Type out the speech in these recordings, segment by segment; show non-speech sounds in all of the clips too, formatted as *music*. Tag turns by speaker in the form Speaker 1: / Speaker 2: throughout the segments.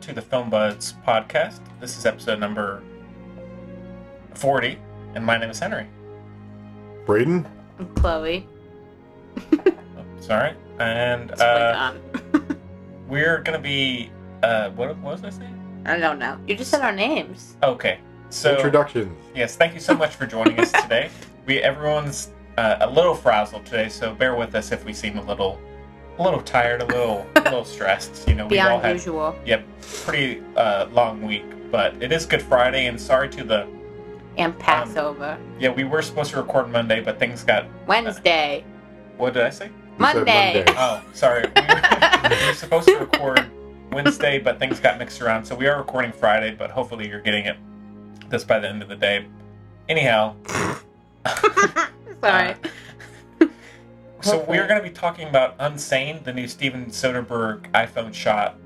Speaker 1: to the Film Buds podcast. This is episode number 40, and my name is Henry.
Speaker 2: Braden?
Speaker 3: Chloe.
Speaker 1: It's all right. And
Speaker 3: It's um,
Speaker 1: uh,
Speaker 3: going on.
Speaker 1: we're going to be. Uh, what, what was I saying?
Speaker 3: *laughs* I don't know. You just said our names.
Speaker 1: Okay. So,
Speaker 2: Introductions.
Speaker 1: yes, thank you so much for joining us today. We Everyone's uh, a little frazzled today, so bear with us if we seem a little. A little tired, a little, a little stressed. You know, we've all
Speaker 3: Beyond
Speaker 1: had
Speaker 3: usual.
Speaker 1: Yep, pretty uh, long week, but it is Good Friday, and sorry to the.
Speaker 3: And Passover.
Speaker 1: Yeah, we were supposed to record Monday, but things got.
Speaker 3: Wednesday.
Speaker 1: What did I say?
Speaker 2: You said
Speaker 3: Monday.
Speaker 1: Oh, sorry. We were, *laughs* we were supposed to record Wednesday, but things got mixed around, so we are recording Friday, but hopefully you're getting it this by the end of the day. Anyhow,
Speaker 3: *laughs*
Speaker 1: uh,
Speaker 3: Sorry.
Speaker 1: so
Speaker 3: Hopefully.
Speaker 1: we're going to be talking about Unsane, the new Steven Soderbergh iPhone shot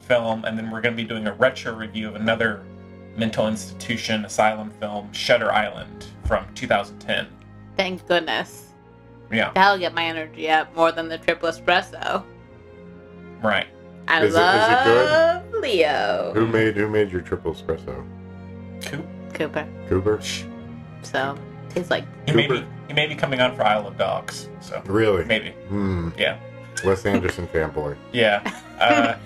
Speaker 1: film, and then we're going to be doing a retro review of another mental institution asylum film, Shutter Island, from 2010.
Speaker 3: Thank goodness.
Speaker 1: Yeah,
Speaker 3: That'll get my energy up more than the triple espresso.
Speaker 1: right.
Speaker 3: I
Speaker 2: Is it- is it
Speaker 3: love
Speaker 2: good?
Speaker 3: Leo.
Speaker 2: Who made who made your triple espresso?
Speaker 1: Coop,
Speaker 3: Cooper.
Speaker 2: Cooper?
Speaker 3: So he's like,
Speaker 1: he may be
Speaker 2: Cooper.
Speaker 1: he may be coming on for Isle of Dogs, so
Speaker 2: Really?
Speaker 1: maybe.
Speaker 2: Hmm.
Speaker 1: Yeah.
Speaker 2: Wes Anderson fanboy.
Speaker 1: Yeah,
Speaker 3: *laughs*
Speaker 1: uh,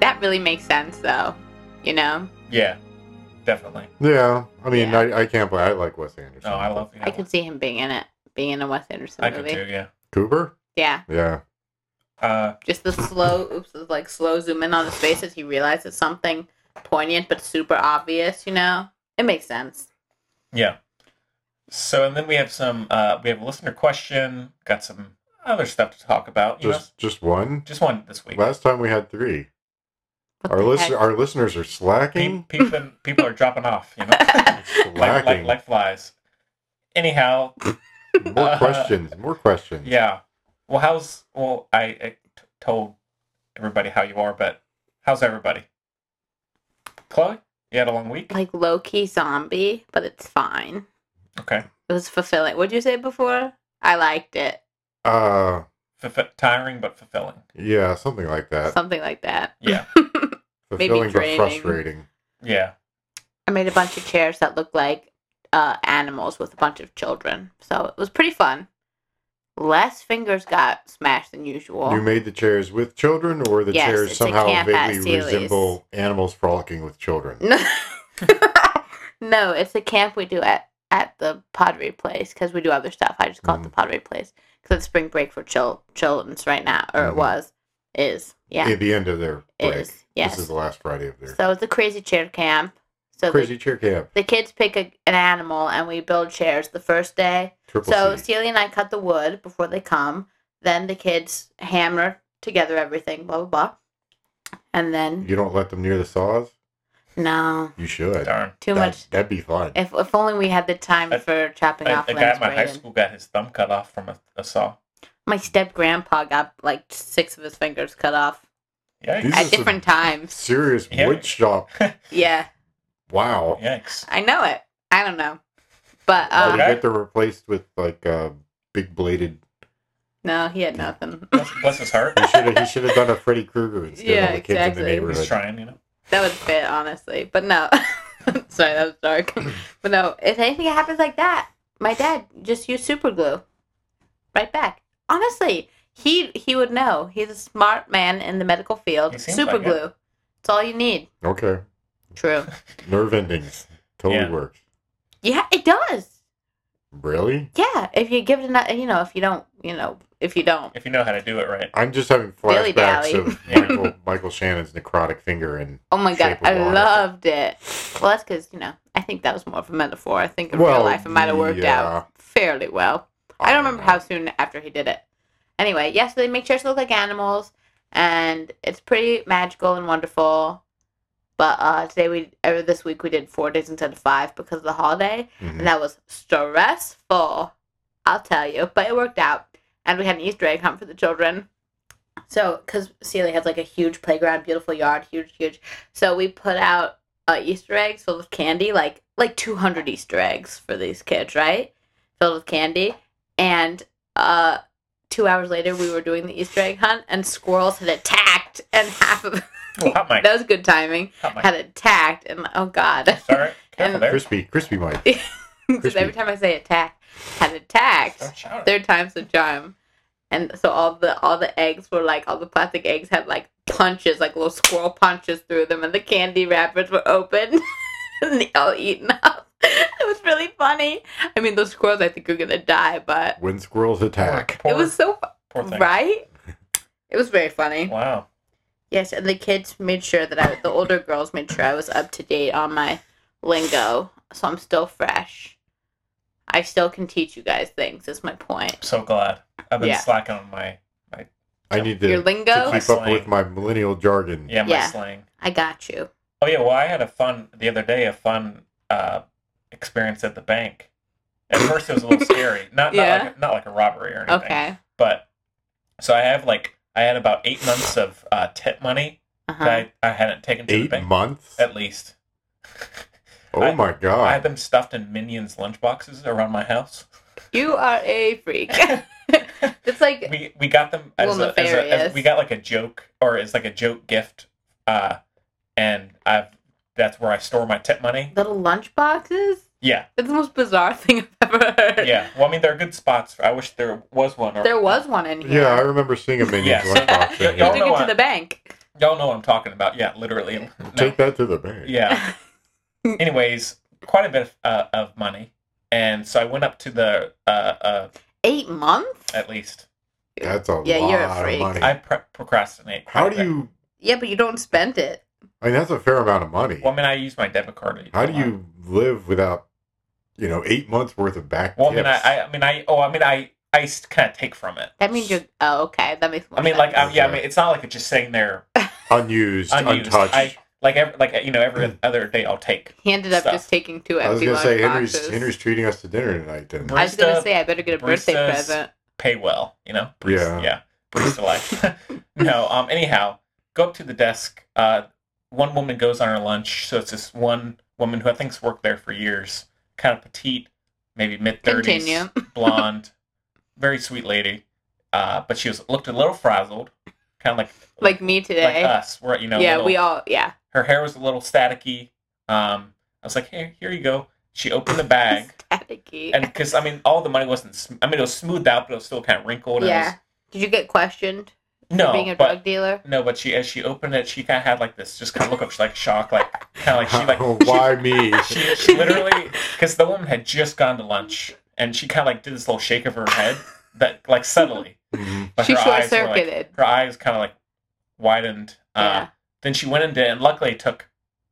Speaker 3: that really makes sense though. You know?
Speaker 1: yeah, definitely.
Speaker 2: Yeah. I mean,
Speaker 3: Yeah.
Speaker 2: I, I can't play. I like Wes Anderson.
Speaker 1: No, Oh, I love. You
Speaker 3: I could see him being in it. Being in a Wes Anderson
Speaker 1: I could
Speaker 3: movie.
Speaker 1: too. Yeah.
Speaker 2: Cooper?
Speaker 3: Yeah.
Speaker 2: Yeah.
Speaker 1: Uh,
Speaker 3: Just the slow, oops, the, like slow zoom in on his face as he realizes something poignant but super obvious. You know, it makes sense.
Speaker 1: yeah. So and then we have some. Uh, we have a listener question. Got some other stuff to talk about. You
Speaker 2: Just just one.
Speaker 1: know, just one this week.
Speaker 2: Last time we had three.
Speaker 3: What
Speaker 2: Our
Speaker 3: the
Speaker 2: listen
Speaker 3: heck?
Speaker 2: our listeners are slacking.
Speaker 1: Pe- People, people are dropping off.
Speaker 3: *laughs*
Speaker 1: You know, like, like
Speaker 2: Slacking.
Speaker 1: like flies. Anyhow,
Speaker 2: More
Speaker 1: uh,
Speaker 2: questions. More questions.
Speaker 1: yeah. Well, how's well? I, I t- told everybody how you are, but how's everybody? Chloe, you had a long week.
Speaker 3: like low key zombie, but it's fine.
Speaker 1: Okay.
Speaker 3: It was fulfilling. What'd you say before? I liked it.
Speaker 2: Uh
Speaker 1: Fulf- tiring but fulfilling.
Speaker 2: yeah, something like that.
Speaker 3: Something like that.
Speaker 1: Yeah.
Speaker 3: maybe
Speaker 2: Fulfilling but
Speaker 3: draining.
Speaker 2: frustrating.
Speaker 1: Yeah.
Speaker 3: I made a bunch of chairs that looked like uh, animals with a bunch of children, so it was pretty fun. Less fingers got smashed than usual.
Speaker 2: You made the chairs with children, or the
Speaker 3: Yes,
Speaker 2: chairs
Speaker 3: it's a
Speaker 2: somehow
Speaker 3: camp at
Speaker 2: vaguely
Speaker 3: Sealy's.
Speaker 2: resemble animals frolicking with children?
Speaker 3: No, *laughs* no, it's a camp we do at at the Pottery Place because we do other stuff. I just call
Speaker 1: Mm.
Speaker 3: it the Pottery Place because it's spring break for chil- children's right now, or
Speaker 1: Mm-hmm.
Speaker 2: Mhm.
Speaker 3: it was, is yeah,
Speaker 2: At the end of their break.
Speaker 3: is yes.
Speaker 2: This is the last Friday of their
Speaker 3: so it's a crazy chair camp. So
Speaker 2: crazy
Speaker 3: the,
Speaker 2: chair camp.
Speaker 3: the kids pick a, an animal and we build chairs the first day.
Speaker 2: Triple
Speaker 3: so
Speaker 2: C.
Speaker 3: Celia and I cut the wood before they come. Then the kids hammer together everything, blah blah blah, and then
Speaker 2: You don't let them near the saws.
Speaker 3: no,
Speaker 2: You should.
Speaker 1: Darn.
Speaker 3: too
Speaker 2: That-
Speaker 3: much.
Speaker 2: That'd be fun.
Speaker 3: If, if only we had the time
Speaker 1: I-
Speaker 3: for chopping
Speaker 1: I,
Speaker 3: off
Speaker 1: a
Speaker 3: limbs.
Speaker 1: guy at my high
Speaker 3: Brayden.
Speaker 1: school got his thumb cut off from a, a saw.
Speaker 3: My step grandpa got like six of his fingers cut off
Speaker 1: Yikes.
Speaker 2: These
Speaker 3: at
Speaker 2: are some-
Speaker 3: different times.
Speaker 2: Serious
Speaker 1: Yeah.
Speaker 2: wood shop.
Speaker 3: Yeah,
Speaker 2: Wow.
Speaker 1: Yikes.
Speaker 3: I know it. I don't know, but
Speaker 2: Uh,
Speaker 3: uh,
Speaker 2: you
Speaker 1: Okay.
Speaker 2: get them replaced with like uh, big bladed.
Speaker 3: no, he had nothing. *laughs*
Speaker 1: Bless, bless his heart.
Speaker 2: He should have. he should have done a Freddy Krueger and scared
Speaker 3: Yeah,
Speaker 2: all the kids
Speaker 3: exactly.
Speaker 2: in the
Speaker 3: He's
Speaker 1: He's
Speaker 2: neighborhood.
Speaker 1: trying, you know.
Speaker 3: that would fit honestly, but no. *laughs* Sorry, that was
Speaker 1: *clears throat*
Speaker 3: dark. but no, if anything happens like that, my dad just used super glue, right back. Honestly, he he would know. He's a smart man in the medical
Speaker 1: He
Speaker 3: field.
Speaker 1: seems
Speaker 3: Super
Speaker 1: like it.
Speaker 3: glue. It's all you need.
Speaker 2: Okay.
Speaker 1: *laughs*
Speaker 3: True.
Speaker 2: Nerve endings. Totally
Speaker 1: Yeah.
Speaker 2: works.
Speaker 3: Yeah, it does.
Speaker 2: Really?
Speaker 3: Yeah, if you give it enough, you know, if you don't, you know, if you don't.
Speaker 1: If you know how to do it right.
Speaker 2: I'm just having
Speaker 3: Dilly
Speaker 2: flashbacks
Speaker 3: dally.
Speaker 2: of
Speaker 1: Yeah.
Speaker 3: *laughs*
Speaker 2: Michael Michael Shannon's necrotic finger and
Speaker 3: Oh my god,
Speaker 2: Shape of
Speaker 3: I
Speaker 2: water.
Speaker 3: loved it. Well, that's because you know, I think that was more of a metaphor. I think in
Speaker 2: Well,
Speaker 3: real life it might have worked
Speaker 2: yeah.
Speaker 3: out fairly well. I don't remember
Speaker 2: know.
Speaker 3: how soon after he did it. Anyway, yeah, so they make chairs look like animals, and it's pretty magical and wonderful. But uh, today we, or this week we did four days instead of five because of the holiday,
Speaker 2: Mhm.
Speaker 3: and that was stressful. I'll tell you, but it worked out, and we had an Easter egg hunt for the children. So, because Celia has like a huge playground, beautiful yard, huge, huge. So we put out uh, Easter eggs filled with candy, like like two hundred Easter eggs for these kids, right? Filled with candy, and uh, two hours later we were doing the Easter egg hunt, and squirrels had attacked, and half of
Speaker 1: Ooh, hot mic.
Speaker 3: *laughs* That was good timing.
Speaker 1: Hot mic.
Speaker 3: Had attacked, and oh god. *laughs*
Speaker 1: Sorry. Careful
Speaker 3: and-
Speaker 1: there.
Speaker 2: Crispy, crispy mic.
Speaker 3: Because every time I say attack, had attacked.
Speaker 1: Stop shouting.
Speaker 3: Third time's the charm. And so all the all the eggs were like all the plastic eggs had like punches, like little squirrel punches through them, and the candy wrappers were open *laughs* and they all eaten up. *laughs* It was really funny. I mean, those squirrels I think are gonna die, but
Speaker 2: When squirrels attack.
Speaker 1: Poor,
Speaker 3: it was so fu-
Speaker 1: poor thing.
Speaker 3: right. It was very funny.
Speaker 1: Wow.
Speaker 3: Yes, and the kids made sure that I, the older girls made sure I was up to date on my lingo, so I'm still fresh. I still can teach you guys things. Is my point.
Speaker 1: I'm so glad. I've been
Speaker 3: Yeah.
Speaker 1: slacking on my
Speaker 2: I need to,
Speaker 3: Your
Speaker 2: to
Speaker 3: lingo,
Speaker 2: keep up with my millennial jargon.
Speaker 1: yeah my
Speaker 3: Yeah.
Speaker 1: slang.
Speaker 3: I got you.
Speaker 1: Oh yeah. Well, I had a fun the other day. A fun uh, experience at the bank. At first, it was a
Speaker 3: *laughs*
Speaker 1: little scary. Not
Speaker 3: Yeah.
Speaker 1: not, like, not like a robbery or anything.
Speaker 3: Okay.
Speaker 1: But so I have like I had about eight months of uh, tip money
Speaker 3: Uh-huh.
Speaker 1: that I, I hadn't taken to the
Speaker 2: Eight
Speaker 1: bank
Speaker 2: months?
Speaker 1: at least.
Speaker 2: oh
Speaker 1: I-
Speaker 2: my
Speaker 1: I had
Speaker 2: god.
Speaker 1: them stuffed in minions lunch boxes around my house.
Speaker 3: You are a
Speaker 1: *laughs*
Speaker 3: freak. *laughs* it's like
Speaker 1: we we got them as, a,
Speaker 3: Little
Speaker 1: as, a, as
Speaker 3: nefarious.
Speaker 1: we got like a joke or it's like a joke gift uh and i've that's where i store my tip money
Speaker 3: little lunch boxes.
Speaker 1: yeah
Speaker 3: It's the most bizarre *laughs* thing I've ever heard.
Speaker 1: yeah well i mean they're good spots i wish there was one or
Speaker 3: There was one in here.
Speaker 2: Yeah, I remember seeing a Minions
Speaker 1: Yeah, so-
Speaker 2: lunchbox. in
Speaker 1: Y'all
Speaker 3: You
Speaker 2: here.
Speaker 1: know
Speaker 3: took it
Speaker 1: what?
Speaker 3: to the bank.
Speaker 1: y'all know what i'm talking about yeah literally No.
Speaker 2: Take that to the bank.
Speaker 1: yeah anyways quite a bit of, uh, of money and so i went up to the uh uh
Speaker 3: *laughs* Eight months?
Speaker 1: at least
Speaker 2: That's a
Speaker 3: Yeah,
Speaker 2: lot
Speaker 3: you're a
Speaker 2: of
Speaker 3: freak.
Speaker 2: money.
Speaker 1: i pre- procrastinate quite
Speaker 2: How
Speaker 1: a
Speaker 2: do
Speaker 1: bit.
Speaker 2: you?
Speaker 3: Yeah, but you don't spend it.
Speaker 2: I mean, that's a fair amount of money.
Speaker 1: well i mean i use my debit card
Speaker 2: How do you live without, you know, eight months worth of back
Speaker 1: well i
Speaker 2: tips?
Speaker 1: mean I, I i mean i oh i mean i i kind of take from it
Speaker 3: That means you're. Oh, okay. That makes more
Speaker 1: I mean,
Speaker 3: sense.
Speaker 1: like, I, yeah, I
Speaker 2: Yeah.
Speaker 1: mean, it's not like it's just sitting there
Speaker 2: unused,
Speaker 1: unused.
Speaker 2: untouched.
Speaker 1: I, like, every, like you know,
Speaker 2: *clears throat*
Speaker 1: every other day I'll take.
Speaker 3: He ended up
Speaker 1: stuff.
Speaker 3: just taking two
Speaker 2: I was
Speaker 3: empty
Speaker 2: gonna
Speaker 3: lunch
Speaker 2: say Henry's
Speaker 3: boxes.
Speaker 2: Henry's treating us to dinner tonight. Then
Speaker 1: Bro-
Speaker 3: I was gonna
Speaker 1: Barista-
Speaker 3: say I better get a birthday
Speaker 1: baristas-
Speaker 3: present.
Speaker 1: Pay well, you know.
Speaker 2: Yeah.
Speaker 1: yeah, barista life. *laughs* no, um. Anyhow, go up to the desk. Uh, one woman goes on her lunch, so it's this one woman who I think's worked there for years, kind of petite, maybe mid thirties,
Speaker 3: Continue. *laughs*
Speaker 1: blonde, very sweet lady. Uh, but she was looked a little frazzled, kind of like
Speaker 3: Like me
Speaker 1: like
Speaker 3: today.
Speaker 1: us. We're you know
Speaker 3: yeah,
Speaker 1: little-
Speaker 3: we all. Yeah.
Speaker 1: Her hair was a little staticky. Um, I was like, here, here you go. She opened the bag,
Speaker 3: *laughs* Staticky. *laughs*
Speaker 1: and because I mean, all the money wasn't. Sm- I mean, it was smoothed out, but it was still kind of wrinkled. And it
Speaker 3: Yeah. Did you get questioned
Speaker 1: was,
Speaker 3: for
Speaker 1: no,
Speaker 3: being a
Speaker 1: but
Speaker 3: drug dealer?
Speaker 1: no, but she as she opened it, she kind of had like this, just kind of look up, like shock, like kind of like she like
Speaker 2: *laughs* why
Speaker 1: *laughs*
Speaker 2: me?
Speaker 1: she, she literally because the woman had just gone to lunch, and she kind of like did this little shake of her head that like subtly,
Speaker 2: Mhm.
Speaker 1: but
Speaker 3: she
Speaker 1: her
Speaker 3: short
Speaker 1: eyes were like
Speaker 3: circuited.
Speaker 1: her eyes kind of like widened. Uh,
Speaker 3: Yeah.
Speaker 1: Then she went into it, and luckily it took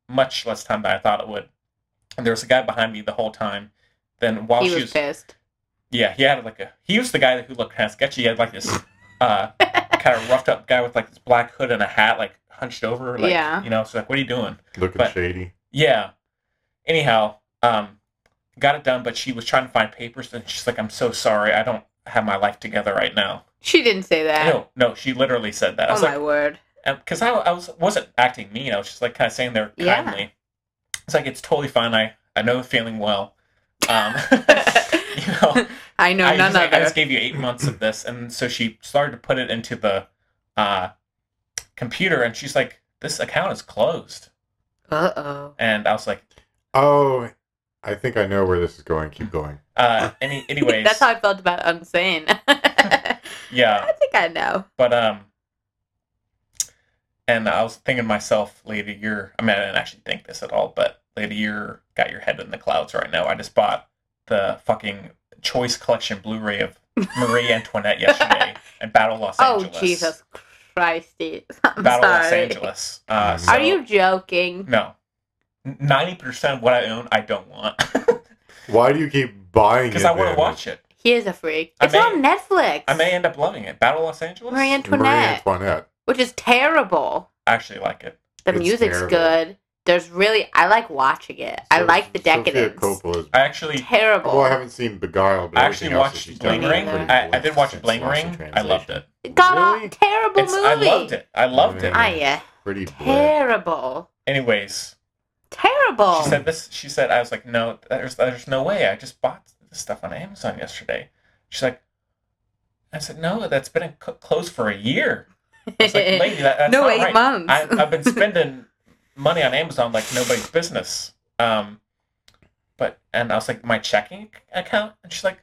Speaker 1: much less time than I thought it would. And there was a guy behind me the whole time. Then while
Speaker 3: he
Speaker 1: she
Speaker 3: was,
Speaker 1: was,
Speaker 3: pissed.
Speaker 1: yeah, he had like a he was the guy who looked kind of sketchy. He had like this
Speaker 3: *laughs*
Speaker 1: uh, kind of roughed up guy with like this black hood and a hat, like hunched over. Like,
Speaker 3: Yeah.
Speaker 1: you know, so like, what are you doing?
Speaker 2: Looking
Speaker 1: But-
Speaker 2: shady.
Speaker 1: Yeah. Anyhow, um, got it done, but she was trying to find papers, and she's like, "I'm so sorry, I don't have my life together right now."
Speaker 3: She didn't say that.
Speaker 1: No, no, she literally said that. I
Speaker 3: Oh
Speaker 1: was
Speaker 3: my
Speaker 1: like,
Speaker 3: word.
Speaker 1: because I, I was wasn't acting mean. I was just like kind of saying there
Speaker 3: Yeah.
Speaker 1: kindly. It's like it's totally fine. I I know the feeling well.
Speaker 3: *laughs*
Speaker 1: Um, *laughs* you know,
Speaker 3: I know
Speaker 1: I,
Speaker 3: none
Speaker 1: just,
Speaker 3: of
Speaker 1: like, I just
Speaker 3: it.
Speaker 1: gave you eight months of this, and so she started to put it into the uh, computer, and she's like, "This account is closed,"
Speaker 3: Uh *laughs* oh.
Speaker 1: and I was like,
Speaker 2: Oh, I think I know where this is going. Keep going.
Speaker 1: uh, "Any, anyways,
Speaker 3: *laughs* That's how I felt about unsane. *laughs* I
Speaker 1: yeah."
Speaker 3: think I know.
Speaker 1: But um, and I was thinking to myself, lady, you're. I mean, I didn't actually think this at all, but lady, you're got your head in the clouds right now. I just bought the fucking Choice Collection Blu-ray of
Speaker 3: *laughs*
Speaker 1: Marie Antoinette yesterday and Battle Los
Speaker 3: Oh
Speaker 1: Angeles.
Speaker 3: Jesus Christy. *laughs* I'm
Speaker 1: Battle Los
Speaker 3: sorry.
Speaker 1: Angeles. Uh,
Speaker 2: Mhm.
Speaker 1: so, Hmm.
Speaker 3: Are you joking?
Speaker 1: No. Ninety percent of what I own, I don't want *laughs*
Speaker 2: Why do you keep buying it?
Speaker 1: because I want
Speaker 2: then?
Speaker 1: to watch it.
Speaker 3: He is a freak.
Speaker 1: I
Speaker 3: it's
Speaker 1: may-
Speaker 3: on Netflix.
Speaker 1: I may end up loving it. Battle Los Angeles.
Speaker 3: Marie
Speaker 2: Marie
Speaker 3: Antoinette,
Speaker 2: Antoinette.
Speaker 3: which is terrible.
Speaker 1: I actually like it.
Speaker 3: The
Speaker 2: It's
Speaker 3: music's
Speaker 2: terrible.
Speaker 3: good. There's really I like watching it. I
Speaker 2: So-
Speaker 3: like the
Speaker 2: Sofia
Speaker 3: decadence.
Speaker 2: Coppola's-
Speaker 1: I actually
Speaker 3: Terrible.
Speaker 2: Well, I haven't seen Beguiled. But
Speaker 1: I actually
Speaker 2: everything else that
Speaker 1: watched
Speaker 2: she's
Speaker 1: Bling
Speaker 2: done is
Speaker 1: Ring.
Speaker 2: pretty
Speaker 1: I, I
Speaker 2: good
Speaker 1: did watch
Speaker 2: since
Speaker 1: Bling
Speaker 2: Lost in
Speaker 1: Ring. I loved
Speaker 2: Translation.
Speaker 1: it.
Speaker 3: God,
Speaker 2: Really?
Speaker 3: terrible
Speaker 1: It's,
Speaker 3: movie.
Speaker 1: I loved it. I loved it.
Speaker 2: Yeah.
Speaker 3: Ah, yeah.
Speaker 2: Pretty bland.
Speaker 3: Terrible.
Speaker 1: Anyways,
Speaker 3: Terrible.
Speaker 1: she
Speaker 4: Oh.
Speaker 1: said this. She said, "I was like, no, there's there's no way. I just bought this stuff on Amazon yesterday." She's like, "I said, no, that's been in- closed for a year." It's like, lady, that, that's
Speaker 4: *laughs* no,
Speaker 1: not
Speaker 4: eight
Speaker 1: right.
Speaker 4: months.
Speaker 1: I, I've been spending money on Amazon like nobody's business. Um, but and I was like, my checking account, and she's like,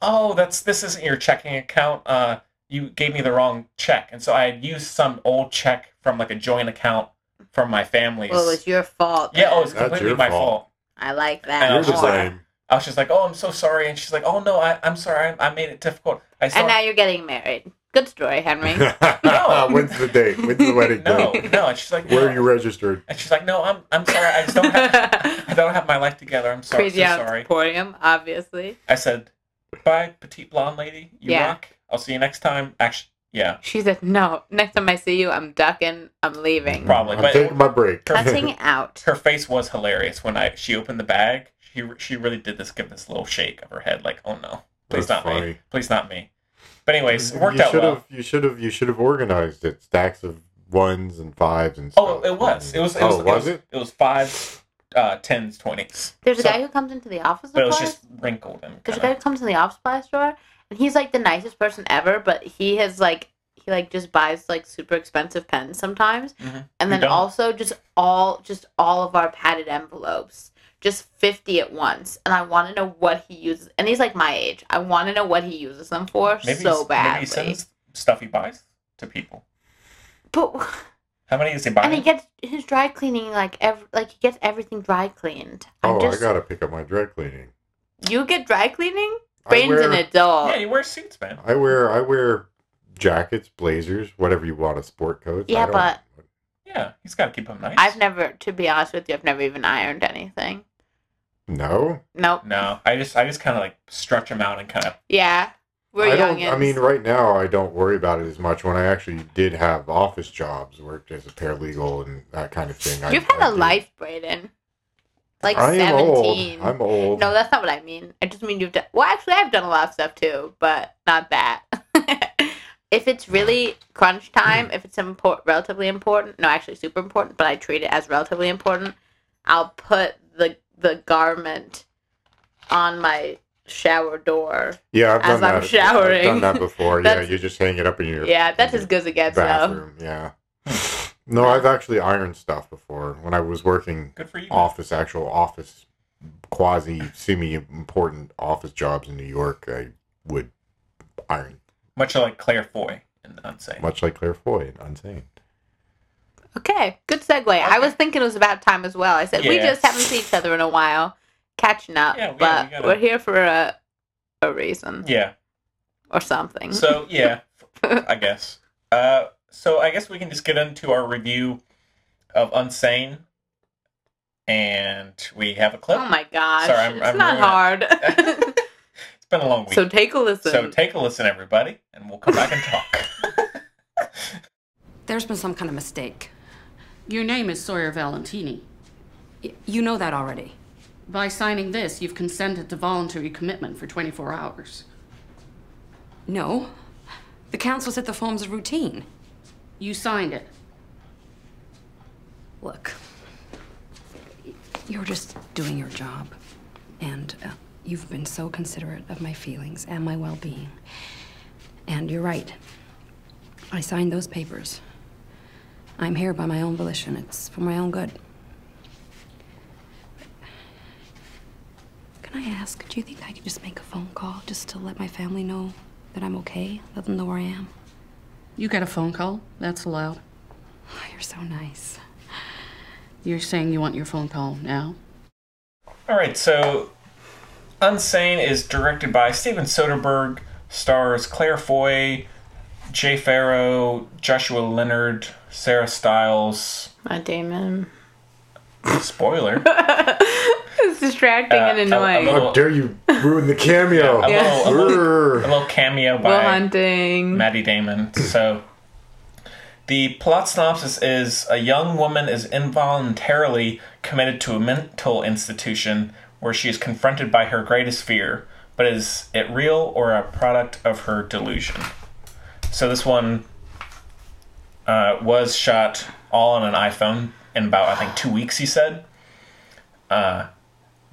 Speaker 1: oh, that's this isn't your checking account. Uh, you gave me the wrong check, and so I had used some old check from like a joint account from my family's.
Speaker 3: Well, it was your fault.
Speaker 1: yeah, oh,
Speaker 3: then.
Speaker 1: it's
Speaker 2: That's
Speaker 1: completely
Speaker 2: your
Speaker 1: my
Speaker 2: fault.
Speaker 1: fault.
Speaker 3: I like
Speaker 1: And
Speaker 3: that.
Speaker 1: I
Speaker 2: You're
Speaker 1: was
Speaker 2: to
Speaker 1: just like-
Speaker 2: blame.
Speaker 1: I was just like, oh, I'm so sorry, and she's like, oh no, I, I'm sorry, I, I made it difficult. I saw
Speaker 3: and now you're getting married. Good story, Henry. *laughs*
Speaker 1: No.
Speaker 2: *laughs* When's the date? When's the wedding
Speaker 1: *laughs* no,
Speaker 2: date?
Speaker 1: no, and she's like, no.
Speaker 2: Where are you registered?
Speaker 1: And she's like, no, I'm, I'm sorry, *laughs* I just don't
Speaker 3: *laughs*
Speaker 1: have, I don't have my life together. I'm sorry,
Speaker 3: Crazy
Speaker 1: so
Speaker 3: Aunt's
Speaker 1: sorry.
Speaker 3: Emporium, obviously.
Speaker 1: I said, bye, petite blonde lady. You
Speaker 3: Yeah.
Speaker 1: rock. I'll see you next time. Actually, yeah.
Speaker 3: She said, "No, next time I see you, I'm ducking. I'm leaving."
Speaker 1: Probably,
Speaker 2: I'm
Speaker 1: but-
Speaker 2: taking my break.
Speaker 3: Cutting out.
Speaker 1: Her face was hilarious when I she opened the bag. She she really did this give this little shake of her head, like, oh no, please
Speaker 2: *laughs* That's
Speaker 1: not me,
Speaker 2: funny.
Speaker 1: please not me. But anyways, it worked
Speaker 2: you
Speaker 1: out
Speaker 2: should
Speaker 1: well.
Speaker 2: have. You should have. You should have organized it. Stacks of ones and fives and.
Speaker 1: Oh,
Speaker 2: Stuff.
Speaker 1: it was. It was. It
Speaker 2: oh,
Speaker 1: was,
Speaker 2: was, it?
Speaker 1: It was five, uh, tens, twenties.
Speaker 3: There's a
Speaker 1: So-
Speaker 3: guy who comes into the office.
Speaker 1: But it
Speaker 3: of
Speaker 1: was
Speaker 3: ours.
Speaker 1: just wrinkled and.
Speaker 3: There's a guy
Speaker 1: kinda-
Speaker 3: who comes in the office supply store, and he's like the nicest person ever, but he has like he like just buys like super expensive pens sometimes,
Speaker 1: Mhm.
Speaker 3: and
Speaker 1: We
Speaker 3: then
Speaker 1: don't.
Speaker 3: also just all just all of our padded envelopes, just fifty at once. And I want to know what he uses, and he's like my age. I want to know what he uses them for
Speaker 1: Maybe
Speaker 3: so
Speaker 1: he's- maybe
Speaker 3: badly.
Speaker 1: he sends stuff he buys to people.
Speaker 3: but
Speaker 1: How many is he buying?
Speaker 3: and he gets his dry cleaning like every like he gets everything dry cleaned. I'm
Speaker 2: Oh,
Speaker 3: just,
Speaker 2: I gotta pick up my dry cleaning.
Speaker 3: you get dry cleaning.
Speaker 2: I
Speaker 3: Brain's
Speaker 2: wear,
Speaker 3: an adult.
Speaker 1: yeah, he wears suits, man.
Speaker 2: I wear. I wear jackets, blazers, whatever you want, a sport coat. I
Speaker 3: Yeah,
Speaker 2: don't-
Speaker 3: but-
Speaker 1: Yeah, he's got to keep him nice.
Speaker 3: I've never, to be honest with you, I've never even ironed anything.
Speaker 2: no,
Speaker 3: Nope.
Speaker 1: No, I just I just kind of like stretch them out and kind of
Speaker 3: Yeah, we're
Speaker 2: I
Speaker 3: young.
Speaker 2: don't. I mean, right now I don't worry about it as much. When I actually did have office jobs, worked as a paralegal and that kind of thing. I-
Speaker 3: you've had
Speaker 2: I
Speaker 3: a
Speaker 2: did.
Speaker 3: life, Brayden. Like
Speaker 2: I'm
Speaker 3: seventeen.
Speaker 2: old. I'm old.
Speaker 3: no, that's not what I mean. I just mean you've done. Well, actually, I've done a lot of stuff too, but not that. *laughs* if it's really crunch time, if it's import- relatively important, no, actually super important, but I treat it as relatively important, I'll put the the garment on my shower door.
Speaker 2: yeah, I've
Speaker 3: as
Speaker 2: done
Speaker 3: I'm
Speaker 2: that.
Speaker 3: showering.
Speaker 2: I've done that
Speaker 3: *laughs*
Speaker 2: before. yeah,
Speaker 3: That's-
Speaker 2: you just hang it up in your
Speaker 3: Yeah, that's
Speaker 2: in
Speaker 3: as good as it gets, though.
Speaker 2: bathroom. Yeah. *laughs* No, I've actually ironed stuff before when I was working
Speaker 1: good for you.
Speaker 2: office, actual office, quasi semi important office jobs in New York. I would iron,
Speaker 1: Much like Claire Foy and Unsane.
Speaker 2: much like Claire Foy and Unsane.
Speaker 3: Okay, good segue. I was thinking it was about time as well. I said we
Speaker 1: Yeah.
Speaker 3: just haven't seen each other in a while, catching up,
Speaker 1: Yeah, we-
Speaker 3: but
Speaker 1: we gotta-
Speaker 3: we're here for a a reason
Speaker 1: Yeah.
Speaker 3: or something.
Speaker 1: So yeah, I
Speaker 3: *laughs*
Speaker 1: guess. Uh, so I guess we can just get into our review of Unsane, and we have a clip.
Speaker 3: oh my gosh,
Speaker 1: Sorry, I'm-
Speaker 3: it's
Speaker 1: I'm
Speaker 3: not hard.
Speaker 1: It's been a long *laughs* week,
Speaker 3: *laughs* so
Speaker 1: so,
Speaker 3: take a listen.
Speaker 1: take a listen, everybody, and we'll come back and
Speaker 3: *laughs*
Speaker 1: talk.
Speaker 5: There's been some kind of mistake.
Speaker 6: Your name is Sawyer Valentini.
Speaker 5: Y- You know that already.
Speaker 6: By signing this, you've consented to voluntary commitment for 24 hours.
Speaker 5: No. The council said the form's a routine.
Speaker 6: You signed it.
Speaker 5: Look, you're just doing your job. And uh, you've been so considerate of my feelings and my well being. And you're right. I signed those papers. I'm here by my own volition, it's for my own good. Can I ask, do you think I could just make a phone call just to let my family know that I'm okay? Let them know where I am?
Speaker 6: You get a phone call. That's allowed.
Speaker 5: Oh, you're so nice.
Speaker 6: You're saying you want your phone call now?
Speaker 1: All right, so Unsane is directed by Steven Soderbergh, stars Claire Foy, Jay Farrow, Joshua Leonard, Sarah Stiles.
Speaker 3: My Damon,
Speaker 1: Spoiler.
Speaker 3: it's distracting *laughs* and
Speaker 1: Uh, I'm- I'm
Speaker 3: annoying.
Speaker 1: a-
Speaker 3: Will
Speaker 2: How dare you ruin the cameo?
Speaker 1: a
Speaker 3: Yeah.
Speaker 1: little, a little- a
Speaker 2: Brr.
Speaker 1: little cameo by
Speaker 3: hunting.
Speaker 1: Maddie Damon. So the plot synopsis is a young woman is involuntarily committed to a mental institution where she is confronted by her greatest fear, but is it real or a product of her delusion? So this one uh, was shot all on an iPhone in about I think two weeks. He said, uh,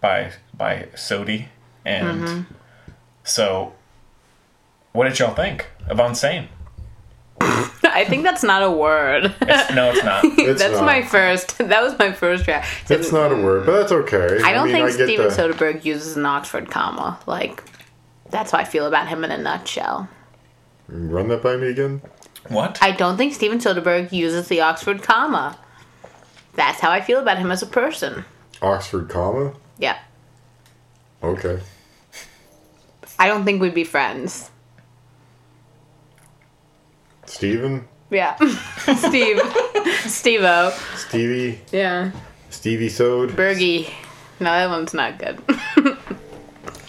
Speaker 1: by by Sodi, and so what did y'all think of Unsane?
Speaker 3: *laughs* I think that's not a word.
Speaker 1: It's- no, *laughs* it's
Speaker 3: *laughs*
Speaker 1: not.
Speaker 2: It's
Speaker 3: that's
Speaker 2: not.
Speaker 3: my first. That was my first draft.
Speaker 2: That's not a word, but that's okay.
Speaker 3: I don't
Speaker 2: mean,
Speaker 3: think
Speaker 2: get
Speaker 3: Steven
Speaker 2: the-
Speaker 3: Soderbergh uses an Oxford comma. Like, that's how I feel about him in a nutshell.
Speaker 2: Run that by me again.
Speaker 1: What?
Speaker 3: I don't think Steven Soderbergh uses the Oxford comma. That's how I feel about him as a person.
Speaker 2: Oxford comma.
Speaker 3: Yeah.
Speaker 2: Okay.
Speaker 3: I don't think we'd be friends.
Speaker 2: Steven?
Speaker 3: Yeah. *laughs* Steve. Steve O.
Speaker 2: Stevie?
Speaker 3: Yeah.
Speaker 2: Stevie Sode?
Speaker 3: Bergie. No, that one's not good. *laughs*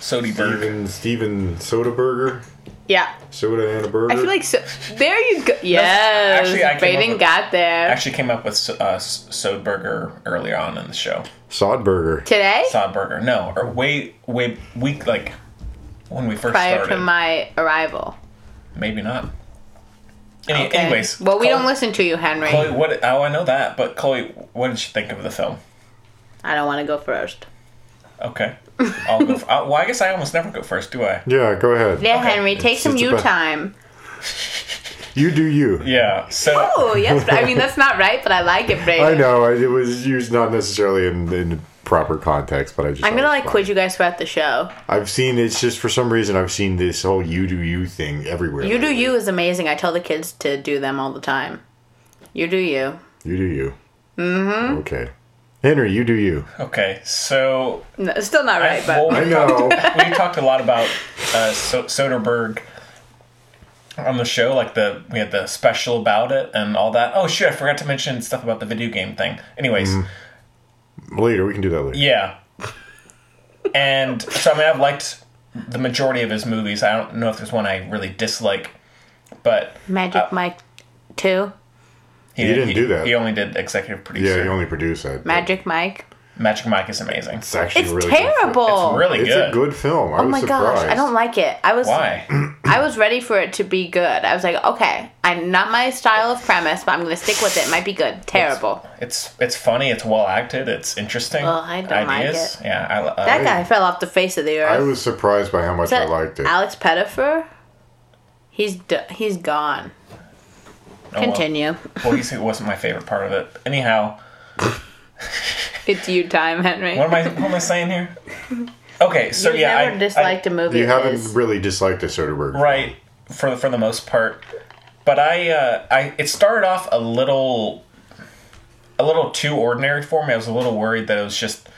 Speaker 1: Sody Berg.
Speaker 2: Steven, Steven Soda Burger?
Speaker 3: yeah.
Speaker 2: Soda and a burger?
Speaker 3: I feel like so. There you go. Yes.
Speaker 1: actually, I came up
Speaker 3: Brayden
Speaker 1: with-
Speaker 3: got there.
Speaker 1: Actually, came up with uh, Sodberger earlier on in the show.
Speaker 2: Sodburger.
Speaker 3: Today?
Speaker 1: Sodberger, no, or way, way, week like when we first
Speaker 3: prior
Speaker 1: started.
Speaker 3: to my arrival.
Speaker 1: Maybe not. Any,
Speaker 3: Okay.
Speaker 1: Anyways,
Speaker 3: Well, we
Speaker 1: Chloe-
Speaker 3: don't listen to you, Henry.
Speaker 1: Chloe, what? Oh, I know that. But Chloe, what did you think of the film?
Speaker 3: I don't want to go first.
Speaker 1: Okay, I'll *laughs* go. For, I, well, I guess I almost never go first, do I?
Speaker 2: Yeah, go ahead.
Speaker 3: Yeah, Henry, take some
Speaker 2: it's
Speaker 3: you
Speaker 2: about-
Speaker 3: time.
Speaker 2: You do you.
Speaker 1: Yeah. So
Speaker 3: Oh, yes. but- I mean, that's not right, but I
Speaker 1: *laughs*
Speaker 3: like it, Brayden.
Speaker 2: I know. I- It was used not necessarily in, in proper context, but I just.
Speaker 3: I'm
Speaker 2: thought
Speaker 3: going
Speaker 2: it
Speaker 3: to
Speaker 2: was
Speaker 3: like
Speaker 2: funny.
Speaker 3: quiz you guys throughout the show.
Speaker 2: I've seen it's just for some reason I've seen this whole you do you thing everywhere.
Speaker 3: You do you is amazing. I tell the kids to do them all the time. You do you.
Speaker 2: You do you. Mm-hmm. Okay. Henry, you do you.
Speaker 1: okay, so
Speaker 3: No, it's still not right, but
Speaker 1: well,
Speaker 2: I
Speaker 1: we
Speaker 3: *laughs*
Speaker 2: know.
Speaker 1: we talked a lot about uh, so- Soderbergh on the show, like the we had the special about it and all that. Oh shit, I forgot to mention stuff about the video game thing. Anyways,
Speaker 2: Mm. later, we can do that later.
Speaker 1: yeah. And so I mean, I've liked the majority of his movies. I don't know if there's one I really dislike, but
Speaker 3: Magic Mike 2.
Speaker 1: he
Speaker 2: You didn't
Speaker 1: he-
Speaker 2: do that.
Speaker 1: He only did executive
Speaker 2: Yeah,
Speaker 1: producer.
Speaker 2: you only produce that. but
Speaker 3: Magic Mike.
Speaker 1: Magic Mike is amazing.
Speaker 2: It's actually
Speaker 3: It's
Speaker 2: a really good film.
Speaker 3: terrible.
Speaker 1: It's really
Speaker 2: It's
Speaker 1: good.
Speaker 2: a good film. I
Speaker 3: Oh
Speaker 2: was
Speaker 3: my
Speaker 2: surprised.
Speaker 3: gosh, I don't like it. I was
Speaker 1: Why?
Speaker 3: I was ready for it to be good. I was like, okay, I'm not my style of premise, but I'm gonna stick with it. It might be good. Terrible.
Speaker 1: It's it's funny. It's well acted. It's interesting.
Speaker 3: Well, I don't like
Speaker 1: ideas. Yeah, I, li-
Speaker 3: That
Speaker 1: I-
Speaker 3: guy fell off the face of the earth.
Speaker 2: I was surprised by how much
Speaker 3: Is
Speaker 2: I
Speaker 3: that
Speaker 2: liked it.
Speaker 3: Alex Pettifer. He's d- he's gone.
Speaker 1: oh, well.
Speaker 3: Continue. *laughs*
Speaker 1: Well, you see, it wasn't my favorite part of it. Anyhow,
Speaker 3: It's you time, Henry.
Speaker 1: what am I what am I saying here? Okay, so
Speaker 3: You've
Speaker 1: yeah,
Speaker 3: never
Speaker 1: I
Speaker 3: disliked a movie.
Speaker 2: you
Speaker 3: of
Speaker 2: haven't
Speaker 3: his.
Speaker 2: really disliked a Soderbergh,
Speaker 1: I, right for for the most part, but I uh, I it started off a little a little too ordinary for me. I was a little worried that it was just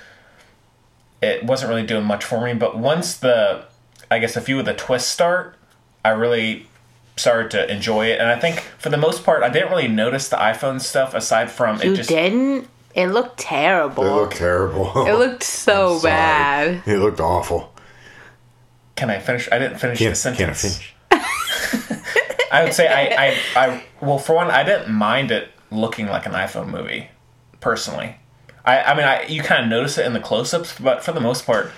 Speaker 1: it wasn't really doing much for me. But once the I guess a few of the twists start, I really started to enjoy it, and I think for the most part, I didn't really notice the iPhone stuff aside from
Speaker 3: You
Speaker 1: it just
Speaker 3: didn't. It looked terrible.
Speaker 2: It looked terrible.
Speaker 3: It looked
Speaker 2: *laughs*
Speaker 3: so
Speaker 2: Sorry.
Speaker 3: bad.
Speaker 2: It looked awful.
Speaker 1: Can I finish? I didn't finish
Speaker 2: Can't,
Speaker 1: the sentence.
Speaker 2: can't finish.
Speaker 1: *laughs* I would say I, I, I, well, for one, I didn't mind it looking like an iPhone movie, personally. I, I mean, I you kind of notice it in the close-ups, but for the most part,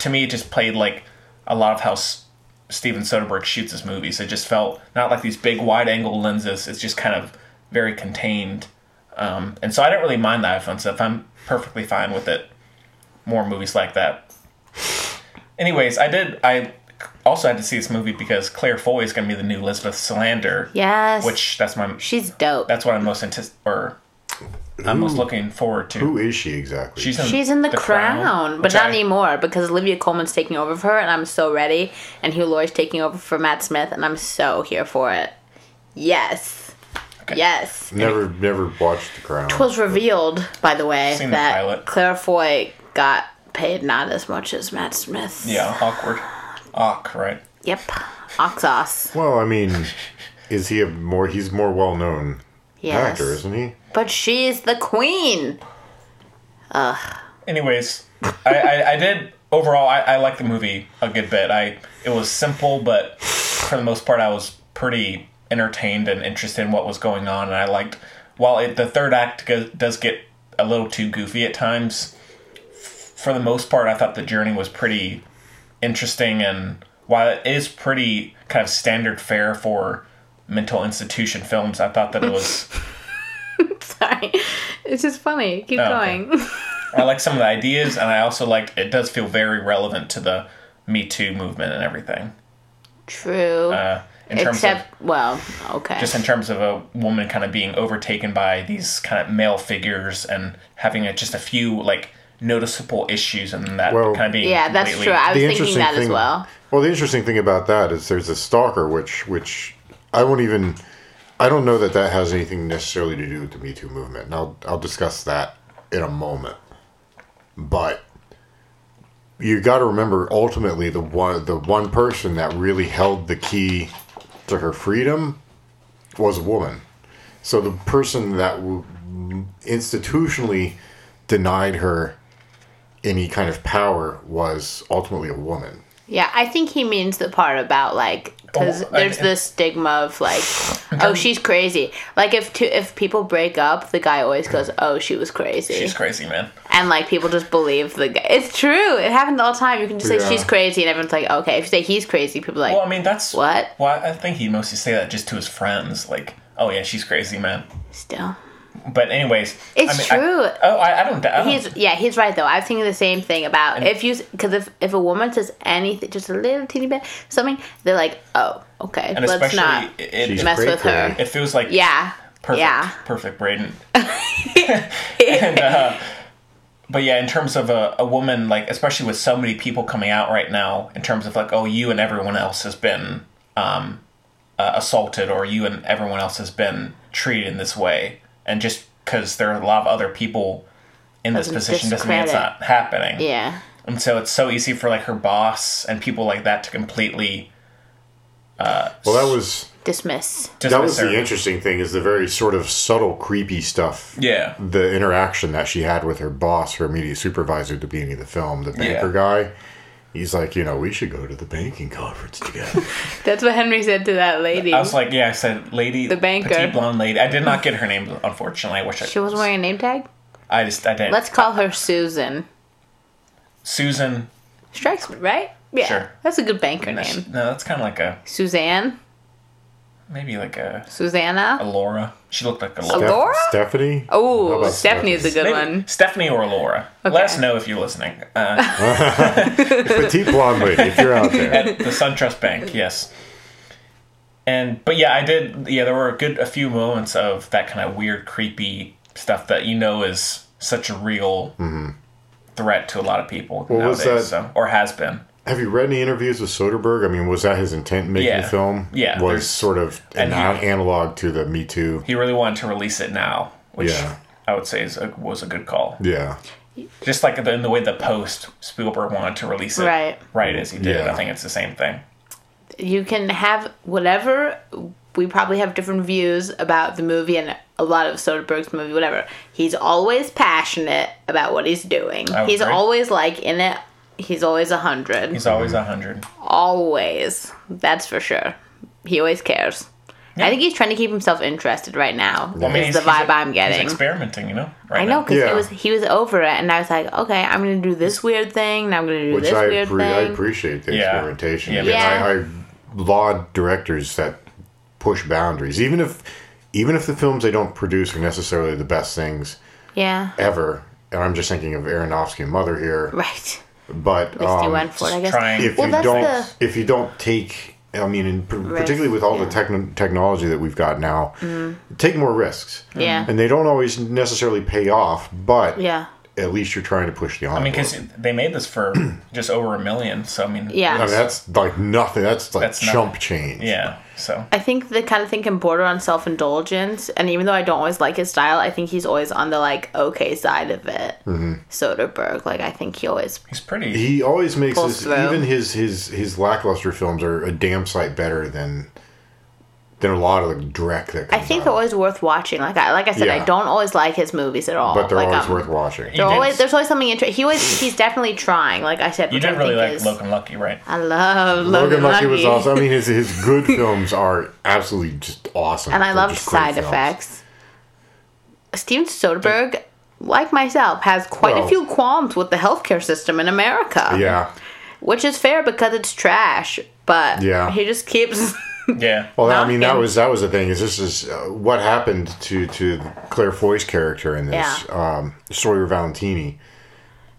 Speaker 1: to me, it just played like a lot of how S- Steven Soderbergh shoots his movies. It just felt not like these big wide-angle lenses. It's just kind of very contained, um, and so I didn't really mind the iPhone stuff. I'm perfectly fine with it. More movies like that Anyways, I did. I also had to see this movie because Claire Foy is going to be the new Elizabeth Salander.
Speaker 3: Yes.
Speaker 1: Which that's my
Speaker 3: she's dope.
Speaker 1: that's what I'm most antici- or I'm most looking forward to.
Speaker 2: Who is she exactly?
Speaker 1: She's in,
Speaker 3: She's in the, crown, but
Speaker 1: which
Speaker 3: not
Speaker 1: I-
Speaker 3: anymore because Olivia Coleman's taking over for her, and I'm so ready. And Hugh Laurie's taking over for Matt Smith, and I'm so here for it. Yes, yes.
Speaker 2: never, never watched The Crown.
Speaker 3: It was revealed, by the way,
Speaker 1: Seen the
Speaker 3: that
Speaker 1: pilot.
Speaker 3: Claire Foy got paid not as much as Matt Smith.
Speaker 1: Yeah, awkward. Awk, right?
Speaker 3: Yep. Oxos.
Speaker 2: Well, I mean, is he a more? He's more well known
Speaker 3: Yes.
Speaker 2: actor, isn't he?
Speaker 3: But she's the queen. *laughs*
Speaker 1: Anyways, I, I, I did overall. I, I liked the movie a good bit. I it was simple, but for the most part, I was pretty entertained and interested in what was going on, and I liked. While it, the third act go, does get a little too goofy at times, f- for the most part, I thought the journey was pretty interesting, and while it is pretty kind of standard fare for mental institution films, I thought that it was.
Speaker 3: Sorry. It's just funny. Keep
Speaker 1: Oh, okay.
Speaker 3: going.
Speaker 1: I like some of the ideas, and I also like it does feel very relevant to the Me Too movement and everything.
Speaker 3: True.
Speaker 1: Uh, in terms of
Speaker 3: Except, well, okay.
Speaker 1: just in terms of a woman kind of being overtaken by these kind of male figures and having a, just a few like noticeable issues and that
Speaker 2: Well-
Speaker 1: kind of being
Speaker 3: yeah, that's
Speaker 1: completely-
Speaker 3: true. I was thinking that as well.
Speaker 2: Well, the interesting thing about that is there's a stalker, which which I won't even. I don't know that that has anything necessarily to do with the Me Too movement, and I'll I'll discuss that in a moment. But you got to remember, ultimately, the one the one person that really held the key to her freedom was a woman. So the person that w- institutionally denied her any kind of power was ultimately a woman.
Speaker 3: Yeah, I think he means the part about like because
Speaker 1: Oh, and-
Speaker 3: there's
Speaker 1: and-
Speaker 3: this stigma
Speaker 1: *laughs*
Speaker 3: of like, oh, she's crazy. Like if two, if people break up, the guy always goes, oh, she was crazy,
Speaker 1: She's crazy, man.
Speaker 3: and like people just believe the guy. It's true. It happens all the time. You can just
Speaker 2: Yeah.
Speaker 3: say she's crazy, and everyone's like, okay. If you say he's crazy, people are like,
Speaker 1: Well, I mean, that's
Speaker 3: What?
Speaker 1: Well, I think he mostly say that just to his friends, like, "Oh yeah, she's crazy, man."
Speaker 3: still.
Speaker 1: But anyways,
Speaker 3: It's
Speaker 1: I mean, I-
Speaker 3: true.
Speaker 1: oh, I, I don't. I don't
Speaker 3: He's yeah, he's right though. I was thinking the same thing about if you because if if a woman says anything, just a little teeny bit something, they're like, oh, okay,
Speaker 1: and
Speaker 3: let's
Speaker 1: especially
Speaker 3: not
Speaker 1: it,
Speaker 2: She's
Speaker 1: it,
Speaker 3: mess with her.
Speaker 2: cray-cray.
Speaker 1: it feels like
Speaker 3: Yeah,
Speaker 1: perfect,
Speaker 3: yeah.
Speaker 1: perfect,
Speaker 3: *laughs*
Speaker 1: Braden. and, uh, but yeah, in terms of a, a woman, like especially with so many people coming out right now, in terms of like, oh, you and everyone else has been um, uh, assaulted, or you and everyone else has been treated in this way, and just because there are a lot of other people in this
Speaker 3: Doesn't
Speaker 1: position doesn't mean it's
Speaker 3: discredit.
Speaker 1: not happening.
Speaker 3: Yeah,
Speaker 1: And so it's so easy for like her boss and people like that to completely
Speaker 2: Well, that was
Speaker 3: dismiss.
Speaker 1: dismiss
Speaker 2: that was
Speaker 1: her.
Speaker 2: the interesting thing is the very sort of subtle, creepy stuff.
Speaker 1: Yeah.
Speaker 2: The interaction that she had with her boss, her immediate supervisor at the beginning of the film, the banker guy. He's like, you know, we should go to the banking conference together.
Speaker 3: That's what Henry said to that lady.
Speaker 1: I was like, yeah, I said, lady,
Speaker 3: The banker.
Speaker 1: petite blonde lady. I did not get her name, unfortunately. I wish I.
Speaker 3: she wasn't wearing a name tag.
Speaker 1: I just, I didn't.
Speaker 3: Let's call her Susan.
Speaker 1: Susan.
Speaker 3: Strikes me right. Yeah,
Speaker 1: Sure.
Speaker 3: that's a good banker
Speaker 1: No,
Speaker 3: name.
Speaker 1: that's kind of like a
Speaker 3: Suzanne,
Speaker 1: maybe like a, a
Speaker 3: Susanna.
Speaker 1: Laura. She looked like a
Speaker 3: A
Speaker 1: Laura.
Speaker 3: *laughs* Laura? Laura?
Speaker 2: Stephanie? How
Speaker 3: Oh,
Speaker 2: about
Speaker 3: Stephanie is a good
Speaker 1: Maybe
Speaker 3: one.
Speaker 1: Stephanie or Laura. Let us know if you're listening.
Speaker 3: *laughs*
Speaker 1: Uh,
Speaker 2: Petite blonde lady, if you're out there.
Speaker 3: *laughs*
Speaker 1: at the SunTrust Bank, yes. And but yeah, I did. Yeah, there were a good a few moments of that kind of weird, creepy stuff that you know is such a real threat to a lot of people
Speaker 2: Mm-hmm. was
Speaker 1: nowadays,
Speaker 2: that?
Speaker 1: so- or has been.
Speaker 2: Have you read any interviews with Soderbergh? I mean, was that his intent in making
Speaker 1: Yeah.
Speaker 2: the film?
Speaker 1: Yeah,
Speaker 2: Was
Speaker 1: there's-
Speaker 2: sort of an
Speaker 1: and he-
Speaker 2: an- analog to the Me Too.
Speaker 1: he really wanted to release it now, which
Speaker 2: Yeah.
Speaker 1: I would say is a, was a good call.
Speaker 2: Yeah.
Speaker 1: Just like the, in the way the post Spielberg wanted to release it,
Speaker 3: Right.
Speaker 1: right as he did. it.
Speaker 2: Yeah.
Speaker 1: I think it's the same thing.
Speaker 3: you can have whatever we probably have different views about the movie and a lot of Soderbergh's movie, whatever. He's always passionate about what he's doing.
Speaker 1: I would
Speaker 3: He's
Speaker 1: agree.
Speaker 3: always like in it. He's always a hundred.
Speaker 1: He's always
Speaker 2: Mm-hmm.
Speaker 1: a hundred.
Speaker 3: always. That's for sure. He always cares. I think he's trying to keep himself interested right now.
Speaker 2: I mean,
Speaker 3: is the vibe I'm getting.
Speaker 1: He's experimenting, you know. Right
Speaker 3: I know because
Speaker 2: Yeah.
Speaker 3: it was he was over it, and I was like, okay, I'm gonna do this weird thing, now I'm gonna do
Speaker 2: Which
Speaker 3: this
Speaker 2: I,
Speaker 3: weird
Speaker 2: appre- I
Speaker 3: thing.
Speaker 2: appreciate the
Speaker 1: Yeah.
Speaker 2: experimentation.
Speaker 1: Yeah,
Speaker 2: And
Speaker 1: me
Speaker 2: I, I laud directors that push boundaries, even if even if the films they don't produce are necessarily the best things
Speaker 3: yeah, *laughs*
Speaker 2: ever. And I'm just thinking of Aronofsky and Mother here,
Speaker 3: right.
Speaker 2: but
Speaker 3: He
Speaker 2: um,
Speaker 3: went for it, I guess.
Speaker 1: trying.
Speaker 2: if
Speaker 3: Well,
Speaker 2: you
Speaker 3: that's
Speaker 2: don't
Speaker 3: the-
Speaker 2: if you don't take I mean, in, par- particularly with all the techno technology that we've got now, take more risks.
Speaker 3: Mm-hmm. Yeah.
Speaker 2: and they don't always necessarily pay off, but
Speaker 3: Yeah.
Speaker 2: at least you're trying to push the envelope.
Speaker 1: I mean, because they made this
Speaker 2: *clears throat*
Speaker 1: for just over a million, so I mean,
Speaker 3: Yeah.
Speaker 2: I mean, that's like nothing. That's like
Speaker 1: That's
Speaker 2: chump
Speaker 1: nothing.
Speaker 2: change.
Speaker 1: yeah. So
Speaker 3: I think the kind of thing can border on self indulgence, and even though I don't always like his style, I think he's always on the like okay side of it.
Speaker 2: Mm-hmm.
Speaker 3: Soderbergh, like I think he always
Speaker 1: he's pretty.
Speaker 2: He always makes
Speaker 3: Pulls
Speaker 2: his
Speaker 3: through.
Speaker 2: even his his his lackluster films are a damn sight better than than a lot of the dreck that
Speaker 3: I
Speaker 2: comes
Speaker 3: think
Speaker 2: out.
Speaker 3: they're always worth watching. Like I like I said, I
Speaker 2: Yeah.
Speaker 3: don't always like his movies at all.
Speaker 2: but they're
Speaker 3: like,
Speaker 2: always
Speaker 3: um,
Speaker 2: worth watching.
Speaker 1: You
Speaker 3: They're
Speaker 1: didn't-
Speaker 3: always there's always something interesting. He always he's definitely trying. Like I said,
Speaker 1: you
Speaker 3: which
Speaker 1: didn't
Speaker 3: I
Speaker 1: really
Speaker 3: think
Speaker 1: like
Speaker 3: is,
Speaker 1: Logan Lucky, right?
Speaker 3: I love
Speaker 2: Logan Lucky was
Speaker 3: awesome,
Speaker 2: awesome. I mean, his his
Speaker 3: *laughs*
Speaker 2: good films are absolutely just awesome.
Speaker 3: and I
Speaker 2: They're
Speaker 3: love
Speaker 2: just great
Speaker 3: side
Speaker 2: films.
Speaker 3: effects. Steven Soderbergh, like myself, has quite a
Speaker 2: Well-
Speaker 3: few qualms with the healthcare system in America.
Speaker 2: Yeah.
Speaker 3: which is fair because it's trash. But
Speaker 2: Yeah.
Speaker 3: he just keeps. *laughs*
Speaker 1: Yeah.
Speaker 2: Well, I mean, that
Speaker 3: Knocking.
Speaker 2: was that was the thing. Is this is uh, what happened to to Claire Foy's character in this
Speaker 3: Yeah.
Speaker 2: um, Sawyer Valentini?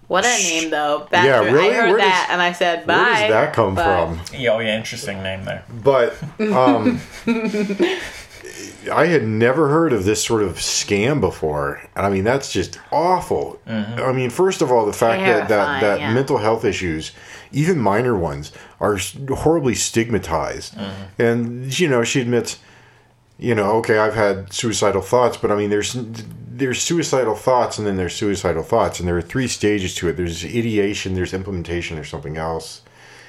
Speaker 3: What a name, though. Baxter.
Speaker 2: Yeah, really?
Speaker 3: I heard
Speaker 2: Where does-
Speaker 3: that and I said, bye.
Speaker 2: Where does that come
Speaker 3: but-
Speaker 2: from?
Speaker 1: Yeah, oh yeah, interesting name there.
Speaker 2: But um, I had never heard of this sort of scam before. And I mean, that's just awful. I mean, first of all, the fact that that,
Speaker 3: Terrifying,
Speaker 2: that
Speaker 3: yeah.
Speaker 2: mental health issues, even minor ones, are s- horribly stigmatized. And you know, she admits, you know, okay, I've had suicidal thoughts, but I mean, there's there's suicidal thoughts, and then there's suicidal thoughts, and there are three stages to it. There's ideation, there's implementation, there's something else.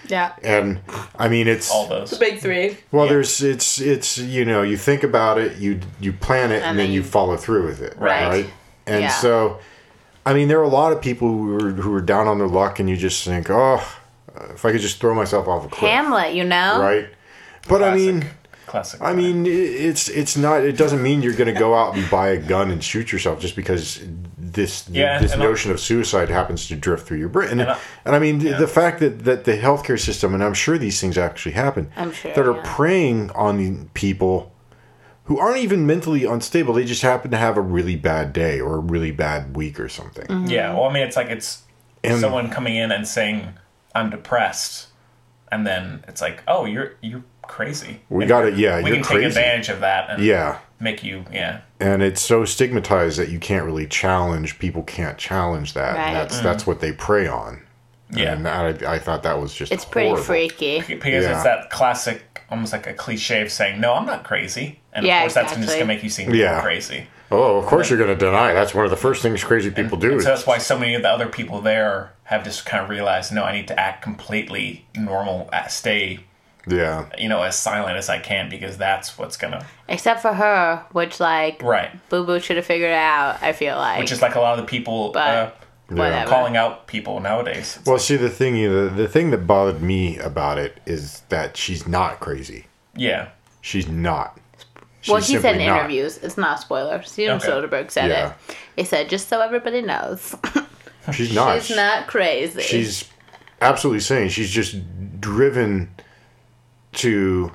Speaker 3: Yeah.
Speaker 2: And I mean, it's
Speaker 1: All those.
Speaker 3: Big three.
Speaker 2: well, there's it's it's you know you think about it, you you plan it, and, then
Speaker 3: then
Speaker 2: you
Speaker 3: you-
Speaker 2: follow through with it,
Speaker 1: Right.
Speaker 2: right? And
Speaker 3: Yeah.
Speaker 2: so, I mean, there are a lot of people who are, who are down on their luck, and you just think, oh, if I could just throw myself off a cliff,
Speaker 3: Hamlet, you know?
Speaker 2: right? But I mean,
Speaker 1: classic.
Speaker 2: I mean, i- it's it's not. It doesn't mean you're going to go out and buy a gun and shoot yourself just because this
Speaker 1: Yeah,
Speaker 2: this
Speaker 1: and I-
Speaker 2: notion of suicide happens to drift through your brain. And,
Speaker 1: And I-
Speaker 2: and I mean, the- the fact that that the healthcare system, and I'm sure these things actually happen,
Speaker 3: I'm sure,
Speaker 2: that are
Speaker 3: yeah.
Speaker 2: preying on the people who aren't even mentally unstable. They just happen to have a really bad day or a really bad week or something.
Speaker 3: Mm-hmm.
Speaker 1: Yeah, well, I mean, it's like it's
Speaker 2: And-
Speaker 1: someone coming in and saying, "I'm depressed," and then it's like, "Oh, you're you're crazy."
Speaker 2: We
Speaker 1: And
Speaker 2: got it. Yeah,
Speaker 1: We
Speaker 2: you're
Speaker 1: can
Speaker 2: crazy.
Speaker 1: take advantage of that and
Speaker 2: Yeah.
Speaker 1: make you yeah.
Speaker 2: and it's so stigmatized that you can't really challenge people can't challenge that
Speaker 3: Right. Mm.
Speaker 2: and that's that's what they prey on
Speaker 1: Yeah.
Speaker 2: and I, I thought that was just
Speaker 3: It's pretty
Speaker 2: horrible.
Speaker 3: freaky.
Speaker 1: because
Speaker 2: Yeah.
Speaker 1: it's that classic, almost like a cliche of saying, "No, I'm not crazy," and
Speaker 3: Yeah,
Speaker 1: of course that's just
Speaker 3: exactly.
Speaker 1: gonna make you seem
Speaker 2: Yeah.
Speaker 1: crazy.
Speaker 2: oh of course you're going to deny that's one of the first things crazy people do
Speaker 1: So that's why so many of the other people there have just kind of realized, "No, I need to act completely normal, uh, stay
Speaker 2: yeah
Speaker 1: you know as silent as I can because that's what's gonna
Speaker 3: Except for her, which, like,
Speaker 1: right."
Speaker 3: Boo Boo should have figured it out, I feel like.
Speaker 1: Which is like a lot of the people uh,
Speaker 3: But- Whatever.
Speaker 1: calling out people nowadays.
Speaker 2: well see the thing the, the thing that bothered me about it is that she's not crazy
Speaker 1: Yeah.
Speaker 2: she's not she's
Speaker 3: well, he said in
Speaker 2: simply not.
Speaker 3: interviews. It's not a spoiler. Steven
Speaker 1: Okay.
Speaker 3: Soderbergh said
Speaker 2: Yeah.
Speaker 3: it. He said, just so everybody
Speaker 2: *laughs*
Speaker 3: knows,
Speaker 2: she's not
Speaker 3: she's not crazy.
Speaker 2: she's absolutely saying she's just driven to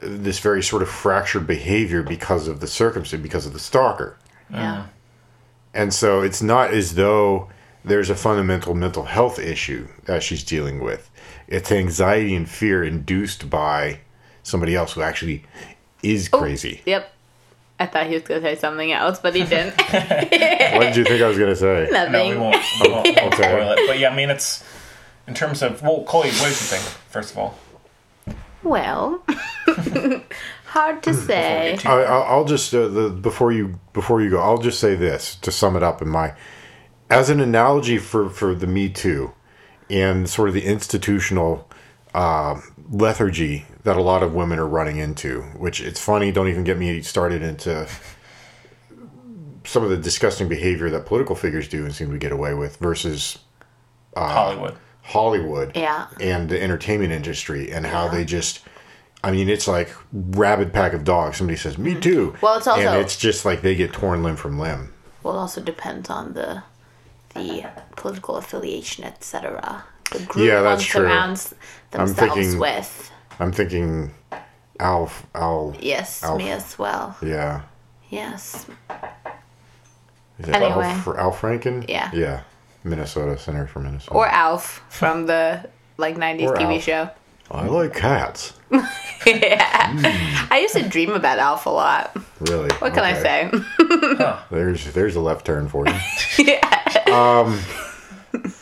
Speaker 2: this very sort of fractured behavior because of the circumstance because of the stalker
Speaker 3: yeah.
Speaker 2: and so it's not as though there's a fundamental mental health issue that she's dealing with it's anxiety and fear induced by somebody else who actually is crazy
Speaker 3: Yep. I thought he was going to say something else,
Speaker 2: *laughs*
Speaker 3: but he didn't.
Speaker 2: what did you think i was going to say
Speaker 3: Nothing.
Speaker 1: No, we won't. We
Speaker 3: *laughs*
Speaker 1: won't, we won't
Speaker 2: Okay.
Speaker 1: spoil it. But yeah, I mean, it's in terms of well, Chloe, what did you think? First of all,
Speaker 3: Well, *laughs* hard to
Speaker 2: Hmm.
Speaker 3: say.
Speaker 2: I, I'll I'll just uh, the before you before you go, I'll just say this to sum it up in my as an analogy for for the Me Too and sort of the institutional uh, lethargy that a lot of women are running into. Which it's funny. Don't even get me started into some of the disgusting behavior that political figures do and seem to get away with versus Ah.
Speaker 1: Hollywood.
Speaker 2: Hollywood
Speaker 3: Yeah.
Speaker 2: and the entertainment industry and how they just I mean it's like rabid pack of dogs. Somebody says, Me too.
Speaker 3: Mm-hmm. Well, it's also-
Speaker 2: and it's just like they get torn limb from limb.
Speaker 3: Well, it also depends on the the political affiliation, etc. The group
Speaker 2: Yeah, that's
Speaker 3: one
Speaker 2: true.
Speaker 3: surrounds themselves
Speaker 2: thinking-
Speaker 3: with.
Speaker 2: I'm thinking Alf Al
Speaker 3: Yes,
Speaker 2: Alf.
Speaker 3: me as well.
Speaker 2: Yeah.
Speaker 3: Yes.
Speaker 2: Is it
Speaker 3: Anyway.
Speaker 2: Alf, Al Franken?
Speaker 3: Yeah.
Speaker 2: Yeah. Minnesota Center for Minnesota.
Speaker 3: Or Alf from the like 90s
Speaker 2: Or
Speaker 3: TV
Speaker 2: Alf.
Speaker 3: show.
Speaker 2: I like cats.
Speaker 3: I used to dream about Alf a lot.
Speaker 2: Really.
Speaker 3: What can
Speaker 2: Okay.
Speaker 3: I say?
Speaker 2: There's there's a left turn for you. Um,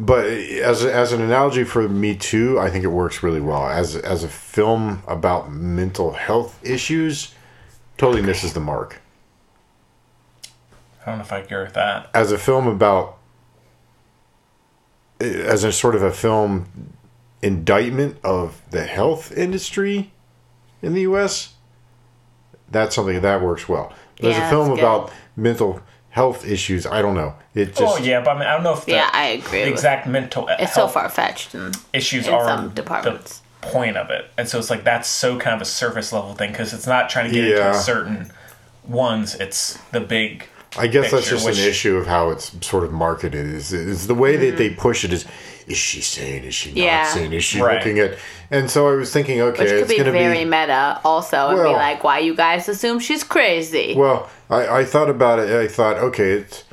Speaker 2: but as as an analogy for Me Too, I think it works really well as as a film about mental health issues. Totally misses the mark.
Speaker 1: I don't know if I agree with that.
Speaker 2: As a film about, eh, as a sort of a film indictment of the health industry in the U.S. That's something that works well. But
Speaker 3: Yeah,
Speaker 2: as a
Speaker 3: that's
Speaker 2: film
Speaker 3: good.
Speaker 2: about mental health issues, I don't know. It just
Speaker 1: oh yeah, but I mean, I don't know if the,
Speaker 3: yeah, I agree.
Speaker 1: the
Speaker 3: with-
Speaker 1: exact mental
Speaker 3: *laughs* It's so
Speaker 1: health
Speaker 3: far fetched. and
Speaker 1: issues
Speaker 3: in
Speaker 1: are
Speaker 3: some departments.
Speaker 1: the point of it, and so it's like that's so kind of a surface level thing because it's not trying to get
Speaker 2: Yeah.
Speaker 1: into certain ones. It's the big.
Speaker 2: I guess that's
Speaker 1: picture,
Speaker 2: just
Speaker 1: which-
Speaker 2: an issue of how it's sort of marketed. Is is the way that they push it is is she sane? Is she
Speaker 3: Yeah.
Speaker 2: not sane? Is she
Speaker 1: Mm-hmm. Right.
Speaker 2: looking at? And so I was thinking, okay,
Speaker 3: Which could
Speaker 2: it's
Speaker 3: be
Speaker 2: going to be
Speaker 3: very meta also and be
Speaker 2: Well-
Speaker 3: like, why you guys assume she's crazy.
Speaker 2: well. I, I thought about it. I thought, okay, it's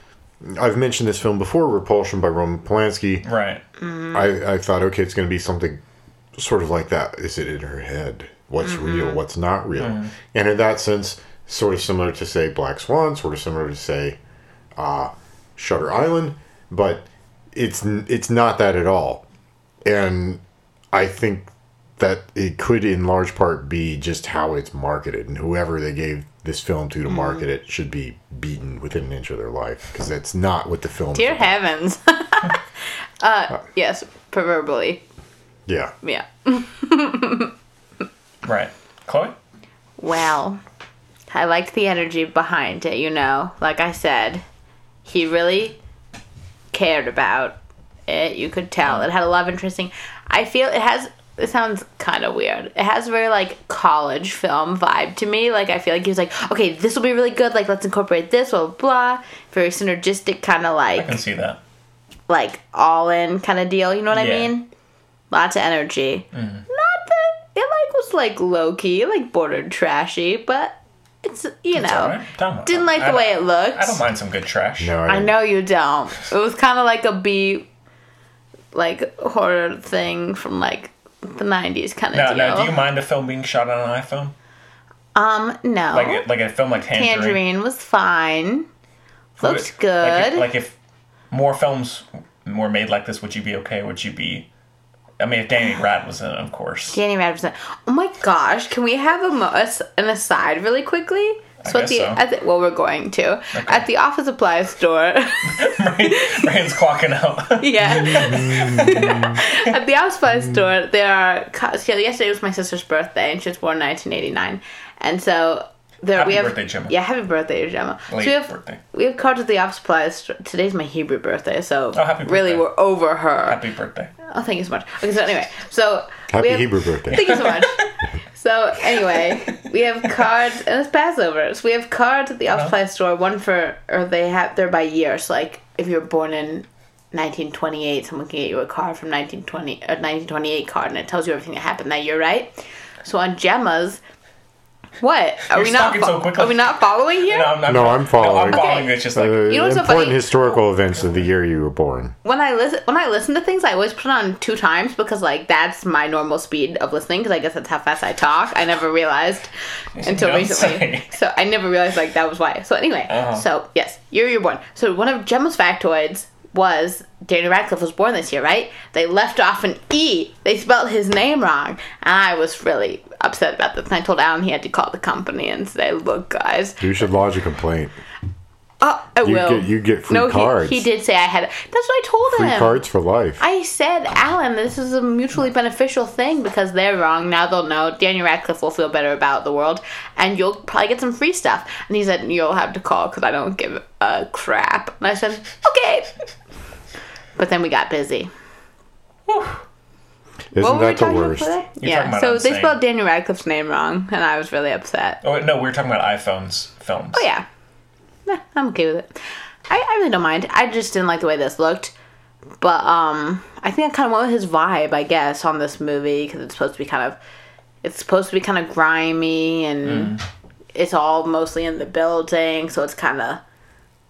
Speaker 2: I've mentioned this film before, Repulsion by Roman Polanski.
Speaker 1: Right.
Speaker 2: I, I thought, okay, it's going to be something sort of like that. Is it in her head? What's
Speaker 3: Mm-hmm.
Speaker 2: real? What's not real? And in that sense, sort of similar to, say, Black Swan, sort of similar to, say, uh, Shutter Island, but it's n- it's not that at all. And I think that it could, in large part, be just how it's marketed, and whoever they gave this film to to
Speaker 3: Mm-hmm.
Speaker 2: market it should be beaten within an inch of their life because that's not what the film.
Speaker 3: Dear heavens. *laughs* uh,
Speaker 1: Uh.
Speaker 3: yes, proverbially.
Speaker 2: Yeah.
Speaker 3: Yeah.
Speaker 1: Right. Chloe.
Speaker 3: Well, I liked the energy behind it, you know. Like I said, he really cared about it. You could tell. It had a lot of interesting. I feel it has. It sounds kind of weird. It has a very like college film vibe to me. Like I feel like he was like, okay, this will be really good. Like let's incorporate this. Blah blah. blah. Very synergistic, kind of
Speaker 1: I can
Speaker 3: like
Speaker 1: see that.
Speaker 3: like all in kind of deal. You know what
Speaker 1: Yeah. Mm-hmm.
Speaker 3: I mean? Lots of energy. Not that it like was like low key, like bordered trashy, but it's you know
Speaker 1: All right. Don't-
Speaker 3: didn't like
Speaker 1: I
Speaker 3: the way it
Speaker 1: don't-
Speaker 3: looked.
Speaker 1: I don't mind some good trash.
Speaker 2: No,
Speaker 3: I
Speaker 2: don't-
Speaker 3: know you don't. It was kind of like a B, like horror thing from like the nineties kind of
Speaker 1: Now,
Speaker 3: deal.
Speaker 1: now, do you mind a film being shot on an iPhone?
Speaker 3: um, no,
Speaker 1: Like, a, like a film like Tangerine.
Speaker 3: Tangerine. was fine. Looked
Speaker 1: Like
Speaker 3: good.
Speaker 1: if, like if more films were made like this, would you be okay? Would you be? I mean, if
Speaker 3: *sighs*
Speaker 1: Danny Rad was in, it, of course.
Speaker 3: Danny Radford. Oh my gosh, can we have a mo- a s- an aside really quickly? So at
Speaker 1: guess
Speaker 3: the,
Speaker 1: so.
Speaker 3: at the well, we're going to at the office supply store. *laughs*
Speaker 1: Rand's clocking out. *laughs*
Speaker 3: yeah, at the office supply store, there are. co- so Yesterday was my sister's birthday, and she was born in 1989, and so there
Speaker 1: Happy
Speaker 3: we have.
Speaker 1: birthday, Gemma.
Speaker 3: Yeah, happy birthday, Gemma. So
Speaker 1: Late
Speaker 3: we have
Speaker 1: birthday.
Speaker 3: we have cards at the office supply store. Today's my Hebrew birthday, so
Speaker 1: Oh, happy
Speaker 3: really
Speaker 1: birthday.
Speaker 3: we're over her.
Speaker 1: Happy birthday.
Speaker 3: Oh, thank you so much. Okay, so anyway, so
Speaker 2: Happy
Speaker 3: we have-
Speaker 2: Hebrew birthday.
Speaker 3: Thank you so much. so anyway, we have cards, and it's Passover. So we have cards at the
Speaker 1: Uh-huh.
Speaker 3: office supply store. One for, or they have they're by year. So like, if you're born in 1928, someone can get you a card from 1920 a 1928 card, and it tells you everything that happened that year, right? So on Gemma's, what are
Speaker 1: You're
Speaker 3: we not?
Speaker 1: talking so quickly.
Speaker 3: are we not following here?
Speaker 1: No, I'm, I'm,
Speaker 2: No, I'm following.
Speaker 1: No, I'm following.
Speaker 3: Okay.
Speaker 1: It's just like
Speaker 2: Uh,
Speaker 3: know what's so
Speaker 2: important
Speaker 3: funny?
Speaker 2: historical events of the year you were born.
Speaker 3: when I listen when I listen to things, I always put it on two times because like that's my normal speed of listening because I guess that's how fast I talk. I never realized until
Speaker 1: don't
Speaker 3: recently,
Speaker 1: say.
Speaker 3: so I never realized like that was why. So anyway, so yes, year you're born. So one of Gemma's factoids was Daniel Radcliffe was born this year, right? They left off an E. They spelled his name wrong, and I was really upset about this. And I told Alan he had to call the company and say, "Look, guys,
Speaker 2: You should lodge a complaint.
Speaker 3: oh, I
Speaker 2: You
Speaker 3: will."
Speaker 2: get you get free
Speaker 3: no, he-
Speaker 2: cards.
Speaker 3: He, did say I had. That's what I told
Speaker 2: free
Speaker 3: him.
Speaker 2: cards for life.
Speaker 3: I said, Alan, this is a mutually beneficial thing because they're wrong. Now they'll know. Daniel Radcliffe will feel better about the world, and you'll probably get some free stuff. And he said, You'll have to call because I don't give a crap. And I said, Okay. But then we got busy.
Speaker 2: Isn't that the
Speaker 3: talking about
Speaker 2: worst?
Speaker 3: today?
Speaker 1: You're talking
Speaker 3: Yeah.
Speaker 1: about
Speaker 3: So they
Speaker 1: insane.
Speaker 3: spelled Daniel Radcliffe's name wrong, and I was really upset.
Speaker 1: oh no, we were talking about iPhones films.
Speaker 3: Oh, yeah. Nah, I'm okay with it. I, I really don't mind. I just didn't like the way this looked. But um, I think I kind of went with his vibe, I guess, on this movie because it's supposed to be kind of, it's supposed to be kind of grimy and it's all mostly in the building, so it's kind of.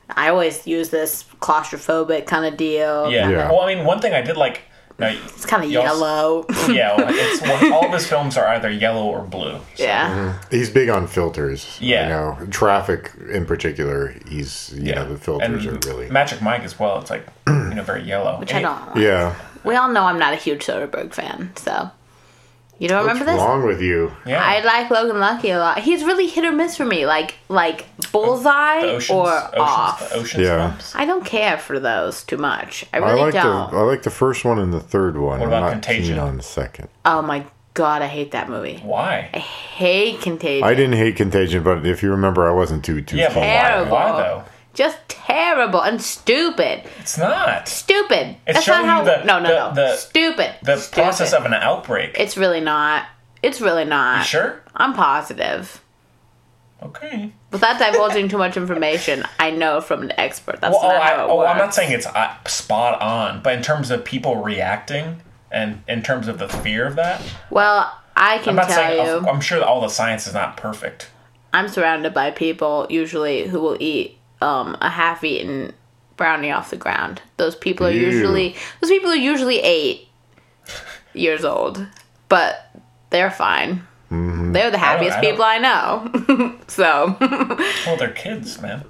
Speaker 3: I always use this claustrophobic kind of deal.
Speaker 1: yeah.
Speaker 2: Yeah.
Speaker 1: Well, I mean, one thing I did like. now,
Speaker 3: *laughs* it's kind of
Speaker 1: you also-
Speaker 3: yellow.
Speaker 1: yeah, well,
Speaker 3: *laughs*
Speaker 1: it's well, all of his films are either yellow or blue.
Speaker 3: yeah,
Speaker 2: He's big on filters.
Speaker 1: Yeah.
Speaker 2: You know, traffic in particular, he's, you know, the filters
Speaker 1: and
Speaker 2: are really.
Speaker 1: Magic Mike as well. It's like *clears throat* you know very yellow.
Speaker 3: which I
Speaker 2: Mm-hmm.
Speaker 3: don't. like.
Speaker 2: yeah.
Speaker 3: We all know I'm not a huge Soderbergh fan, so you don't remember
Speaker 2: What's
Speaker 3: this?
Speaker 2: wrong with you?
Speaker 1: Yeah.
Speaker 3: I like Logan Lucky a lot. He's really hit or miss for me, like like bullseye
Speaker 1: the oceans,
Speaker 3: or
Speaker 1: oceans,
Speaker 3: off.
Speaker 1: The oceans
Speaker 2: Yeah.
Speaker 1: films.
Speaker 3: I don't care for those too much. I
Speaker 2: I
Speaker 3: really
Speaker 2: like the
Speaker 3: don't.
Speaker 2: I like the first one and the third one.
Speaker 1: about
Speaker 2: I'm not
Speaker 1: Contagion?
Speaker 2: keen on the second.
Speaker 3: oh my god, I hate that movie.
Speaker 1: Why?
Speaker 3: Hate Contagion.
Speaker 2: I didn't hate Contagion, but if you remember, I wasn't too too
Speaker 1: Yeah, but
Speaker 2: keen.
Speaker 1: why,
Speaker 3: Terrible.
Speaker 1: why though?
Speaker 3: Just terrible and stupid.
Speaker 1: It's not.
Speaker 3: Stupid.
Speaker 1: It's
Speaker 3: That's not
Speaker 1: showing
Speaker 3: how.
Speaker 1: you the-
Speaker 3: no, no,
Speaker 1: the-
Speaker 3: no.
Speaker 1: the-
Speaker 3: stupid.
Speaker 1: The
Speaker 3: Stupid.
Speaker 1: process of an outbreak.
Speaker 3: It's really not. It's really not.
Speaker 1: sure.
Speaker 3: I'm positive.
Speaker 1: Okay.
Speaker 3: Without divulging too much information, I know from an expert. That's
Speaker 1: Well, oh,
Speaker 3: not
Speaker 1: I,
Speaker 3: how it
Speaker 1: oh
Speaker 3: works.
Speaker 1: I'm not saying it's uh, spot on, but in terms of people reacting and in terms of the fear of that,
Speaker 3: well, I
Speaker 1: I'm
Speaker 3: can
Speaker 1: not
Speaker 3: tell you.
Speaker 1: saying. I'm sure that all the science is not perfect.
Speaker 3: I'm surrounded by people usually who will eat um, a half-eaten brownie off the ground. Those people are
Speaker 2: Ew.
Speaker 3: usually those people are usually eight years old, but they're fine.
Speaker 2: Mm-hmm.
Speaker 3: They're the happiest
Speaker 1: I don't-
Speaker 3: people I know. *laughs* so,
Speaker 1: Well, they're kids, man.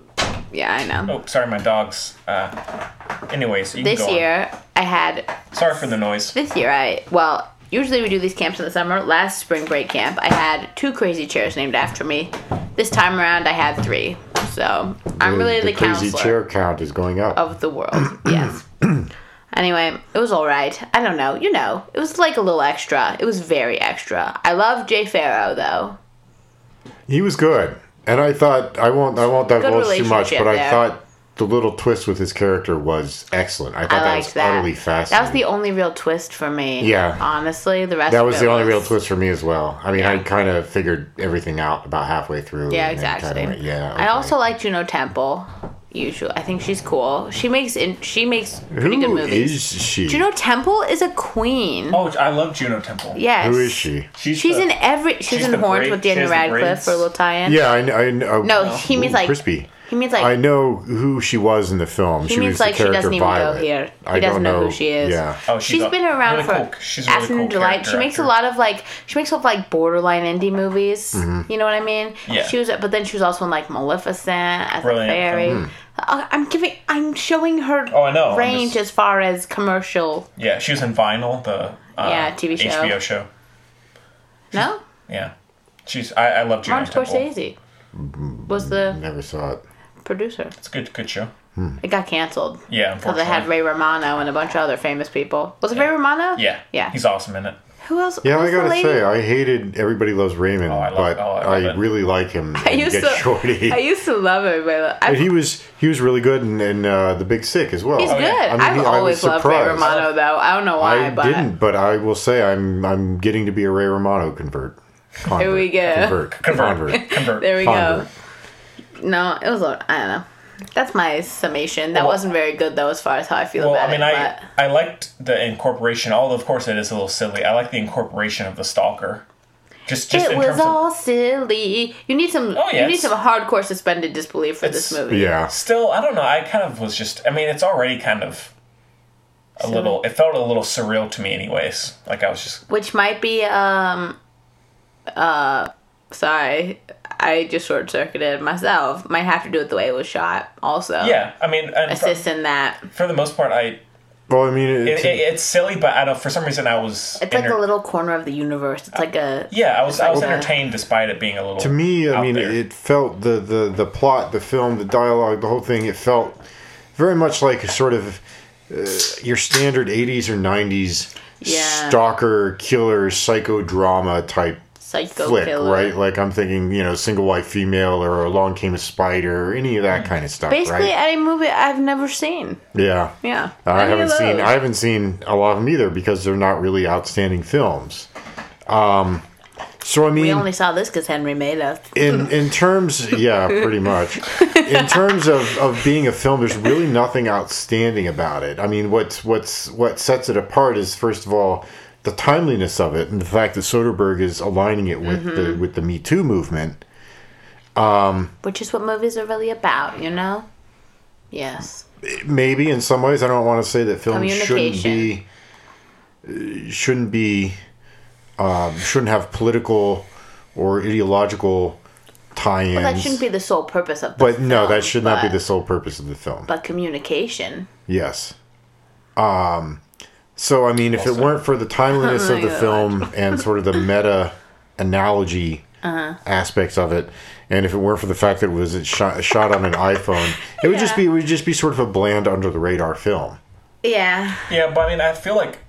Speaker 3: yeah, I know.
Speaker 1: Oh, sorry, my dogs. Uh, anyway, so you
Speaker 3: this
Speaker 1: can go on.
Speaker 3: year I had
Speaker 1: Sorry for the noise.
Speaker 3: this year I well usually we do these camps in the summer. Last spring break camp I had two crazy chairs named after me. This time around I had three. So I'm really the,
Speaker 2: crazy
Speaker 3: counselor.
Speaker 2: chair count is going up.
Speaker 3: of
Speaker 2: *clears throat*
Speaker 3: the world. yes. Anyway, it was all right. I don't know. You know, it was like a little extra. It was very extra. I love Jay Farrow though.
Speaker 2: He was good, and I thought I won't I won't divulge too much,
Speaker 3: relationship
Speaker 2: but I
Speaker 3: there.
Speaker 2: thought the little twist with his character was excellent. I thought
Speaker 3: I
Speaker 2: that
Speaker 3: liked
Speaker 2: was
Speaker 3: that.
Speaker 2: utterly
Speaker 3: That was
Speaker 2: fascinating.
Speaker 3: the only real twist for me.
Speaker 2: Yeah.
Speaker 3: Honestly, the rest.
Speaker 2: That
Speaker 3: of
Speaker 2: was
Speaker 3: it
Speaker 2: the only real twist for me as well. I mean, I kind of figured everything out about halfway through.
Speaker 3: Yeah,
Speaker 2: and then kinda
Speaker 3: exactly.
Speaker 2: went, yeah.
Speaker 3: I
Speaker 2: okay.
Speaker 3: also like Juno Temple. Usually, I think she's cool. She makes in she makes pretty good
Speaker 2: Who
Speaker 3: movies.
Speaker 2: is she?
Speaker 3: Juno Temple is a queen.
Speaker 1: Oh, I love Juno Temple.
Speaker 3: yes.
Speaker 2: Who is she?
Speaker 1: She's,
Speaker 3: She's
Speaker 1: the-
Speaker 3: in every. She's,
Speaker 1: she's
Speaker 3: in
Speaker 1: the
Speaker 3: Horns
Speaker 1: braid-
Speaker 3: with
Speaker 1: she
Speaker 3: Daniel
Speaker 1: has the
Speaker 3: Radcliffe
Speaker 1: braids.
Speaker 3: for a little tie-in.
Speaker 2: Yeah, I, I know.
Speaker 3: No, he means
Speaker 2: Ooh,
Speaker 3: like
Speaker 2: crispy.
Speaker 3: He means like
Speaker 2: I know who she was in the film.
Speaker 3: He
Speaker 2: she
Speaker 3: means
Speaker 2: was the
Speaker 3: like she
Speaker 2: character
Speaker 3: doesn't even
Speaker 2: Violet.
Speaker 3: go here. He
Speaker 2: I
Speaker 3: doesn't
Speaker 2: don't
Speaker 3: know who she is.
Speaker 2: Yeah.
Speaker 1: Oh,
Speaker 3: she's
Speaker 1: a
Speaker 3: been around
Speaker 1: really
Speaker 3: for
Speaker 1: cool- she's a really
Speaker 3: Afternoon
Speaker 1: cool
Speaker 3: Delight.
Speaker 1: character
Speaker 3: She makes a
Speaker 1: actor.
Speaker 3: lot of like she makes a lot of like borderline indie movies.
Speaker 2: Mm-hmm.
Speaker 3: You know what I mean?
Speaker 1: Yeah.
Speaker 3: She was, but then she was also in like Maleficent as
Speaker 1: Brilliant
Speaker 3: a fairy.
Speaker 1: film.
Speaker 2: Hmm.
Speaker 3: Uh, I'm giving, I'm showing her
Speaker 1: Oh, I know. I'm
Speaker 3: range
Speaker 1: just-
Speaker 3: as far as commercial.
Speaker 1: Yeah, she was in Vinyl, the uh,
Speaker 3: Yeah, TV show.
Speaker 1: HBO show.
Speaker 3: No,
Speaker 1: Yeah, she's. I, I love Juno
Speaker 3: Martin
Speaker 1: Temple.
Speaker 3: Scorsese was the
Speaker 2: Never saw it.
Speaker 3: producer.
Speaker 1: It's a good, good show.
Speaker 3: It got canceled.
Speaker 1: Yeah,
Speaker 3: Because they
Speaker 1: unfortunately.
Speaker 3: had Ray Romano and a bunch of other famous people. Was it Ray Romano?
Speaker 1: yeah,
Speaker 3: Yeah.
Speaker 1: He's awesome in it.
Speaker 3: Who else?
Speaker 2: Yeah,
Speaker 3: who
Speaker 2: I
Speaker 3: was the
Speaker 2: gotta
Speaker 3: lady?
Speaker 2: say, I hated Everybody Loves Raymond,
Speaker 1: I love-
Speaker 2: but
Speaker 1: oh, I
Speaker 2: I,
Speaker 1: love it.
Speaker 2: really like him.
Speaker 3: *laughs* I
Speaker 2: in
Speaker 3: used
Speaker 2: Get
Speaker 3: to.
Speaker 2: Shorty.
Speaker 3: *laughs* I used to love everybody. Lo- I,
Speaker 2: But he was he was really good in, in uh, The Big Sick as well.
Speaker 3: he's
Speaker 1: Oh, yeah.
Speaker 3: good.
Speaker 1: I
Speaker 2: mean,
Speaker 3: I've
Speaker 2: he- Oh, I was
Speaker 3: always loved Ray
Speaker 2: surprised.
Speaker 3: Romano, though. I don't know why,
Speaker 2: I
Speaker 3: but
Speaker 2: didn't, but I will say I'm I'm getting to be a Ray Romano convert. Convert,
Speaker 3: Here we go.
Speaker 2: Convert.
Speaker 3: *laughs*
Speaker 1: Convert. *laughs*
Speaker 2: Convert.
Speaker 1: Convert.
Speaker 3: there we
Speaker 2: Convert.
Speaker 3: go. No, it was. a- I don't know. That's my summation. That
Speaker 1: Well-
Speaker 3: wasn't very good, though, as far as how I feel
Speaker 1: Well,
Speaker 3: about
Speaker 1: I mean,
Speaker 3: it.
Speaker 1: I I liked the incorporation. Although, of course, it is a little silly. I like the incorporation of the stalker. Just,
Speaker 3: but
Speaker 1: just
Speaker 3: it
Speaker 1: in
Speaker 3: was
Speaker 1: terms of
Speaker 3: all silly. You need some.
Speaker 1: Oh, yeah,
Speaker 3: you need
Speaker 1: it's-
Speaker 3: some hardcore suspended disbelief for this
Speaker 1: It's-
Speaker 3: movie.
Speaker 2: Yeah.
Speaker 1: still i don't know i kind of was just i mean it's already kind of a little it felt a little surreal to me anyways like i was just
Speaker 3: which might be um uh sorry i just short-circuited myself might have to do with the way it was shot also
Speaker 1: yeah i mean and for,
Speaker 3: assist in that
Speaker 1: for the most part i
Speaker 2: Well, I mean, it,
Speaker 1: it, it, it's silly but i don't for some reason i was
Speaker 3: it's like
Speaker 1: enter-
Speaker 3: a little corner of the universe it's like a
Speaker 1: yeah i was i was
Speaker 3: like a-
Speaker 1: entertained despite it being a little
Speaker 2: to me, I
Speaker 1: out
Speaker 2: mean,
Speaker 1: there.
Speaker 2: it felt the, the the plot, the film, the dialogue, the whole thing. It felt very much like a sort of uh, your standard '80s or '90s
Speaker 3: Yeah.
Speaker 2: stalker killer psychodrama type
Speaker 3: psycho
Speaker 2: flick,
Speaker 3: killer
Speaker 2: right? Like I'm thinking, you know, single white female or Along Came a Spider or any of that kind of stuff,
Speaker 3: Mm. basically
Speaker 2: right?
Speaker 3: any movie i've never seen
Speaker 2: Yeah,
Speaker 3: yeah
Speaker 2: I
Speaker 3: Any of
Speaker 2: haven't seen
Speaker 3: those.
Speaker 2: I haven't seen a lot of them either because they're not really outstanding films. Um, so I mean,
Speaker 3: we only saw this because henry made us
Speaker 2: in in terms yeah pretty much
Speaker 3: *laughs*
Speaker 2: in terms of of being a film there's really nothing outstanding about it i mean what's what's what sets it apart is first of all the timeliness of it and the fact that soderbergh is aligning it with
Speaker 3: Mm-hmm.
Speaker 2: the with the me too movement
Speaker 3: which is what movies are really about you know yes
Speaker 2: maybe in some ways i don't want to say that films shouldn't be
Speaker 3: Communication.
Speaker 2: uh, shouldn't be um, shouldn't have political or ideological tie-ins
Speaker 3: that shouldn't be the sole purpose of the
Speaker 2: but no
Speaker 3: film,
Speaker 2: that should not be
Speaker 3: but-
Speaker 2: the sole purpose of the film
Speaker 3: but communication
Speaker 2: Yes. Um, so I mean, if it weren't for the timeliness
Speaker 3: *laughs*
Speaker 2: of the film and sort of the meta analogy
Speaker 3: Uh-huh.
Speaker 2: aspects of it, and if it weren't for the fact that it was shot, shot on an iPhone, it would just
Speaker 3: Yeah.
Speaker 2: be it would just be sort of a bland under the radar film.
Speaker 3: yeah
Speaker 1: yeah but i mean i feel like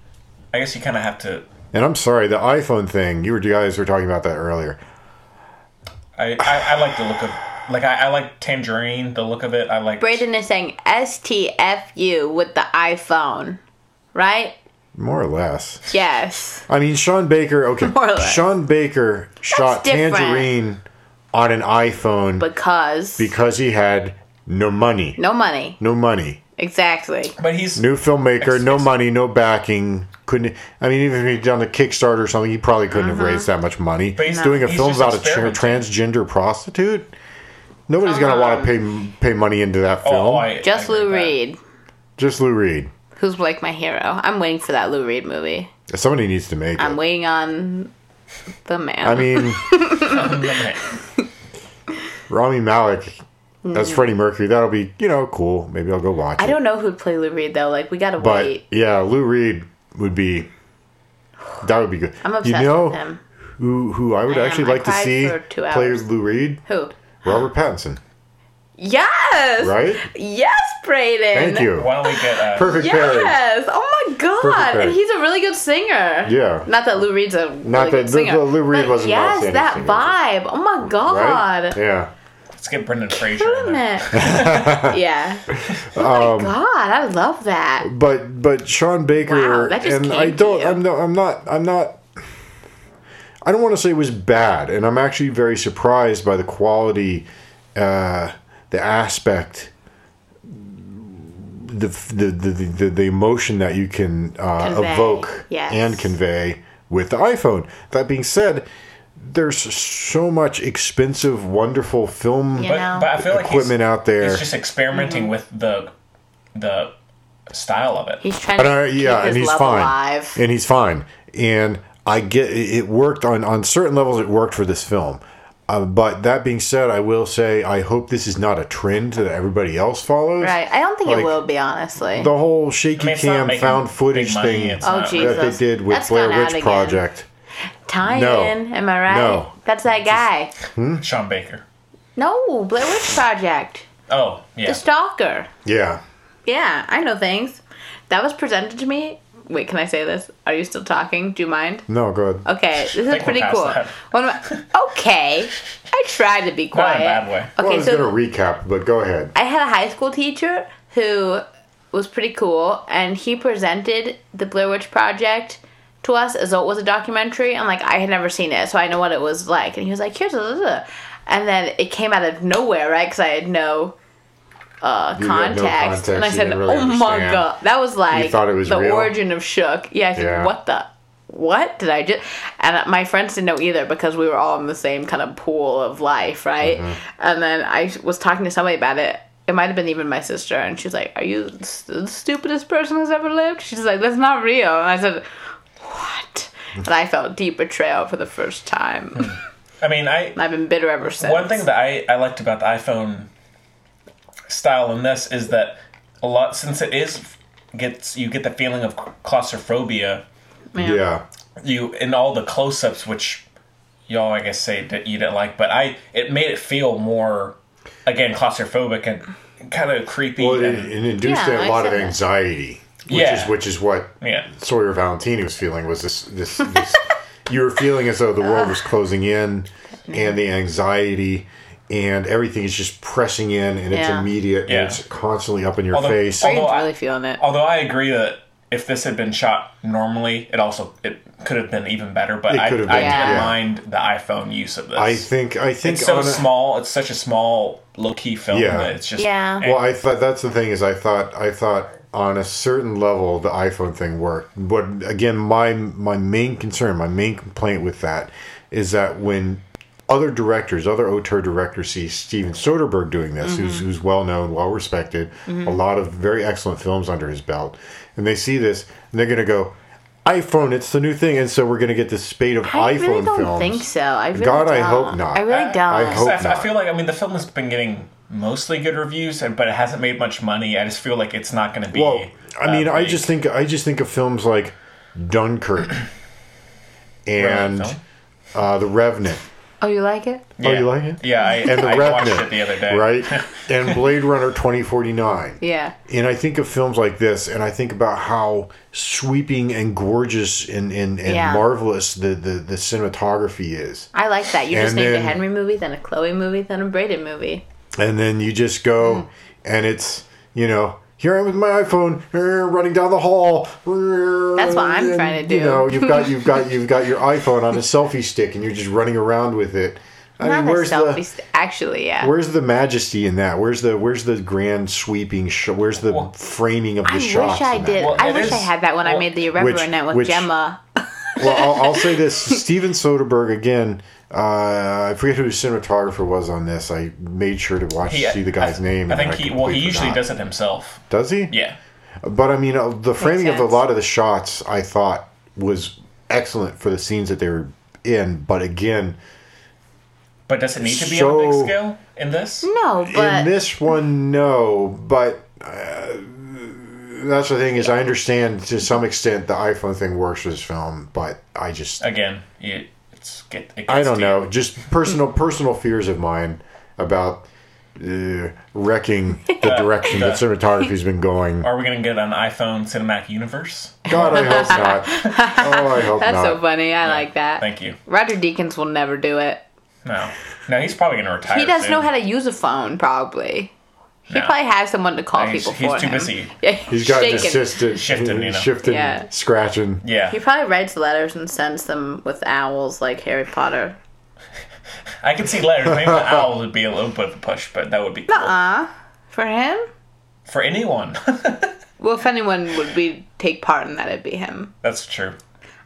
Speaker 1: i guess you kind of have to
Speaker 2: And I'm sorry, the iPhone thing. You were you guys were talking about that earlier.
Speaker 1: i i, I like the look of like I, I like tangerine the look of it i like
Speaker 3: Braden is saying STFU with the iPhone, right?
Speaker 2: More or less. *laughs*
Speaker 3: Yes.
Speaker 2: I mean, Sean Baker. Okay,
Speaker 3: *laughs* More or less.
Speaker 2: Sean Baker shot
Speaker 3: different.
Speaker 2: Tangerine on an iPhone
Speaker 3: Because
Speaker 2: because he had no money.
Speaker 3: no money.
Speaker 2: No money.
Speaker 3: Exactly.
Speaker 1: but he's
Speaker 2: New filmmaker, no money, no backing. Couldn't. I mean, even if he'd done a Kickstarter or something, he
Speaker 3: Uh-huh.
Speaker 2: probably couldn't have raised that much money.
Speaker 1: But he's-
Speaker 2: doing a
Speaker 1: he's
Speaker 2: film
Speaker 1: just
Speaker 2: about a tra-
Speaker 1: experimenting.
Speaker 2: transgender prostitute. Nobody's gonna
Speaker 6: Come
Speaker 2: want
Speaker 6: on.
Speaker 2: to pay pay money into that film.
Speaker 1: Oh, I,
Speaker 3: Just
Speaker 1: I agree
Speaker 3: Lou
Speaker 1: with that.
Speaker 3: Reed,
Speaker 2: Just Lou Reed.
Speaker 3: who's like my hero. I'm waiting for that Lou Reed movie.
Speaker 2: Somebody needs to make
Speaker 3: I'm
Speaker 2: it.
Speaker 3: waiting on the man.
Speaker 2: I
Speaker 3: *laughs*
Speaker 2: mean, Rami Malik as Freddie Mercury. That'll be you know cool. Maybe I'll go watch.
Speaker 3: Mm. I
Speaker 2: it.
Speaker 3: don't know who'd play Lou Reed though. Like we gotta
Speaker 2: But
Speaker 3: wait.
Speaker 2: yeah, Lou Reed would be. That would be good.
Speaker 3: I'm obsessed with him.
Speaker 2: who who I would
Speaker 3: I am.
Speaker 2: actually
Speaker 3: I
Speaker 2: like to
Speaker 3: cried
Speaker 2: see
Speaker 3: for two
Speaker 2: play
Speaker 3: hours.
Speaker 2: Lou
Speaker 3: *gasps*
Speaker 2: Reed?
Speaker 3: Who?
Speaker 2: Robert Pattinson,
Speaker 3: Yes. *laughs*
Speaker 2: right?
Speaker 3: Yes, Brayden.
Speaker 2: Thank you.
Speaker 1: Why don't we get uh,
Speaker 2: Perfect pairing.
Speaker 3: Yes. Oh my
Speaker 2: Perfect
Speaker 3: god.
Speaker 2: pairing.
Speaker 3: And he's a really good singer.
Speaker 2: Yeah.
Speaker 3: Not that Lou Reed's a really
Speaker 2: Not
Speaker 3: good
Speaker 2: that-
Speaker 3: singer.
Speaker 2: Lou- Lou Reed
Speaker 3: but
Speaker 2: was an
Speaker 3: Yes,
Speaker 2: outstanding
Speaker 3: that
Speaker 2: singer.
Speaker 3: vibe. Oh my god.
Speaker 2: Right? Yeah.
Speaker 1: Let's get Brendan Fraser.
Speaker 3: Wait a
Speaker 1: in there.
Speaker 3: minute.
Speaker 2: *laughs*
Speaker 3: yeah.
Speaker 2: Um,
Speaker 3: Oh my god, I love that.
Speaker 2: But but Sean Baker
Speaker 3: Wow, that just
Speaker 2: and
Speaker 3: came
Speaker 2: I
Speaker 3: to
Speaker 2: don't
Speaker 3: you.
Speaker 2: I'm no I'm not I'm not I don't want to say it was bad and I'm actually very surprised by the quality uh the aspect the the the the, the emotion that you can uh,
Speaker 3: Convey,
Speaker 2: evoke
Speaker 3: yes.
Speaker 2: and convey with the iPhone. That being said, there's so much expensive, wonderful film
Speaker 3: Yeah.
Speaker 1: But,
Speaker 3: know?
Speaker 1: but I feel like
Speaker 2: equipment
Speaker 1: he's,
Speaker 2: out there.
Speaker 1: he's just experimenting
Speaker 3: Mm-hmm.
Speaker 1: with the the style of it.
Speaker 3: He's trying
Speaker 2: And
Speaker 3: to
Speaker 2: I,
Speaker 3: keep
Speaker 2: yeah,
Speaker 3: his
Speaker 2: and he's
Speaker 3: love
Speaker 2: fine.
Speaker 3: alive.
Speaker 2: And he's fine. And I get it it worked on on certain levels. It worked for this film. Uh, but that being said, I will say I hope this is not a trend that everybody else follows.
Speaker 3: Right. I don't think it
Speaker 2: Like,
Speaker 3: will be honestly.
Speaker 2: The whole shaky
Speaker 1: I mean, it's not
Speaker 2: cam
Speaker 1: making
Speaker 2: found
Speaker 1: big
Speaker 2: footage
Speaker 1: money,
Speaker 2: thing
Speaker 1: it's
Speaker 2: that
Speaker 3: Oh,
Speaker 1: not
Speaker 3: Jesus.
Speaker 1: really-
Speaker 2: they did with
Speaker 3: That's
Speaker 2: Blair
Speaker 3: gone out
Speaker 2: Witch
Speaker 3: again.
Speaker 2: Project.
Speaker 3: Tie
Speaker 2: No.
Speaker 3: in, am I right?
Speaker 2: No.
Speaker 3: That's that guy.
Speaker 1: Sean Baker.
Speaker 3: No, Blair Witch Project.
Speaker 1: Oh yeah.
Speaker 3: The Stalker.
Speaker 2: Yeah,
Speaker 3: Yeah, I know things. That was presented to me. Wait, can I say this? Are you still talking? Do you mind?
Speaker 2: no, go ahead.
Speaker 3: Okay, this
Speaker 1: think
Speaker 3: is
Speaker 1: we're
Speaker 3: pretty
Speaker 1: past
Speaker 3: cool.
Speaker 1: that.
Speaker 3: One of my, okay, I tried to be
Speaker 1: Not
Speaker 3: quiet.
Speaker 1: in a bad way.
Speaker 2: well, I
Speaker 3: Okay,
Speaker 2: was
Speaker 3: so
Speaker 2: gonna recap, but go ahead.
Speaker 3: I had a high school teacher who was pretty cool, and he presented the Blair Witch Project to us as though it was a documentary, and like I had never seen it, so I know what it was like. And he was like, "Here's," a blah, blah, blah." and then it came out of nowhere, right? Because I had no. Uh,
Speaker 2: You had
Speaker 3: context.
Speaker 2: no context,
Speaker 3: and I
Speaker 2: you
Speaker 3: said,
Speaker 2: didn't really
Speaker 3: "Oh my
Speaker 2: understand."
Speaker 3: god, that was like
Speaker 2: thought it was
Speaker 3: the
Speaker 2: real?
Speaker 3: origin of shook." Yeah, I said,
Speaker 2: Yeah.
Speaker 3: "What the? What did I just?" And my friends didn't know either because we were all in the same kind of pool of life, right? And then I was talking to somebody about it. It might have been even my sister, and she's like, "Are you s- the stupidest person who's ever lived?" She's like, "That's not real." And I said, *laughs* "What?" And I felt deep betrayal for the first time. And
Speaker 1: I mean, I
Speaker 3: I've been bitter ever since.
Speaker 1: One thing that I, I liked about the iPhone style in this is that a lot since it is gets you get the feeling of claustrophobia
Speaker 2: Yeah,
Speaker 1: you in all the close-ups which y'all I guess say that you didn't like but I it made it feel more again claustrophobic and kind of creepy
Speaker 2: well, it,
Speaker 1: and,
Speaker 2: it induced
Speaker 3: Yeah,
Speaker 2: a
Speaker 3: I
Speaker 2: lot of
Speaker 3: said that.
Speaker 2: anxiety, which
Speaker 1: Yeah.
Speaker 2: is which is what
Speaker 1: yeah
Speaker 2: Sawyer Valentini was feeling was this this, this *laughs* you were feeling as though the world was closing in and the anxiety and everything is just pressing in and it's
Speaker 3: Yeah.
Speaker 2: immediate
Speaker 1: Yeah.
Speaker 2: and it's constantly up in your
Speaker 1: Although-
Speaker 2: face.
Speaker 1: although-
Speaker 3: Brain's
Speaker 1: I-
Speaker 3: really feeling it.
Speaker 1: although I agree that if this had been shot normally it also it could have been even better but
Speaker 2: It
Speaker 1: I,
Speaker 2: could have
Speaker 1: I
Speaker 2: been,
Speaker 1: didn't
Speaker 3: yeah.
Speaker 1: mind the iPhone use of this
Speaker 2: I think I think
Speaker 1: it's so
Speaker 2: on a-
Speaker 1: small. It's such a small, low key film.
Speaker 2: Yeah.
Speaker 1: That it's just
Speaker 3: Yeah.
Speaker 2: Well, I thought that's the thing is I thought I thought on a certain level the iPhone thing worked, but again my my main concern, my main complaint with that is that when other directors, other auteur directors see Steven Soderbergh doing this,
Speaker 3: Mm-hmm.
Speaker 2: who's who's well known, well respected, a lot of very excellent films under his belt, and they see this and they're gonna go. iPhone, it's the new thing, and so we're going to get this spate of
Speaker 3: I
Speaker 2: iPhone
Speaker 3: really don't
Speaker 2: films.
Speaker 3: think so. I really
Speaker 2: God,
Speaker 3: don't.
Speaker 2: I hope not.
Speaker 3: I really don't.
Speaker 2: I hope-
Speaker 1: I, f- I
Speaker 2: not.
Speaker 1: feel like I mean the film has been getting mostly good reviews, and but it hasn't made much money. I just feel like it's not going to be.
Speaker 2: Well, I
Speaker 1: uh,
Speaker 2: mean, I
Speaker 1: big.
Speaker 2: just think I just think of films like Dunkirk and
Speaker 1: Revenant film?
Speaker 2: uh, The Revenant.
Speaker 3: Oh, you like it?
Speaker 1: Yeah.
Speaker 2: Oh, you like it?
Speaker 1: Yeah, I,
Speaker 2: And
Speaker 1: *laughs*
Speaker 2: The
Speaker 1: I watched
Speaker 2: Revenant,
Speaker 1: it the other day. *laughs*
Speaker 2: right? and Blade Runner twenty forty nine.
Speaker 3: Yeah.
Speaker 2: And I think of films like this, and I think about how sweeping and gorgeous and, and, and
Speaker 3: Yeah.
Speaker 2: marvelous the, the, the cinematography is.
Speaker 3: I like that. You just
Speaker 2: And
Speaker 3: named a
Speaker 2: then-
Speaker 3: Henry movie, then a Chloe movie, then a Braden movie.
Speaker 2: And then you just go,
Speaker 3: Hmm.
Speaker 2: and it's, you know, here I am with my iPhone, er, running down the hall. That's
Speaker 3: what I'm trying to do.
Speaker 2: You know, you've got you've
Speaker 3: *laughs*
Speaker 2: got you've got your iPhone on a selfie stick, and you're just running around with it. I
Speaker 3: Not
Speaker 2: mean,
Speaker 3: a
Speaker 2: where's
Speaker 3: selfie.
Speaker 2: the
Speaker 3: St- actually, yeah.
Speaker 2: where's the majesty in that? Where's the where's the grand sweeping? Sh- where's the
Speaker 1: Well,
Speaker 2: framing of the
Speaker 3: I wish
Speaker 2: shots?
Speaker 3: I
Speaker 2: in that?
Speaker 3: did.
Speaker 1: Well,
Speaker 3: I
Speaker 1: it
Speaker 3: wish I
Speaker 1: is-
Speaker 3: had that when I
Speaker 1: well,
Speaker 3: made the irreverent
Speaker 2: which- *laughs*
Speaker 3: note with
Speaker 2: which-
Speaker 3: Gemma.
Speaker 2: well, I'll, I'll say
Speaker 3: *laughs*
Speaker 2: this: Steven Soderbergh again. Uh, I forget who his cinematographer was on this. I made sure to watch
Speaker 1: He- uh,
Speaker 2: see the guy's
Speaker 1: I-
Speaker 2: name.
Speaker 1: I
Speaker 2: and
Speaker 1: think he. Well,
Speaker 2: completely
Speaker 1: he usually
Speaker 2: forgot.
Speaker 1: does it himself.
Speaker 2: Does he?
Speaker 1: Yeah.
Speaker 2: But I mean, uh, the framing of a
Speaker 3: sense.
Speaker 2: lot of the shots I thought was excellent for the scenes that they were in. But again,
Speaker 1: But does it need to be on a
Speaker 2: So-
Speaker 1: big scale in this?
Speaker 3: No, but
Speaker 2: in this one, no. But uh, that's the thing is, I understand to some extent the iPhone thing works for this film, but I just
Speaker 1: Again, you, it's get. It gets
Speaker 2: I don't
Speaker 1: to you.
Speaker 2: know. Just personal personal fears of mine about uh, wrecking *laughs* the direction that cinematography's been *laughs* going.
Speaker 1: Are we gonna get an iPhone cinematic universe?
Speaker 2: God, I hope not. Oh, I hope
Speaker 3: *laughs* that's
Speaker 2: not.
Speaker 3: so funny. I like that.
Speaker 1: Thank you.
Speaker 3: Roger Deakins will never do it.
Speaker 1: No, no, he's probably gonna retire.
Speaker 3: He doesn't
Speaker 1: soon.
Speaker 3: know how to use a phone, probably. He
Speaker 1: No.
Speaker 3: probably has someone to call
Speaker 1: He's-
Speaker 3: people
Speaker 1: he's
Speaker 3: for
Speaker 1: too
Speaker 3: him.
Speaker 1: busy.
Speaker 3: *laughs* Yeah,
Speaker 2: He's got an
Speaker 3: shaking.
Speaker 2: assistant
Speaker 1: Shifting, you know.
Speaker 2: shifting,
Speaker 3: Yeah.
Speaker 2: scratching.
Speaker 1: Yeah,
Speaker 3: He probably writes letters and sends them with owls like Harry Potter.
Speaker 1: I can see letters. Maybe the owl would be a little bit of a push, but that would be cool
Speaker 3: Uh, for him?
Speaker 1: for anyone. *laughs*
Speaker 3: Well, if anyone would be take part in that, it'd be him.
Speaker 1: That's true.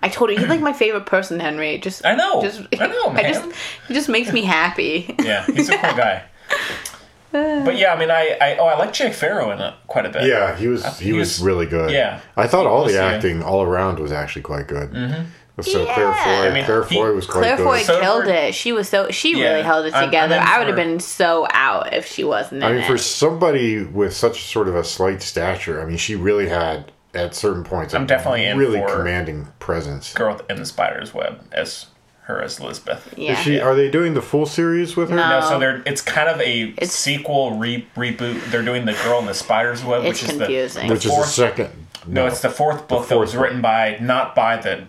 Speaker 3: I told you,
Speaker 1: *clears throat*
Speaker 3: he's like my favorite person, Henry. Just
Speaker 1: I know.
Speaker 3: Just,
Speaker 1: I
Speaker 3: *laughs*
Speaker 1: know, man.
Speaker 3: just, he just makes me happy.
Speaker 1: *laughs* Yeah, he's a cool guy. But yeah, I mean, I, I oh, I like Jake Farrow in it quite a bit.
Speaker 2: Yeah, he was he,
Speaker 1: he
Speaker 2: was,
Speaker 1: was-
Speaker 2: really good.
Speaker 1: yeah.
Speaker 2: I thought all the
Speaker 1: was, yeah.
Speaker 2: acting all around was actually quite good. Mm-hmm. So Claire
Speaker 3: Yeah.
Speaker 2: Foy,
Speaker 3: I
Speaker 1: mean,
Speaker 2: Claire
Speaker 1: he-
Speaker 2: Foy was quite
Speaker 3: *laughs* Claire
Speaker 2: good.
Speaker 3: Foy
Speaker 1: So
Speaker 3: killed
Speaker 1: for-
Speaker 3: it. She was so she really
Speaker 1: Yeah,
Speaker 3: held it
Speaker 1: I'm- I'm
Speaker 3: together.
Speaker 1: in
Speaker 3: I would have
Speaker 1: for-
Speaker 3: been so out if she wasn't. In
Speaker 2: I mean, for
Speaker 3: it.
Speaker 2: somebody with such sort of a slight stature, I mean, she really had at certain points.
Speaker 1: I'm definitely in
Speaker 2: really
Speaker 1: for-
Speaker 2: commanding presence.
Speaker 1: girl in the spider's web as her as Elizabeth.
Speaker 3: yeah.
Speaker 2: Is she? Are they doing the full series with her?
Speaker 1: No, so they're it's kind of a
Speaker 3: It's-
Speaker 1: sequel re- reboot. They're doing the girl in the spider's web,
Speaker 3: it's
Speaker 1: which is
Speaker 3: confusing.
Speaker 1: the
Speaker 2: Which is the
Speaker 1: fourth-
Speaker 2: second?
Speaker 1: the no, it's the fourth book that
Speaker 2: fourth
Speaker 1: was written by not by the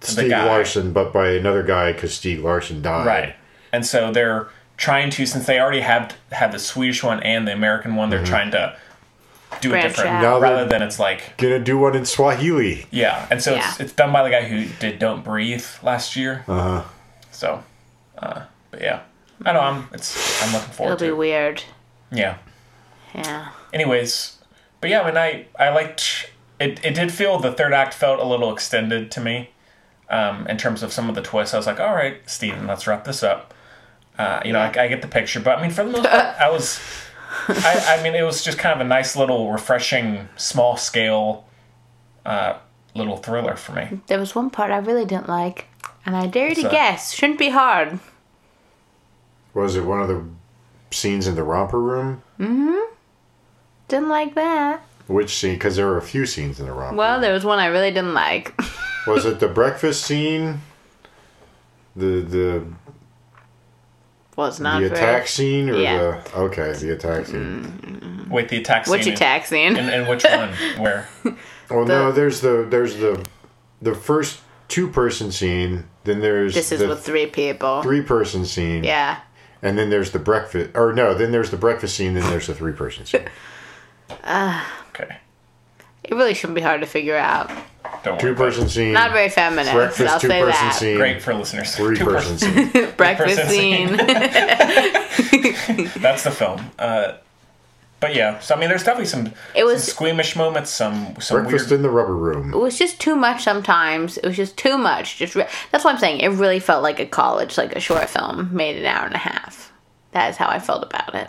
Speaker 2: Steve
Speaker 1: guy.
Speaker 2: Larson, but by another guy because Steve Larson died.
Speaker 1: right, and so they're trying to since they already have have the Swedish one and the American one, they're trying to do
Speaker 3: Branch
Speaker 1: it different
Speaker 3: out. Now
Speaker 2: they're-
Speaker 1: rather than it's like
Speaker 2: Gonna do one in Swahili.
Speaker 1: yeah, and so it's
Speaker 3: Yeah.
Speaker 1: it's done by the guy who did Don't Breathe last year. Uh huh. So, uh, but yeah, I know I'm it's I'm looking forward
Speaker 3: It'll be
Speaker 1: to it.
Speaker 3: weird.
Speaker 1: yeah.
Speaker 3: Yeah.
Speaker 1: anyways but yeah i mean i i liked it it did feel the third act felt a little extended to me um in terms of some of the twists i was like all right steven let's wrap this up uh you know I, I get the picture but i mean for the most part i was I, I mean it was just kind of a nice little refreshing small scale uh little thriller for me
Speaker 3: There was one part I really didn't like, and I dare you to
Speaker 1: that?
Speaker 3: guess. Shouldn't be hard.
Speaker 2: Was it one of the scenes in the romper room?
Speaker 3: Didn't like that.
Speaker 2: Which scene? Because there were a few scenes in the romper.
Speaker 3: Well, there was one I really didn't like. *laughs*
Speaker 2: was it the breakfast scene? The the
Speaker 3: was not
Speaker 2: the
Speaker 3: very-
Speaker 2: attack scene or
Speaker 3: Yeah. Mm.
Speaker 2: the okay the attack scene.
Speaker 1: wait the attack
Speaker 3: Which
Speaker 1: scene
Speaker 3: attack scene?
Speaker 1: and, and which one where
Speaker 2: Well, no, there's the there's the the first two person scene. Then there's
Speaker 3: This is
Speaker 2: the
Speaker 3: with three people.
Speaker 2: three person scene.
Speaker 3: Yeah.
Speaker 2: And then there's the breakfast, or no, then there's the breakfast scene. Then there's the three person
Speaker 3: *laughs*
Speaker 2: scene.
Speaker 1: okay
Speaker 3: It really shouldn't be hard to figure out.
Speaker 1: don't worry
Speaker 2: Two
Speaker 1: about it.
Speaker 2: person scene.
Speaker 3: Not very feminist. I'll
Speaker 2: breakfast two
Speaker 3: say
Speaker 2: person
Speaker 3: that.
Speaker 2: scene.
Speaker 1: great for listeners
Speaker 2: Three
Speaker 1: Two
Speaker 2: person
Speaker 1: persons.
Speaker 2: scene.
Speaker 3: Breakfast
Speaker 1: person
Speaker 3: *laughs* scene.
Speaker 1: That's the film. Uh, but yeah, so I mean, there's definitely some,
Speaker 3: It was-
Speaker 1: some squeamish moments, some some
Speaker 2: breakfast
Speaker 1: weird.
Speaker 2: in the rubber room.
Speaker 3: it was just too much sometimes. It was just too much. Just re- that's what I'm saying. It really felt like a college, like a short film made an hour and a half. That is how I felt about it.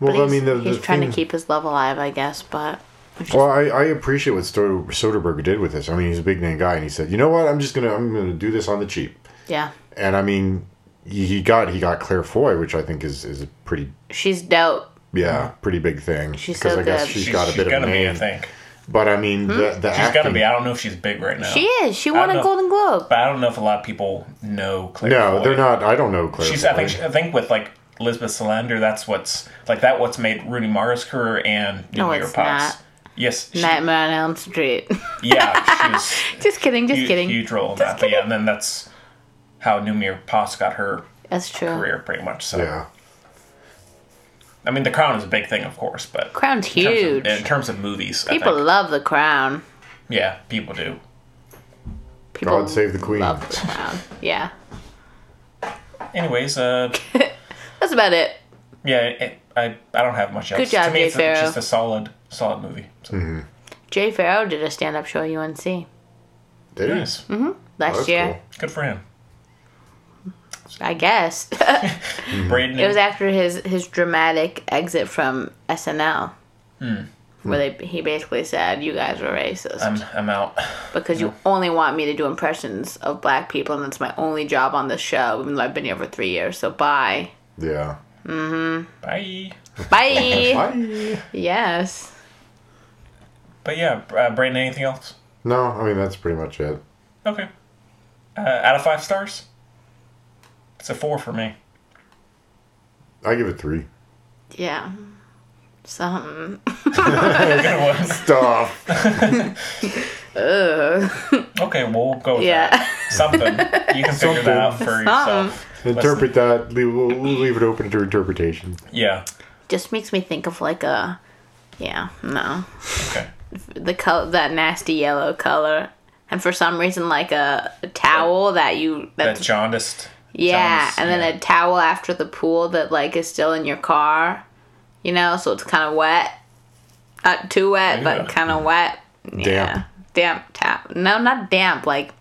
Speaker 2: Well, I
Speaker 3: he's-
Speaker 2: mean, the,
Speaker 3: he's
Speaker 2: the
Speaker 3: trying
Speaker 2: thing-
Speaker 3: to keep his love alive, I guess. But
Speaker 2: Well, I, I appreciate what Stoder- Soderbergh did with this. I mean, he's a big name guy, and he said, "You know what? I'm just gonna I'm gonna do this on the cheap."
Speaker 3: yeah,
Speaker 2: And I mean, he he got he got Claire Foy, which I think is is a pretty
Speaker 3: she's dope.
Speaker 2: yeah pretty big thing.
Speaker 3: She's
Speaker 2: Because
Speaker 3: so
Speaker 2: I guess
Speaker 3: good.
Speaker 2: she's got a bit of
Speaker 1: gonna
Speaker 2: a
Speaker 1: be, I
Speaker 2: name.
Speaker 1: think.
Speaker 2: But I mean, the the
Speaker 1: She's
Speaker 2: acting.
Speaker 1: gonna be. I don't know if she's big right now.
Speaker 3: She is. She won
Speaker 1: Oh. I
Speaker 3: a
Speaker 1: know. Uh,
Speaker 3: Golden Globe.
Speaker 1: But I don't know if a lot of people know Claire.
Speaker 2: no,
Speaker 1: Foy.
Speaker 2: they're not. I don't know Claire.
Speaker 1: She's.
Speaker 2: Foy.
Speaker 1: I think. I think with like Elizabeth Salander, that's what's like that. What's made Rooney Mara's career and New
Speaker 3: No,
Speaker 1: Year
Speaker 3: it's
Speaker 1: Pops.
Speaker 3: not.
Speaker 1: Yes. She,
Speaker 3: Nightmare on Elm Street. *laughs*
Speaker 1: yeah. She was
Speaker 3: just kidding. Just
Speaker 1: huge,
Speaker 3: kidding.
Speaker 1: huge role in that. But yeah, and then that's how Numir Poss got her
Speaker 3: That's true.
Speaker 1: career pretty much. So
Speaker 2: yeah.
Speaker 1: I mean, The Crown is a big thing, of course, but
Speaker 3: Crown's
Speaker 1: in terms of-
Speaker 3: huge.
Speaker 1: in terms of movies. I
Speaker 3: People
Speaker 1: think.
Speaker 3: love the Crown.
Speaker 1: Yeah, people do.
Speaker 3: People
Speaker 2: God save the Queen.
Speaker 3: love the Crown. Yeah,
Speaker 1: Anyways, uh,
Speaker 3: that's about it.
Speaker 1: yeah, it, I I don't have much else.
Speaker 3: Good job,
Speaker 1: to me, it's a,
Speaker 3: Jay Farrow.
Speaker 1: just a solid solid movie. So,
Speaker 3: Jay Farrow did a stand-up show at UNC.
Speaker 2: Did he?
Speaker 1: Nice.
Speaker 3: Mm-hmm.
Speaker 2: Oh,
Speaker 3: last
Speaker 2: that's
Speaker 3: year.
Speaker 2: cool.
Speaker 1: Good for him.
Speaker 3: I guess *laughs* it
Speaker 1: Braden.
Speaker 3: was after his his dramatic exit from SNL,
Speaker 2: Hmm.
Speaker 3: where they he basically said, "You guys were racist
Speaker 1: I'm, I'm out.
Speaker 3: because you only want me to do impressions of black people, and that's my only job on this show. Even though I've been here for three years, so bye,
Speaker 2: Yeah.
Speaker 1: Bye.
Speaker 3: bye." *laughs*
Speaker 2: Bye.
Speaker 3: yes.
Speaker 1: But yeah, uh, Braden, anything else?
Speaker 2: No, I mean that's pretty much it.
Speaker 1: Okay. Uh, out of five stars? It's a four for
Speaker 3: *laughs*
Speaker 1: me.
Speaker 2: I give it three.
Speaker 3: Yeah. Some.
Speaker 1: Good ones. *laughs*
Speaker 2: Stop.
Speaker 1: Okay, well, we'll go with that.
Speaker 3: Yeah.
Speaker 1: Something. You can figure that out for yourself.
Speaker 2: Interpret that. We- We'll, we'll leave it open to interpretation.
Speaker 1: Yeah.
Speaker 3: *laughs* Just makes me think of like a. Yeah. No.
Speaker 1: Okay.
Speaker 3: the color that nasty yellow color and for some reason like a, a towel that you
Speaker 1: That
Speaker 3: that's
Speaker 1: jaundiced.
Speaker 3: yeah
Speaker 1: jaundiced-
Speaker 3: and then
Speaker 1: yeah.
Speaker 3: a towel after the pool that like is still in your car you know so it's kind of wet not too
Speaker 1: Yeah.
Speaker 3: wet but kind of wet yeah damp tap no not damp like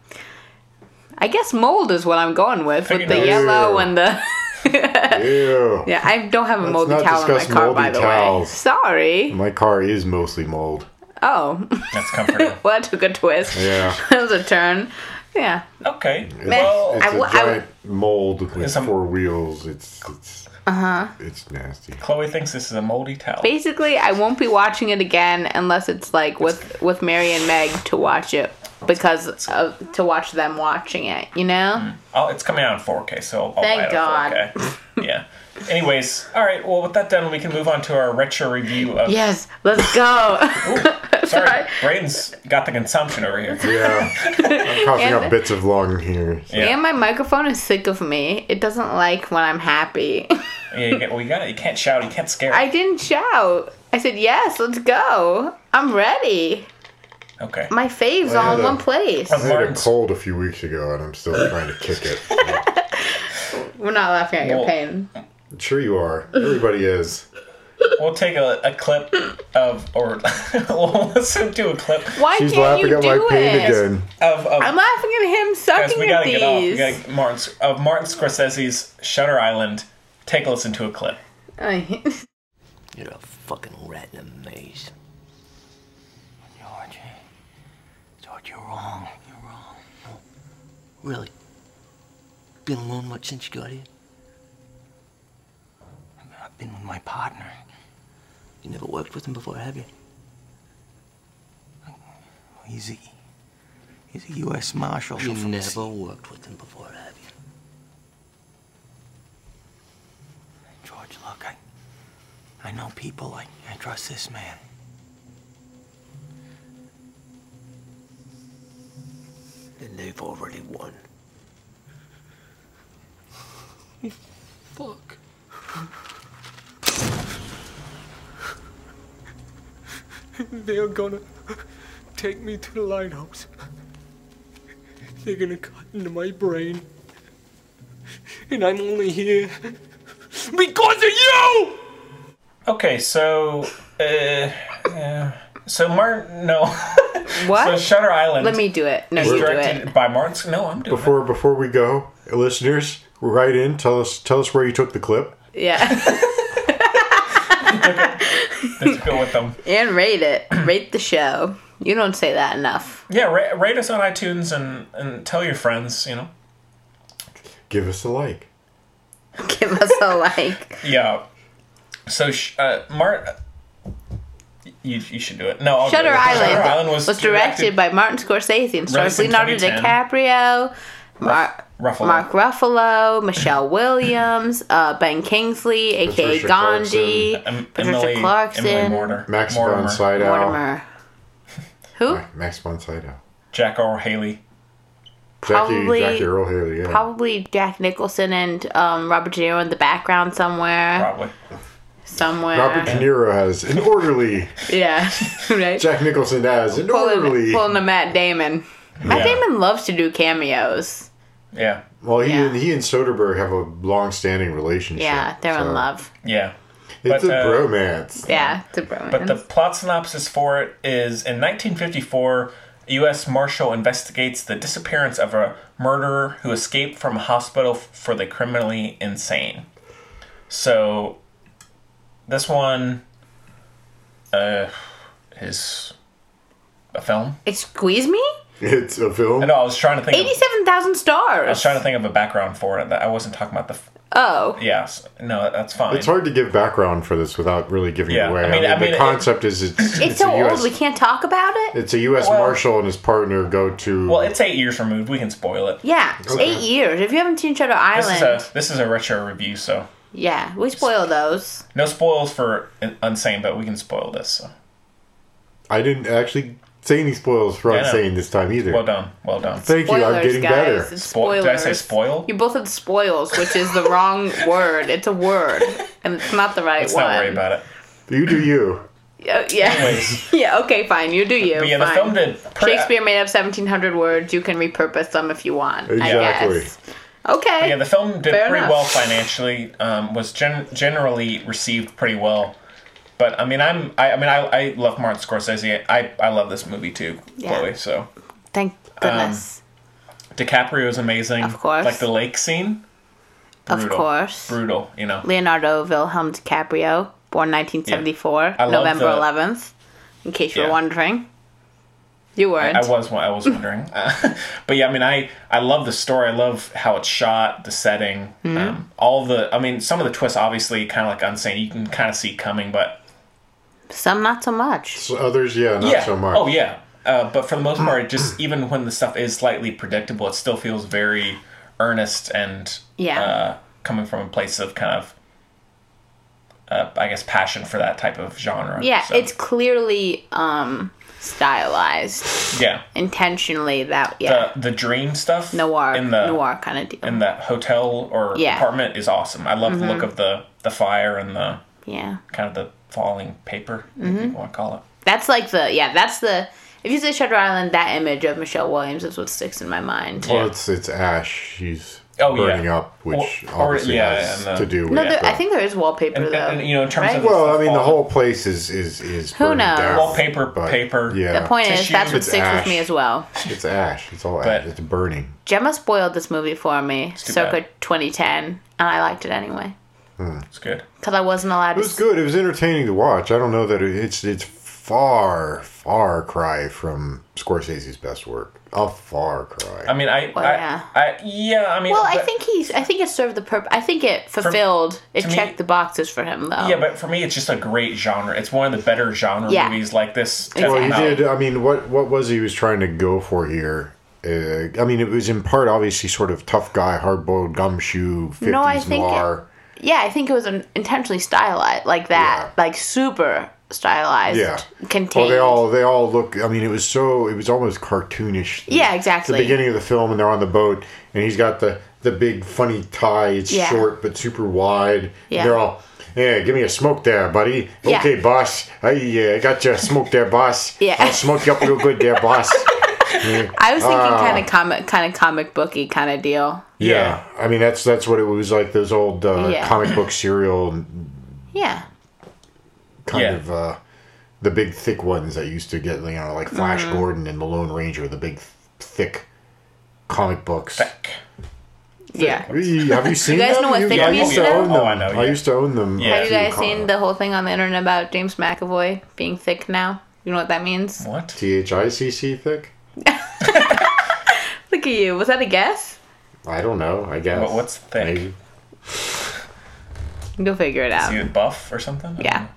Speaker 3: i guess mold is what i'm going with with the
Speaker 1: Fingernails.
Speaker 3: yellow
Speaker 2: Ew.
Speaker 3: and the *laughs*
Speaker 2: Ew.
Speaker 3: yeah i don't have a moldy
Speaker 2: not
Speaker 3: towel in my
Speaker 2: discuss
Speaker 3: car
Speaker 2: moldy
Speaker 3: by the way
Speaker 2: towels.
Speaker 3: sorry
Speaker 2: My car is mostly mold.
Speaker 3: oh *laughs*
Speaker 1: That's comforting.
Speaker 3: well that took a twist
Speaker 2: Yeah.
Speaker 3: *laughs* that was a turn yeah
Speaker 1: *laughs* Okay.
Speaker 2: It's,
Speaker 1: Well,
Speaker 2: it's
Speaker 3: I
Speaker 2: a
Speaker 3: w- I w-
Speaker 2: giant mold with
Speaker 1: It's a-
Speaker 2: four wheels. It's it's
Speaker 3: Uh-huh.
Speaker 2: it's nasty.
Speaker 1: Chloe thinks this is a moldy towel.
Speaker 3: basically i won't be watching it again unless it's like with with mary and meg to watch it because of, to watch them watching it you know
Speaker 1: I'll, it's coming out in 4K, so I'll
Speaker 3: Thank
Speaker 1: buy it in
Speaker 3: *laughs*
Speaker 1: 4K. yeah. Anyways, all right. Well, with that done, we can move on to our retro review of.
Speaker 3: yes let's go
Speaker 1: sorry, Braden's got the consumption over here.
Speaker 2: Yeah, I'm coughing
Speaker 3: And-
Speaker 2: up bits of lung here.
Speaker 1: *laughs* Yeah.
Speaker 3: and my microphone is sick of me it doesn't like when i'm happy *laughs*
Speaker 1: Yeah, you, get, well, you got You can't shout. You can't scare.
Speaker 3: i didn't shout i said yes let's go i'm ready
Speaker 1: okay.
Speaker 3: my faves all in one place
Speaker 2: I had a
Speaker 1: Martin's-
Speaker 2: cold a few weeks ago, and I'm still trying to kick it.
Speaker 3: we're not laughing at your
Speaker 1: Well-
Speaker 3: pain
Speaker 2: sure, you are. Everybody is.
Speaker 1: We'll take a, a clip of, or *laughs* we'll listen to a clip
Speaker 3: why
Speaker 2: She's
Speaker 3: can't
Speaker 2: laughing
Speaker 3: you
Speaker 2: at my
Speaker 3: do
Speaker 2: pain
Speaker 3: it
Speaker 2: again.
Speaker 1: of, of
Speaker 3: i'm laughing at him
Speaker 1: guys.
Speaker 3: sucking
Speaker 1: We
Speaker 3: at
Speaker 1: gotta
Speaker 3: these
Speaker 1: get off. We gotta Martin of Martin Scorsese's Shutter Island. Take a listen to a clip. *laughs*
Speaker 4: You're a fucking rat in a maze. George. George, you're wrong. You're wrong. Really? Been alone much since you got here? I've been with my partner. You never worked with him before, have you?
Speaker 7: He's a, he's a U.S. Marshal.
Speaker 4: You
Speaker 7: from the
Speaker 4: never
Speaker 7: sea.
Speaker 4: worked with him before, have you?
Speaker 7: George, look, I, I know people. I, I trust this man.
Speaker 4: Then they've already won. Fuck.
Speaker 7: *laughs* They're gonna take me to the lighthouse. They're gonna cut into my brain. And I'm only here because of you!
Speaker 1: Okay, so uh, yeah. so Martin, no, *laughs* so
Speaker 3: *laughs* what
Speaker 1: Shutter Island.
Speaker 3: let me do it no
Speaker 1: was
Speaker 3: you do
Speaker 1: directed
Speaker 3: it
Speaker 1: by Martin. Sc- No, I'm
Speaker 2: *laughs*
Speaker 1: doing it.
Speaker 2: Before before we go, listeners, write in. Tell us tell us where you took the clip.
Speaker 3: yeah *laughs*
Speaker 1: Let's go with them.
Speaker 3: And
Speaker 1: *clears throat*
Speaker 3: rate it. rate the show. You don't say that enough. *laughs*
Speaker 1: Yeah, ra- rate us on iTunes and and tell your friends. You know.
Speaker 2: Give us a like.
Speaker 3: Give us a
Speaker 1: *laughs*
Speaker 3: like.
Speaker 1: Yeah. So sh- uh, Mart, you you should do it. No, I'll do
Speaker 3: Shutter
Speaker 1: it.
Speaker 3: Island,
Speaker 1: Shutter Island was,
Speaker 3: directed, by Martin Scorsese and stars
Speaker 1: Released in
Speaker 3: Leonardo
Speaker 1: 2010.
Speaker 3: DiCaprio, Mar-
Speaker 1: Ruffalo.
Speaker 3: Mark Ruffalo,
Speaker 1: *clears throat*
Speaker 3: Michelle Williams, uh, Ben Kingsley, aka
Speaker 2: Patricia
Speaker 3: Gandhi,
Speaker 1: Em-
Speaker 3: Patricia
Speaker 1: Emily,
Speaker 3: Clarkson,
Speaker 1: Emily Mortimer,
Speaker 2: Max
Speaker 1: Mortimer,
Speaker 2: von Sydow.
Speaker 3: Mortimer. Who?
Speaker 2: Max von Sydow.
Speaker 1: Jack Earl Haley.
Speaker 2: Jackie
Speaker 3: Probably-
Speaker 2: Jackie Earl Haley. Yeah.
Speaker 3: Probably Jack Nicholson and um, Robert De Niro in the background somewhere.
Speaker 1: Probably.
Speaker 3: Somewhere.
Speaker 2: Robert De Niro has an orderly.
Speaker 3: *laughs* yeah. *laughs* right.
Speaker 2: Jack Nicholson has an
Speaker 3: pulling,
Speaker 2: orderly.
Speaker 3: pulling a Matt Damon. Matt
Speaker 1: Yeah.
Speaker 3: Damon loves to do cameos.
Speaker 1: Yeah.
Speaker 2: Well, he
Speaker 3: Yeah.
Speaker 2: and he and Soderbergh have a long-standing relationship.
Speaker 3: Yeah, they're
Speaker 2: so-
Speaker 3: in love.
Speaker 1: Yeah.
Speaker 2: It's
Speaker 1: But,
Speaker 2: a
Speaker 1: uh,
Speaker 2: bromance.
Speaker 3: Yeah, it's a bromance.
Speaker 1: But the plot synopsis for it is in 1954, A U.S. Marshal investigates the disappearance of a murderer who escaped from a hospital f- for the criminally insane. So, this one uh, is a film.
Speaker 3: Excuse me?
Speaker 2: It's a film.
Speaker 1: I know. I was trying to think. Of,
Speaker 3: 87,000 stars.
Speaker 1: I was trying to think of a background for it. That I wasn't talking about the. F-
Speaker 3: Oh.
Speaker 1: yes. No, that's fine.
Speaker 2: It's hard to give background for this without really giving
Speaker 1: Yeah,
Speaker 2: it away.
Speaker 1: I mean- I mean,
Speaker 2: the
Speaker 1: it-
Speaker 2: concept is it's it's,
Speaker 3: It's so
Speaker 2: a US,
Speaker 3: old, we can't talk about it?
Speaker 2: it's a U.S.
Speaker 1: Well-
Speaker 2: marshal and his partner go to
Speaker 1: Well, it's eight years removed. We can spoil it.
Speaker 3: Yeah, it's
Speaker 2: Okay.
Speaker 3: eight years. If you haven't seen Shutter
Speaker 1: This
Speaker 3: Island,
Speaker 1: is a this is a retro review, so
Speaker 3: yeah, we spoil those.
Speaker 1: no spoils for Unsane, but we can spoil this. So.
Speaker 2: I didn't actually say any spoils for
Speaker 1: Yeah, I know.
Speaker 2: Unsane this time either.
Speaker 1: Well done. Well done.
Speaker 2: Thank you. I'm getting better.
Speaker 3: It's
Speaker 1: Spoil-
Speaker 3: spoilers.
Speaker 1: did I say spoil?
Speaker 3: You both said spoils, which is the
Speaker 1: *laughs*
Speaker 3: wrong word. It's a word, and it's not the right
Speaker 1: Let's
Speaker 3: one.
Speaker 1: not worry about it.
Speaker 2: You do you.
Speaker 3: Uh, yeah.
Speaker 1: Anyways.
Speaker 3: *laughs* yeah. Okay. Fine. You do you.
Speaker 1: But yeah, the
Speaker 3: fine.
Speaker 1: film did. per-
Speaker 3: Shakespeare made up 1,700 words. You can repurpose them if you want. I
Speaker 2: Exactly.
Speaker 3: guess. Okay.
Speaker 1: Yeah, the film did
Speaker 3: Fair
Speaker 1: pretty
Speaker 3: enough.
Speaker 1: well financially. Um, was gen- generally received pretty well. But I mean, I'm I, I mean, I, I love Martin Scorsese. I I love this movie too,
Speaker 3: Yeah.
Speaker 1: Chloe. So
Speaker 3: Thank
Speaker 1: Um,
Speaker 3: goodness.
Speaker 1: DiCaprio is amazing.
Speaker 3: Of course.
Speaker 1: like the lake scene.
Speaker 3: of course.
Speaker 1: brutal. You know,
Speaker 3: Leonardo Wilhelm DiCaprio, born 1974,
Speaker 1: I love
Speaker 3: November
Speaker 1: the-
Speaker 3: 11th, in case you were
Speaker 1: Yeah.
Speaker 3: wondering. You weren't.
Speaker 1: I was I was
Speaker 3: *laughs*
Speaker 1: wondering, Uh, but yeah, I mean, I I love the story. I love how it's shot, the setting,
Speaker 3: Mm-hmm.
Speaker 1: um, all the. I mean, some of the twists, obviously, kind of like unsane. You can kind of see coming, but
Speaker 3: Some not so much.
Speaker 2: So others, yeah, not
Speaker 1: yeah,
Speaker 2: so much.
Speaker 1: oh yeah. Uh, but for the most part,
Speaker 2: *clears throat*
Speaker 1: just even when the stuff is slightly predictable, it still feels very earnest and
Speaker 3: Yeah.
Speaker 1: uh, coming from a place of kind of, uh, I guess, passion for that type of genre.
Speaker 3: Yeah,
Speaker 1: So,
Speaker 3: it's clearly um stylized
Speaker 1: yeah.
Speaker 3: intentionally that yeah.
Speaker 1: The the dream stuff
Speaker 3: noir
Speaker 1: in the
Speaker 3: noir kind of deal.
Speaker 1: in that hotel or
Speaker 3: Yeah. Mm-hmm.
Speaker 1: apartment is awesome. I love the look of the the fire and the
Speaker 3: yeah.
Speaker 1: kind of the falling paper. If
Speaker 3: Mm-hmm.
Speaker 1: you want to call it?
Speaker 3: That's like the yeah, that's the if you say Shutter Island, that image of Michelle Williams is what sticks in my mind.
Speaker 2: Well, it's it's ash. She's
Speaker 1: Oh, yeah.
Speaker 2: burning up, which
Speaker 1: Or- or-
Speaker 2: obviously
Speaker 1: yeah,
Speaker 2: has
Speaker 1: and the-
Speaker 2: to do with.
Speaker 3: no, there,
Speaker 2: the-
Speaker 3: I think there is wallpaper
Speaker 1: And- and-
Speaker 3: though.
Speaker 1: and, you know, in terms of-
Speaker 2: well, I mean, the whole place is is is
Speaker 3: Who
Speaker 2: burning
Speaker 3: knows?
Speaker 2: down,
Speaker 1: Well, paper-
Speaker 2: but
Speaker 1: paper.
Speaker 2: Yeah,
Speaker 3: the point is
Speaker 1: Tissue,
Speaker 3: that's what
Speaker 2: it's
Speaker 3: sticks
Speaker 2: ash.
Speaker 3: with me as well.
Speaker 2: It's ash. It's all
Speaker 1: But-
Speaker 2: ash. It's burning.
Speaker 3: Gemma spoiled this movie for me
Speaker 1: too
Speaker 3: circa
Speaker 1: bad.
Speaker 3: 2010, and I liked it anyway
Speaker 1: It's good.
Speaker 3: because I wasn't allowed
Speaker 2: It
Speaker 3: to.
Speaker 2: was
Speaker 3: s-
Speaker 2: good. It was entertaining to watch. I don't know that it, it's it's far far cry from Scorsese's best work. A far cry.
Speaker 1: I mean, I,
Speaker 3: Well,
Speaker 1: I,
Speaker 3: yeah.
Speaker 1: I, yeah. I mean,
Speaker 3: Well, I
Speaker 1: but-
Speaker 3: think he's. I think it served the purpose. I think it fulfilled. it
Speaker 1: to me-
Speaker 3: checked the boxes for him though.
Speaker 1: Yeah, but for me, it's just a great genre. It's one of the better genre
Speaker 3: Yeah.
Speaker 1: movies like this.
Speaker 2: well, he
Speaker 1: definitely.
Speaker 2: did. I mean, what what was he was trying to go for here? Uh, I mean, it was in part obviously sort of tough guy, hard boiled gumshoe, fifties
Speaker 3: No, I think it-
Speaker 2: noir.
Speaker 3: Yeah, I think it was an intentionally stylized like that,
Speaker 2: Yeah.
Speaker 3: like super stylized.
Speaker 2: Yeah.
Speaker 3: Contained.
Speaker 2: Well, they all they all look. I mean, it was so it was almost cartoonish.
Speaker 3: Yeah,
Speaker 2: It's the
Speaker 3: exactly.
Speaker 2: beginning of the film, and they're on the boat, and he's got the the big funny tie. It's
Speaker 3: Yeah.
Speaker 2: short but super wide.
Speaker 3: Yeah.
Speaker 2: And they're all. Yeah, give me a smoke there, buddy.
Speaker 3: Yeah.
Speaker 2: Okay, boss. I uh, got you a smoke there, boss.
Speaker 3: Yeah.
Speaker 2: I'll smoke you up real good there,
Speaker 3: *laughs*
Speaker 2: boss.
Speaker 3: I was thinking
Speaker 2: Ah.
Speaker 3: kind of comic, kind of comic booky kind of deal.
Speaker 2: Yeah. I mean that's that's what it was like. Those old uh,
Speaker 3: Yeah.
Speaker 2: comic book serial
Speaker 3: Yeah.
Speaker 2: kind
Speaker 1: Yeah.
Speaker 2: of uh, the big thick ones that used to get you know like Flash
Speaker 3: Mm-hmm.
Speaker 2: Gordon and the Lone Ranger, the big th- thick comic books.
Speaker 3: Yeah.
Speaker 2: Ee, Have you seen
Speaker 3: *laughs* You guys
Speaker 2: them?
Speaker 3: know what thick
Speaker 2: I
Speaker 3: ones
Speaker 2: used to
Speaker 3: are?
Speaker 2: own them.
Speaker 1: Oh, I know, yeah.
Speaker 2: used to own them.
Speaker 1: Yeah.
Speaker 3: Have you
Speaker 2: to
Speaker 3: guys
Speaker 2: con-
Speaker 3: seen the whole thing on the internet about James McAvoy being thick now? You know what that means?
Speaker 1: What?
Speaker 2: T H I C C thick?
Speaker 3: Look at you. Was that a guess?
Speaker 2: I don't know. I guess.
Speaker 1: What- what's thick?
Speaker 2: Maybe.
Speaker 3: Go figure it
Speaker 1: Is
Speaker 3: out.
Speaker 1: he buff or something? I don't
Speaker 3: Yeah.
Speaker 1: know.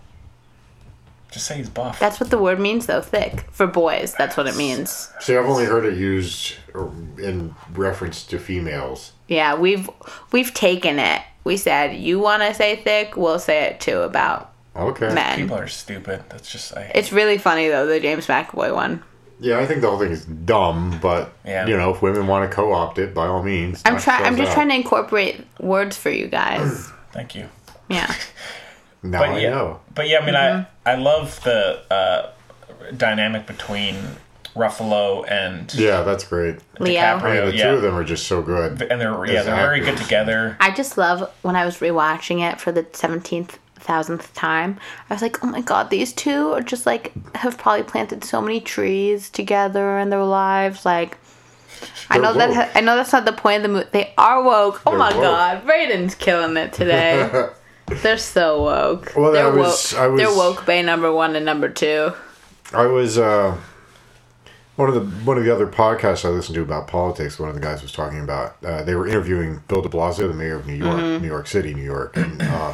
Speaker 1: Just say he's buff.
Speaker 3: That's what the word means, though. Thick for boys. That's what it means.
Speaker 2: See, I've only heard it used or in reference to females.
Speaker 3: Yeah, we've we've taken it. We said you want to say thick, we'll say it too about
Speaker 2: Okay.
Speaker 3: men.
Speaker 1: People are stupid. That's just I.
Speaker 3: It's really funny though the James McAvoy one.
Speaker 2: Yeah, I think the whole thing is dumb, but
Speaker 1: Yeah.
Speaker 2: you know, if women want to co-opt it, by all means.
Speaker 3: I'm
Speaker 2: knock
Speaker 3: trying. I'm
Speaker 2: yourselves
Speaker 3: just
Speaker 2: out.
Speaker 3: trying to incorporate words for you guys.
Speaker 1: Thank you.
Speaker 3: Yeah,
Speaker 2: Now
Speaker 1: But
Speaker 2: I
Speaker 1: yeah,
Speaker 2: know.
Speaker 1: but yeah, I mean, I I love the uh, dynamic between Ruffalo and
Speaker 2: Yeah, that's great. I mean,
Speaker 3: Leo.
Speaker 1: DiCaprio.
Speaker 2: the
Speaker 1: yeah.
Speaker 2: two of them are just so good.
Speaker 1: and they're yeah
Speaker 2: As
Speaker 1: they're very good
Speaker 2: actors.
Speaker 1: together.
Speaker 3: I just love when I was rewatching it for the seventeenth thousandth time. I was like, oh my god, these two are just like have probably planted so many trees together in their lives. Like, I
Speaker 2: They're
Speaker 3: know
Speaker 2: woke.
Speaker 3: that I know that's not the point of the movie. They are woke. Oh
Speaker 2: They're
Speaker 3: my
Speaker 2: woke.
Speaker 3: god, Raiden's killing it today.
Speaker 2: *laughs*
Speaker 3: They're so woke.
Speaker 2: Well,
Speaker 3: They're
Speaker 2: I was-
Speaker 3: woke.
Speaker 2: I was-
Speaker 3: They're woke by number one and number two.
Speaker 2: I was uh, one of the one of the other podcasts I listened to about politics. One of the guys was talking about uh, they were interviewing Bill De Blasio, the mayor of New York, New York City, New York, and uh,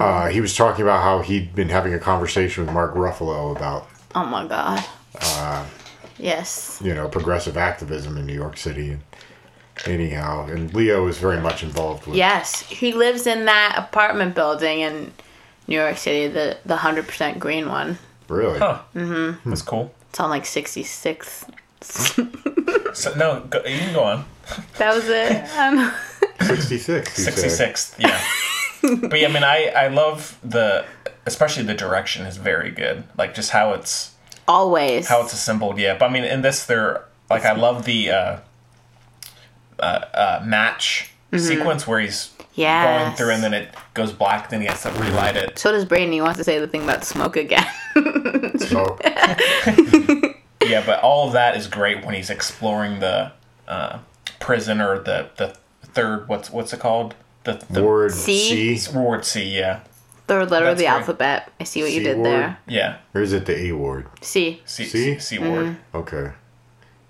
Speaker 2: uh, he was talking about how he'd been having a conversation with Mark Ruffalo about
Speaker 3: Oh my god.
Speaker 2: Uh,
Speaker 3: yes.
Speaker 2: you know progressive activism in New York City. And anyhow, and Leo is very much involved with
Speaker 3: Yes. He lives in that apartment building in New York City, the the hundred percent green one.
Speaker 2: really.
Speaker 1: Huh. That's cool.
Speaker 3: It's on like sixty six.
Speaker 1: So, no, go, you can go on.
Speaker 3: That was
Speaker 1: *laughs*
Speaker 3: it. Um, I don't know.
Speaker 2: 66. he said.
Speaker 1: 66th, yeah. but yeah, I mean, I, I love the, especially the direction is very good. Like just how it's,
Speaker 3: Always.
Speaker 1: how it's assembled. Yeah, but I mean, in this, they're like I love the uh, uh, uh, match sequence where he's going
Speaker 3: Yes.
Speaker 1: through, and then it goes black, then he has to relight it.
Speaker 3: so does Braden. He wants to say the thing about smoke again. *laughs*
Speaker 2: So,
Speaker 1: Yeah, but all of that is great when he's exploring the uh, prison or the the third what's what's it called the the
Speaker 2: word
Speaker 3: C?
Speaker 2: C,
Speaker 1: Ward C. Yeah,
Speaker 3: Third letter of
Speaker 1: That's
Speaker 3: the
Speaker 1: right.
Speaker 3: alphabet. I see what you
Speaker 2: C
Speaker 3: did
Speaker 2: word?
Speaker 3: there.
Speaker 1: yeah,
Speaker 2: or is it the A word?
Speaker 3: C.
Speaker 1: C
Speaker 2: C?
Speaker 1: C, C Ward.
Speaker 2: Okay.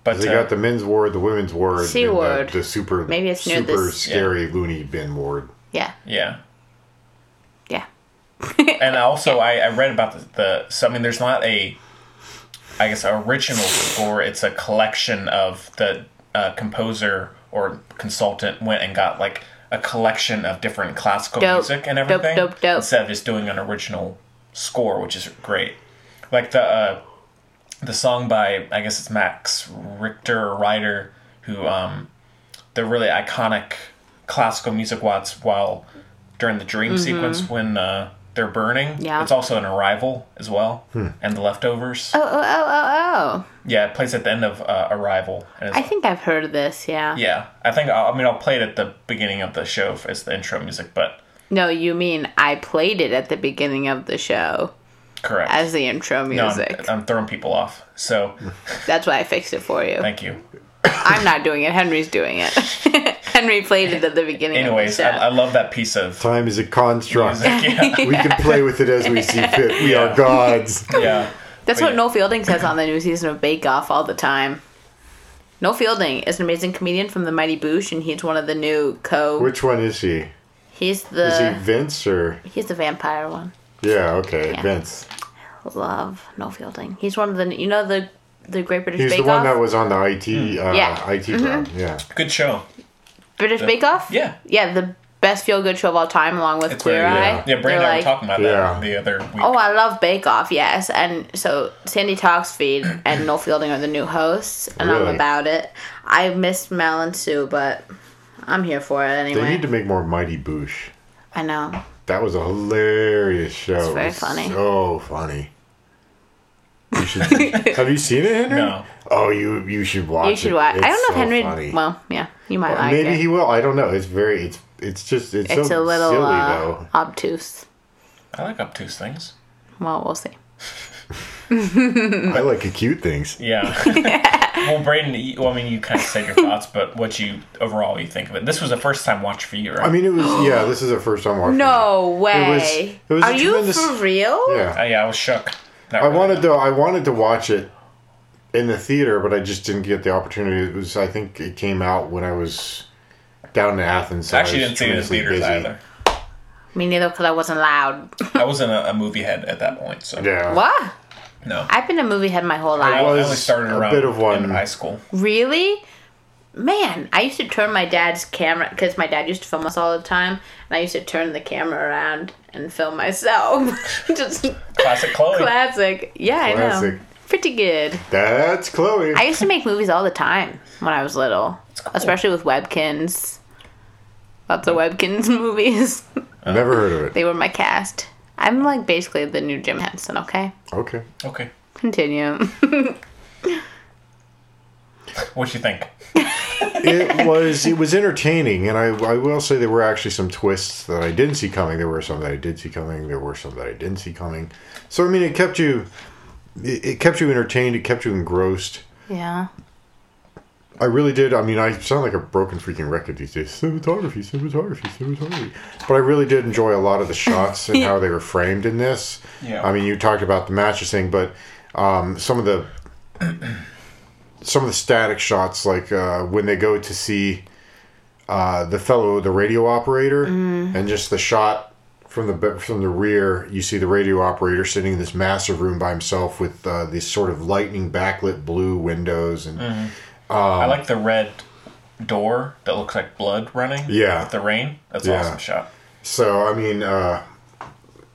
Speaker 1: But
Speaker 2: They
Speaker 1: uh,
Speaker 2: got the men's ward, the women's ward,
Speaker 3: C
Speaker 2: and the-
Speaker 3: word.
Speaker 2: The, super
Speaker 3: Maybe it's near
Speaker 2: super
Speaker 3: this-
Speaker 2: scary loony bin ward.
Speaker 3: Yeah.
Speaker 1: yeah.
Speaker 3: Yeah.
Speaker 1: and also I, I read about the, the so I mean there's not a I guess original score it's a collection of the uh, composer or consultant went and got like a collection of different classical
Speaker 3: Dope.
Speaker 1: music and
Speaker 3: Dope,
Speaker 1: everything
Speaker 3: dope, dope.
Speaker 1: instead of just doing an original score which is great like the uh, the song by I guess it's Max Richter or Ryder who um the really iconic classical music watts while during the dream sequence when uh, they're burning.
Speaker 3: Mm-hmm. Yeah.
Speaker 1: It's also an arrival as well, and the leftovers.
Speaker 3: Oh, oh, oh, oh, oh.
Speaker 1: Yeah, it plays at the end of uh, Arrival. And it's,
Speaker 3: I think I've heard of this, yeah.
Speaker 1: yeah, I think I'll, I mean I'll play it at the beginning of the show f- as the intro music, but
Speaker 3: No, you mean I played it at the beginning of the show
Speaker 1: correct.
Speaker 3: as the intro
Speaker 1: No, I'm-
Speaker 3: music.
Speaker 1: I'm, throwing people off. So
Speaker 3: That's why I fixed it for you.
Speaker 1: thank
Speaker 3: *laughs*
Speaker 1: you.
Speaker 3: I'm not doing it. Henry's doing it. *laughs* Henry played it at the beginning
Speaker 1: Anyways,
Speaker 3: of the show.
Speaker 1: I, I love that piece of.
Speaker 2: Time is a construct.
Speaker 1: Music. *laughs* Yeah,
Speaker 2: *laughs* we can play with it as we
Speaker 3: *laughs*
Speaker 2: see fit. We
Speaker 1: Yeah.
Speaker 2: are gods.
Speaker 1: yeah,
Speaker 3: That's
Speaker 1: But
Speaker 3: what
Speaker 1: yeah.
Speaker 3: Noel Fielding says on the new season of Bake Off all the time. Noel Fielding is an amazing comedian from The Mighty Boosh, and he's one of the new co.
Speaker 2: Which one is he?
Speaker 3: he's
Speaker 2: Is
Speaker 3: the
Speaker 2: he Vince or?
Speaker 3: he's the vampire one.
Speaker 2: Yeah. Okay, Vince.
Speaker 3: Love Noel Fielding. He's one of the you know the the Great British
Speaker 2: He was
Speaker 3: Bake
Speaker 2: the one
Speaker 3: Off.
Speaker 2: that was on the IT.
Speaker 1: Hmm.
Speaker 2: Uh,
Speaker 3: Yeah. Mm-hmm.
Speaker 2: IT crowd. Yeah.
Speaker 1: good show.
Speaker 3: British Bake Off.
Speaker 1: Yeah.
Speaker 3: yeah, the best feel good show of all time, along with
Speaker 1: It's
Speaker 3: Queer
Speaker 1: very-
Speaker 3: Eye.
Speaker 1: yeah. Yeah, Brandon and
Speaker 3: They're
Speaker 1: I were
Speaker 3: like,
Speaker 1: talking about
Speaker 2: Yeah.
Speaker 1: that the other week.
Speaker 3: Oh, I love Bake Off, yes. And so
Speaker 2: *clears throat*
Speaker 3: Sandy Talksfeed and Noel Fielding are the new hosts, and I'm
Speaker 2: Really?
Speaker 3: about it. I missed Mel and Sue, but I'm here for it
Speaker 2: They
Speaker 3: anyway.
Speaker 2: need to make more Mighty Boosh.
Speaker 3: I know.
Speaker 2: That was a hilarious show. It's
Speaker 3: very funny.
Speaker 2: So funny. You
Speaker 3: *laughs*
Speaker 2: should, have you seen it, Henry?
Speaker 1: No.
Speaker 2: Oh, you you should watch.
Speaker 3: You should
Speaker 2: it.
Speaker 3: watch. I
Speaker 2: It's
Speaker 3: don't know if
Speaker 2: so
Speaker 3: Henry.
Speaker 2: funny.
Speaker 3: Well, yeah, you might like
Speaker 2: Maybe
Speaker 3: it.
Speaker 2: he will. I don't know. It's very. It's it's just it's,
Speaker 3: it's
Speaker 2: so
Speaker 3: a little
Speaker 2: silly
Speaker 3: uh,
Speaker 2: though.
Speaker 3: obtuse.
Speaker 1: I like obtuse things.
Speaker 3: Well, we'll see. mm.
Speaker 2: I like acute things.
Speaker 1: Yeah.
Speaker 3: *laughs*
Speaker 1: well, Braden, you, well, I mean, you kind of said your thoughts, but what you overall you think of it? This was a first time watch for you, right?
Speaker 2: I mean,
Speaker 3: *gasps*
Speaker 2: it was yeah. This is the first time watching.
Speaker 3: No
Speaker 2: was-
Speaker 3: way.
Speaker 2: it was
Speaker 3: Are
Speaker 2: a
Speaker 3: you
Speaker 2: tremendous-
Speaker 3: for real?
Speaker 2: it. Yeah,
Speaker 1: Uh, yeah, I was shook. Not
Speaker 2: I
Speaker 1: really.
Speaker 2: wanted to. I wanted to watch it in the theater, but I just didn't get the opportunity. It was. I think it came out when I was down in Athens. so
Speaker 1: I
Speaker 2: I
Speaker 1: actually didn't
Speaker 2: was
Speaker 1: see it in
Speaker 2: tremendously
Speaker 1: theaters
Speaker 2: busy.
Speaker 1: either.
Speaker 3: Me neither, because I wasn't loud.
Speaker 1: I was in a, a movie head at that point, so
Speaker 2: Yeah.
Speaker 3: what?
Speaker 1: no.
Speaker 3: I've been a movie head my whole life.
Speaker 1: I
Speaker 2: was
Speaker 1: only started
Speaker 2: a
Speaker 1: around
Speaker 2: bit of one.
Speaker 1: in high school.
Speaker 3: Really? Man, I used to turn my dad's camera because my dad used to film us all the time, and I used to turn the camera around and film myself. *laughs* Just
Speaker 1: Classic Chloe.
Speaker 3: classic. Yeah, I know.
Speaker 2: Classic.
Speaker 3: Pretty good.
Speaker 2: That's Chloe.
Speaker 3: I used to make movies all the time when I was little,
Speaker 1: cool.
Speaker 3: especially with Webkins. Lots of Webkins *laughs* movies.
Speaker 2: Never heard of it.
Speaker 3: they were my cast. I'm like basically the new Jim Henson. Okay,
Speaker 2: Okay.
Speaker 1: okay,
Speaker 3: *laughs* continue.
Speaker 1: what you think?
Speaker 2: it was it was entertaining, and I, I will say there were actually some twists that I didn't see coming. There were some that I did see coming. There were some that I didn't see coming. So I mean, it kept you it, it kept you entertained. It kept you engrossed.
Speaker 3: Yeah.
Speaker 2: I really did. I mean, I sound like a broken freaking record these days. Cinematography, cinematography, cinematography. But I really did enjoy a lot of the shots and how they were framed in this.
Speaker 1: Yeah.
Speaker 2: I mean, you talked about the matches thing, but um, some of the some of the static shots, like uh, when they go to see uh, the fellow, the radio operator, and just the shot from the ba- from the rear, you see the radio operator sitting in this massive room by himself with uh, these sort of lightning backlit blue windows and.
Speaker 1: I
Speaker 2: Um,
Speaker 1: like the red door that looks like blood running.
Speaker 2: Yeah.
Speaker 1: With the rain. That's
Speaker 2: Yeah.
Speaker 1: awesome shot.
Speaker 2: So I mean, uh,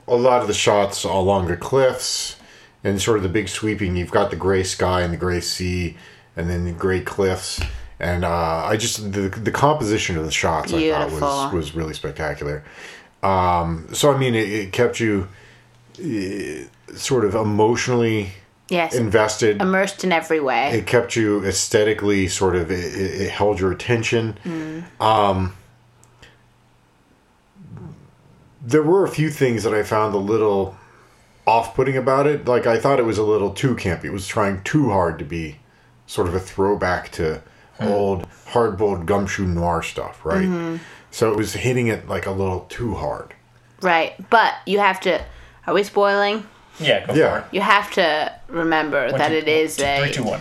Speaker 2: a lot of the shots along the cliffs and sort of the big sweeping. You've got the gray sky and the gray sea, and then the gray cliffs. And uh, I just the, the composition of the shots I thought was
Speaker 3: Beautiful.
Speaker 2: was really spectacular. Um, so I mean, it, it kept you eh, sort of emotionally
Speaker 3: Yes.
Speaker 2: invested
Speaker 3: Immersed in every way.
Speaker 2: it kept you aesthetically sort of it, it it held your attention um
Speaker 3: Mm.
Speaker 2: there were a few things that i found a little off-putting about it like i thought it was a little too campy it was trying too hard to be sort of a throwback to old hard-boiled gumshoe noir stuff right
Speaker 3: Mm-hmm.
Speaker 2: so it was hitting it like a little too hard
Speaker 3: right. But you have to. Are we spoiling?
Speaker 1: Yeah, go
Speaker 2: Yeah.
Speaker 1: for it.
Speaker 3: You have to remember
Speaker 1: One,
Speaker 3: that
Speaker 1: two,
Speaker 3: it is
Speaker 1: two,
Speaker 3: a.
Speaker 1: three, two, one.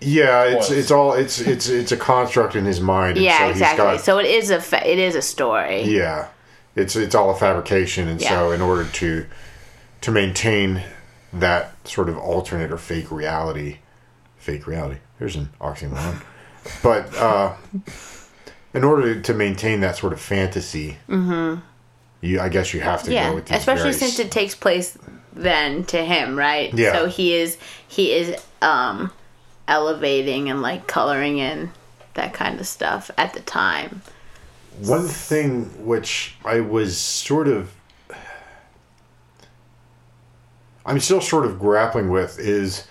Speaker 2: yeah it's
Speaker 1: Was.
Speaker 2: it's all it's it's it's a construct in his mind and
Speaker 3: Yeah,
Speaker 2: so he's
Speaker 3: exactly.
Speaker 2: got-
Speaker 3: so it is a fa- it is a story.
Speaker 2: Yeah, it's it's all a fabrication, and so in order to to maintain that sort of alternate or fake reality, fake reality. Here's an oxymoron, *laughs* but uh, in order to maintain that sort of fantasy, you I guess you have to
Speaker 3: Mm-hmm. yeah
Speaker 2: go with these
Speaker 3: especially
Speaker 2: very-
Speaker 3: since it takes place then to him right
Speaker 2: Yeah.
Speaker 3: so he is he is um elevating and like coloring in that kind of stuff at the time
Speaker 2: One thing which I was sort of. I'm still sort of grappling with is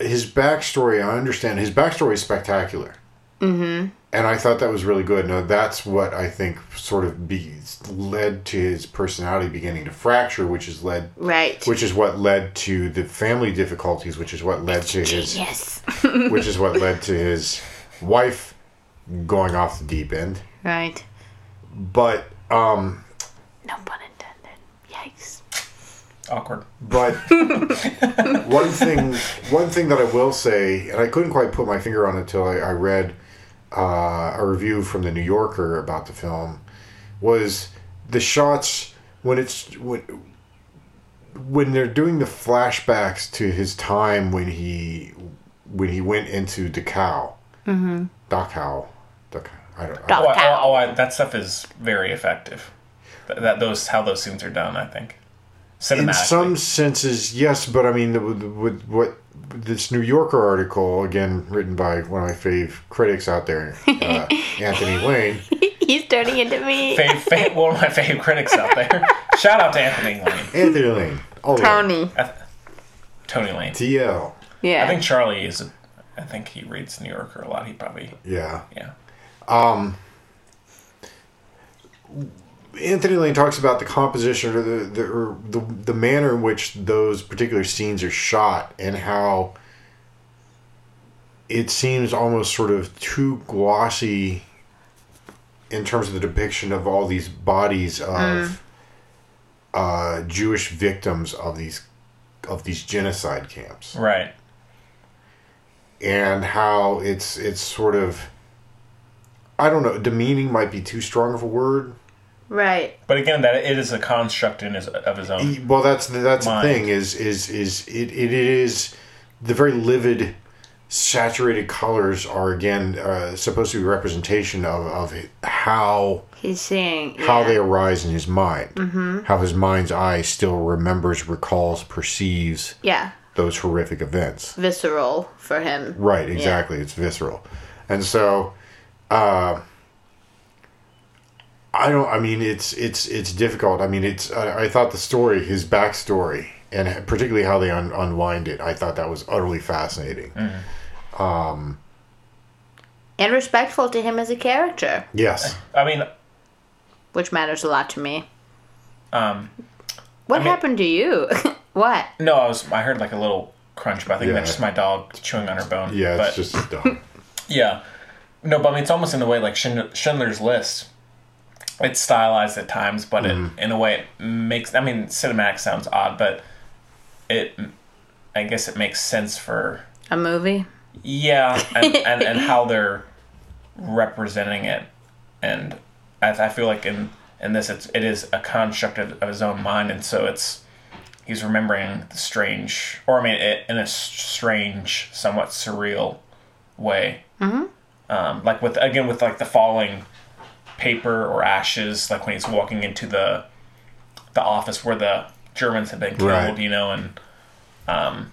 Speaker 2: his backstory. I understand his backstory is spectacular. Mm-hmm. And I thought that was really good. Now, that's what I think sort of be, led to his personality beginning to fracture, which is led.
Speaker 3: right
Speaker 2: Which is what led to the family difficulties, which is what led to
Speaker 3: *laughs*
Speaker 2: his,
Speaker 3: yes
Speaker 2: which is what led to his wife going off the deep end.
Speaker 3: right
Speaker 2: But um,
Speaker 3: no pun intended yikes
Speaker 1: Awkward.
Speaker 2: *laughs* But one thing, one thing that I will say, and I couldn't quite put my finger on it until I, I read uh, a review from the New Yorker about the film, was the shots when it's when when they're doing the flashbacks to his time when he when he went into Dachau, mm-hmm. Dachau, Dachau. I don't. I,
Speaker 1: Oh,
Speaker 3: Dog
Speaker 1: I,
Speaker 3: cow.
Speaker 1: oh, I, that stuff is very effective. Th- That those how those scenes are done, I think.
Speaker 2: in
Speaker 1: Cinematically.
Speaker 2: some senses, yes, but I mean, the, with, with what this New Yorker article, again written by one of my fave critics out there, uh, Anthony Lane.
Speaker 3: he's turning into me
Speaker 1: Fave, fave, one of my favorite critics out there. *laughs* Shout out to Anthony Lane,
Speaker 2: Anthony Lane. all the way.
Speaker 3: tony
Speaker 1: Tony Lane.
Speaker 2: TL.
Speaker 3: yeah
Speaker 1: I think Charlie is. A, I think he reads New Yorker a lot. He probably
Speaker 2: Yeah.
Speaker 1: yeah.
Speaker 2: Anthony Lane talks about the composition or the the, or the the manner in which those particular scenes are shot and how it seems almost sort of too glossy in terms of the depiction of all these bodies of uh, Jewish victims of these of these genocide camps
Speaker 1: Right.
Speaker 2: and how it's it's sort of I don't know demeaning might be too strong of a word
Speaker 3: right
Speaker 1: But again, that it is a construct in his, of his own.
Speaker 2: Y- well that's the, that's
Speaker 1: mind.
Speaker 2: the thing is is is it, it is the very livid saturated colors are again uh, supposed to be representation of, of how
Speaker 3: he's seeing yeah.
Speaker 2: how they arise in his mind mm-hmm. how his mind's eye still remembers recalls perceives
Speaker 3: yeah
Speaker 2: those horrific events
Speaker 3: visceral for him
Speaker 2: Right, exactly. It's visceral. And so uh I don't I mean it's it's it's difficult. I mean it's I, I thought the story, his backstory and particularly how they un-
Speaker 1: Mm.
Speaker 2: unwind it, I thought that was utterly fascinating. Um
Speaker 3: and respectful to him as a character,
Speaker 2: Yes.
Speaker 1: I mean,
Speaker 3: which matters a lot to me.
Speaker 1: um,
Speaker 3: What
Speaker 1: I mean-
Speaker 3: happened to you? *laughs* what?
Speaker 1: no, I was. I heard like a little crunch, but I think
Speaker 2: Yeah.
Speaker 1: that's just my dog chewing on her bone.
Speaker 2: Yeah,
Speaker 1: but,
Speaker 2: it's just his dog.
Speaker 1: Yeah. No, but I mean, it's almost in the way like Schind- Schindler's List. It's stylized at times, but it, in a way, it makes. I mean, cinematic sounds odd, but it. I guess it makes sense for.
Speaker 3: A movie?
Speaker 1: Yeah, and, and, and how they're representing it. And I, I feel like in, in this, it's, it is a construct of, of his own mind, and so it's. He's remembering the strange, or I mean, it, in a strange, somewhat surreal way um, like with again with like the falling paper or ashes like when he's walking into the the office where the germans have been killed
Speaker 2: Right.
Speaker 1: you know and um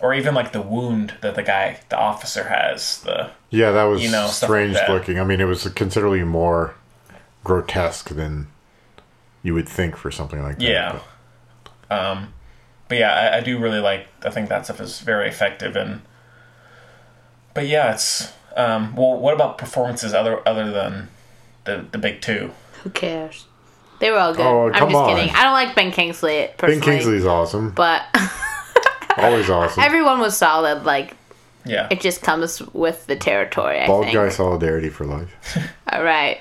Speaker 1: or even like the wound that the guy the officer has the
Speaker 2: Yeah, that
Speaker 1: *laughs*
Speaker 2: was
Speaker 1: You know, stuff like
Speaker 2: strange
Speaker 1: that.
Speaker 2: looking. I mean, it was considerably more grotesque than you would think for something like that.
Speaker 1: Yeah. Um, but yeah, I, I do really like. I think that stuff is very effective. And but yeah, it's um, well. What about performances other other than the the big two?
Speaker 3: Who cares? They were all good.
Speaker 2: Oh,
Speaker 3: I'm
Speaker 2: come
Speaker 3: just kidding.
Speaker 2: on.
Speaker 3: I don't like Ben Kingsley
Speaker 2: But
Speaker 3: personally.
Speaker 2: Ben Kingsley's awesome.
Speaker 3: But *laughs*
Speaker 2: Always awesome.
Speaker 3: everyone was solid. Like,
Speaker 1: Yeah,
Speaker 3: it just comes with the territory, I
Speaker 2: Bald
Speaker 3: think.
Speaker 2: guy solidarity for life.
Speaker 3: All right.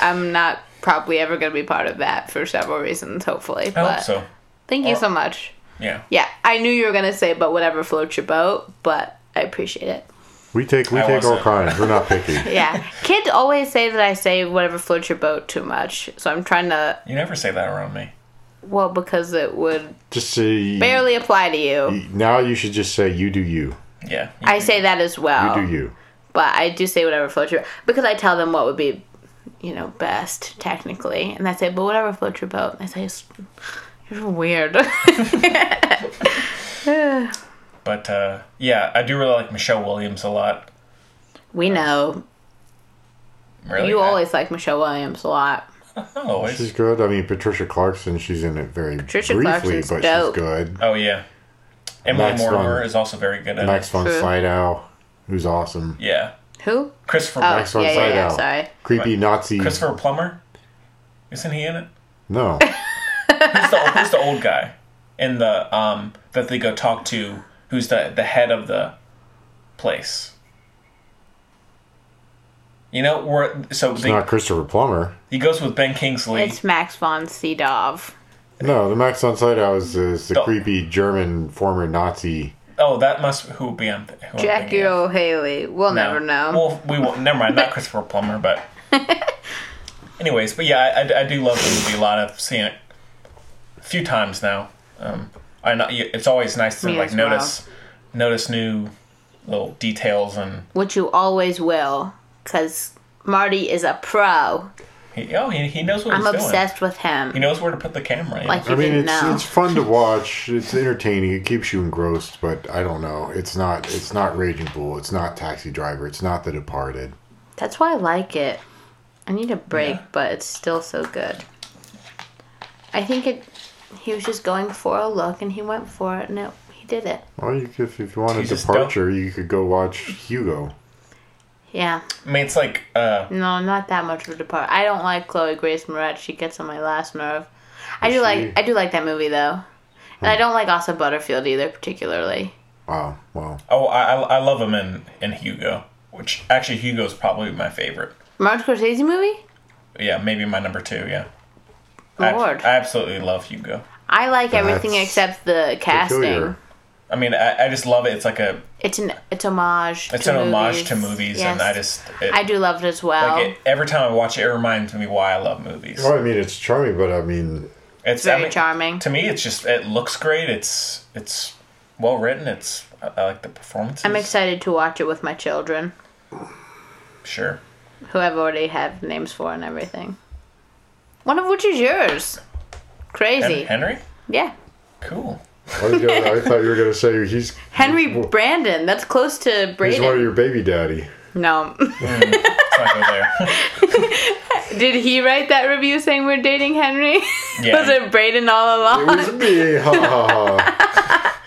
Speaker 3: I'm not probably ever going to be part of that for several reasons, hopefully.
Speaker 1: I
Speaker 3: but
Speaker 1: hope so.
Speaker 3: thank you
Speaker 1: Or-
Speaker 3: so much.
Speaker 1: Yeah,
Speaker 3: Yeah, I knew you were going to say, but whatever floats your boat, but I appreciate it.
Speaker 2: We take we
Speaker 1: I
Speaker 2: take all
Speaker 1: wasn't.
Speaker 2: kinds. We're not picky.
Speaker 3: *laughs* Yeah. Kids always say that I say whatever floats your boat too much. So I'm trying to,
Speaker 1: you never say that around me.
Speaker 3: well, because it would
Speaker 2: Just say
Speaker 3: barely apply to you.
Speaker 2: Now you should just say you do you.
Speaker 1: Yeah, you
Speaker 3: I
Speaker 1: do.
Speaker 3: say that as
Speaker 2: You
Speaker 3: well.
Speaker 2: do you.
Speaker 3: But I do say whatever floats your because I tell them what would be, you know, best technically, and I say, but whatever floats your boat. And I say, "It's- you're weird. *laughs*
Speaker 1: But uh, yeah, I do really like Michelle Williams a lot.
Speaker 3: we know
Speaker 1: Really,
Speaker 3: you
Speaker 1: I-
Speaker 3: always like Michelle Williams a lot.
Speaker 1: not always.
Speaker 2: She's good. I mean, Patricia Clarkson. She's in it very
Speaker 3: Patricia
Speaker 2: briefly,
Speaker 3: Clarkson's
Speaker 2: but
Speaker 3: dope.
Speaker 2: she's good.
Speaker 1: oh yeah, Emily
Speaker 2: Max
Speaker 1: Mortimer
Speaker 2: von-
Speaker 1: is also very good at
Speaker 2: Max
Speaker 1: it.
Speaker 2: von
Speaker 3: True.
Speaker 2: Sydow, who's awesome.
Speaker 1: Yeah,
Speaker 3: Who?
Speaker 1: Christopher
Speaker 3: Oh,
Speaker 2: Max von
Speaker 3: yeah, yeah, yeah.
Speaker 2: Sydow.
Speaker 3: Sorry.
Speaker 2: Creepy Nazi.
Speaker 1: Christopher Plummer, isn't he in it?
Speaker 3: *laughs*
Speaker 2: No.
Speaker 1: who's the who's the old guy in the um that they go talk to? Who's the the head of the place? You know, where so
Speaker 2: It's
Speaker 1: they-
Speaker 2: not Christopher Plummer.
Speaker 1: he goes with Ben Kingsley.
Speaker 3: It's Max von
Speaker 1: Oh,
Speaker 3: Sydow.
Speaker 2: No, the Max von Sydow is, is the
Speaker 1: Don't-
Speaker 2: creepy German former Nazi.
Speaker 1: oh, that must who would be on th- who I'm
Speaker 3: Jackie
Speaker 1: thinking of.
Speaker 3: O'Haley. We'll
Speaker 1: No.
Speaker 3: never know.
Speaker 1: Well, we won't. Never mind. Not Christopher Plummer,
Speaker 3: *laughs*
Speaker 1: but. Anyways, but yeah, I- I, I do love the movie a lot. I've seen it a few times now. Um, I know it's always nice to
Speaker 3: Me
Speaker 1: like
Speaker 3: as well.
Speaker 1: notice notice new little details and
Speaker 3: Which you always will, because Marty is a pro.
Speaker 1: he, oh he, he knows what
Speaker 3: I'm
Speaker 1: he's doing.
Speaker 3: obsessed with him.
Speaker 1: He knows where to put the camera. you
Speaker 3: Like
Speaker 1: know?
Speaker 3: You
Speaker 2: I mean,
Speaker 3: didn't
Speaker 2: it's
Speaker 3: know.
Speaker 2: it's fun
Speaker 3: *laughs*
Speaker 2: to watch. It's entertaining. It keeps you engrossed, but I don't know. It's not it's not Raging Bull. It's not Taxi Driver. It's not The Departed.
Speaker 3: That's why I like it. I need a break, but it's still so good. I think it. He was just going for a look, and he went for it, and it, he did it.
Speaker 2: Well, you could, if you want a
Speaker 1: You just
Speaker 2: departure, you could go watch Hugo.
Speaker 3: Yeah.
Speaker 1: I mean, it's like uh,
Speaker 3: No, I'm not that much of a depart. I don't like Chloe Grace Moretz. She gets on my last nerve. I
Speaker 2: Is
Speaker 3: do
Speaker 2: she- Hmm.
Speaker 3: like. I do like that movie though, and I don't like Asa Butterfield either particularly.
Speaker 2: Wow, wow.
Speaker 1: oh I, I I love him in in Hugo, which actually Hugo's probably my favorite.
Speaker 3: Martin Scorsese movie.
Speaker 1: Yeah, maybe my number two. Yeah, I-
Speaker 3: Lord,
Speaker 1: I absolutely love Hugo.
Speaker 3: I like everything
Speaker 2: That's
Speaker 3: except the casting.
Speaker 2: Peculiar.
Speaker 1: I mean, I, I just love it. It's like a
Speaker 3: It's an it's homage.
Speaker 1: It's
Speaker 3: to
Speaker 1: an homage to
Speaker 3: movies.
Speaker 1: movies,
Speaker 3: Yes.
Speaker 1: and I just it,
Speaker 3: I do love it as well.
Speaker 1: like it, every time I watch it, it reminds me why I love movies.
Speaker 2: Well, I mean, it's charming, but I mean,
Speaker 1: It's
Speaker 3: very
Speaker 1: I mean,
Speaker 3: charming.
Speaker 1: to me. It's just it looks great. It's it's well written. It's I, I like the performances.
Speaker 3: I'm excited to watch it with my children,
Speaker 1: Sure.
Speaker 3: who I've already have names for and everything. One of which is yours.
Speaker 1: Hen-
Speaker 3: Crazy.
Speaker 1: Henry,
Speaker 3: yeah.
Speaker 1: cool.
Speaker 2: I, was gonna- I thought you were going to say he's
Speaker 3: Henry
Speaker 2: Well-
Speaker 3: Brandon. That's close to
Speaker 2: he's one of
Speaker 3: Braden.
Speaker 2: your baby daddy.
Speaker 3: No. *laughs*
Speaker 1: Let's not go there. *laughs*
Speaker 3: Did he write that review saying we're dating Henry? *laughs*
Speaker 1: Yeah.
Speaker 3: Was it Braden all
Speaker 2: It
Speaker 3: along?
Speaker 2: was me. Ha ha ha.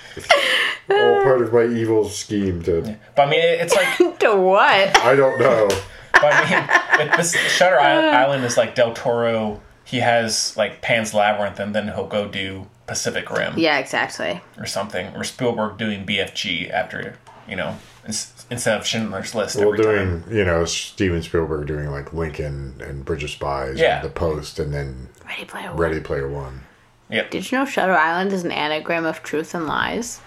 Speaker 2: Old part of my evil scheme to.
Speaker 1: But I mean, it- it's like
Speaker 3: *laughs* to what?
Speaker 2: I don't know.
Speaker 1: But I
Speaker 3: *laughs*
Speaker 1: mean, but this Shutter
Speaker 3: Uh.
Speaker 1: Island, Island is like Del Toro. He has like Pan's Labyrinth, and then he'll go do Pacific Rim
Speaker 3: Yeah, exactly.
Speaker 1: or something, or Spielberg doing BFG after you know ins- instead of Schindler's List.
Speaker 2: Well,
Speaker 1: every time.
Speaker 2: doing you know Steven Spielberg doing like Lincoln and Bridge of Spies,
Speaker 1: Yeah.
Speaker 2: and The Post, and then
Speaker 3: Ready player one.
Speaker 2: Ready Player One.
Speaker 1: Yep.
Speaker 3: Did you know Shutter Island is an anagram of truth and lies?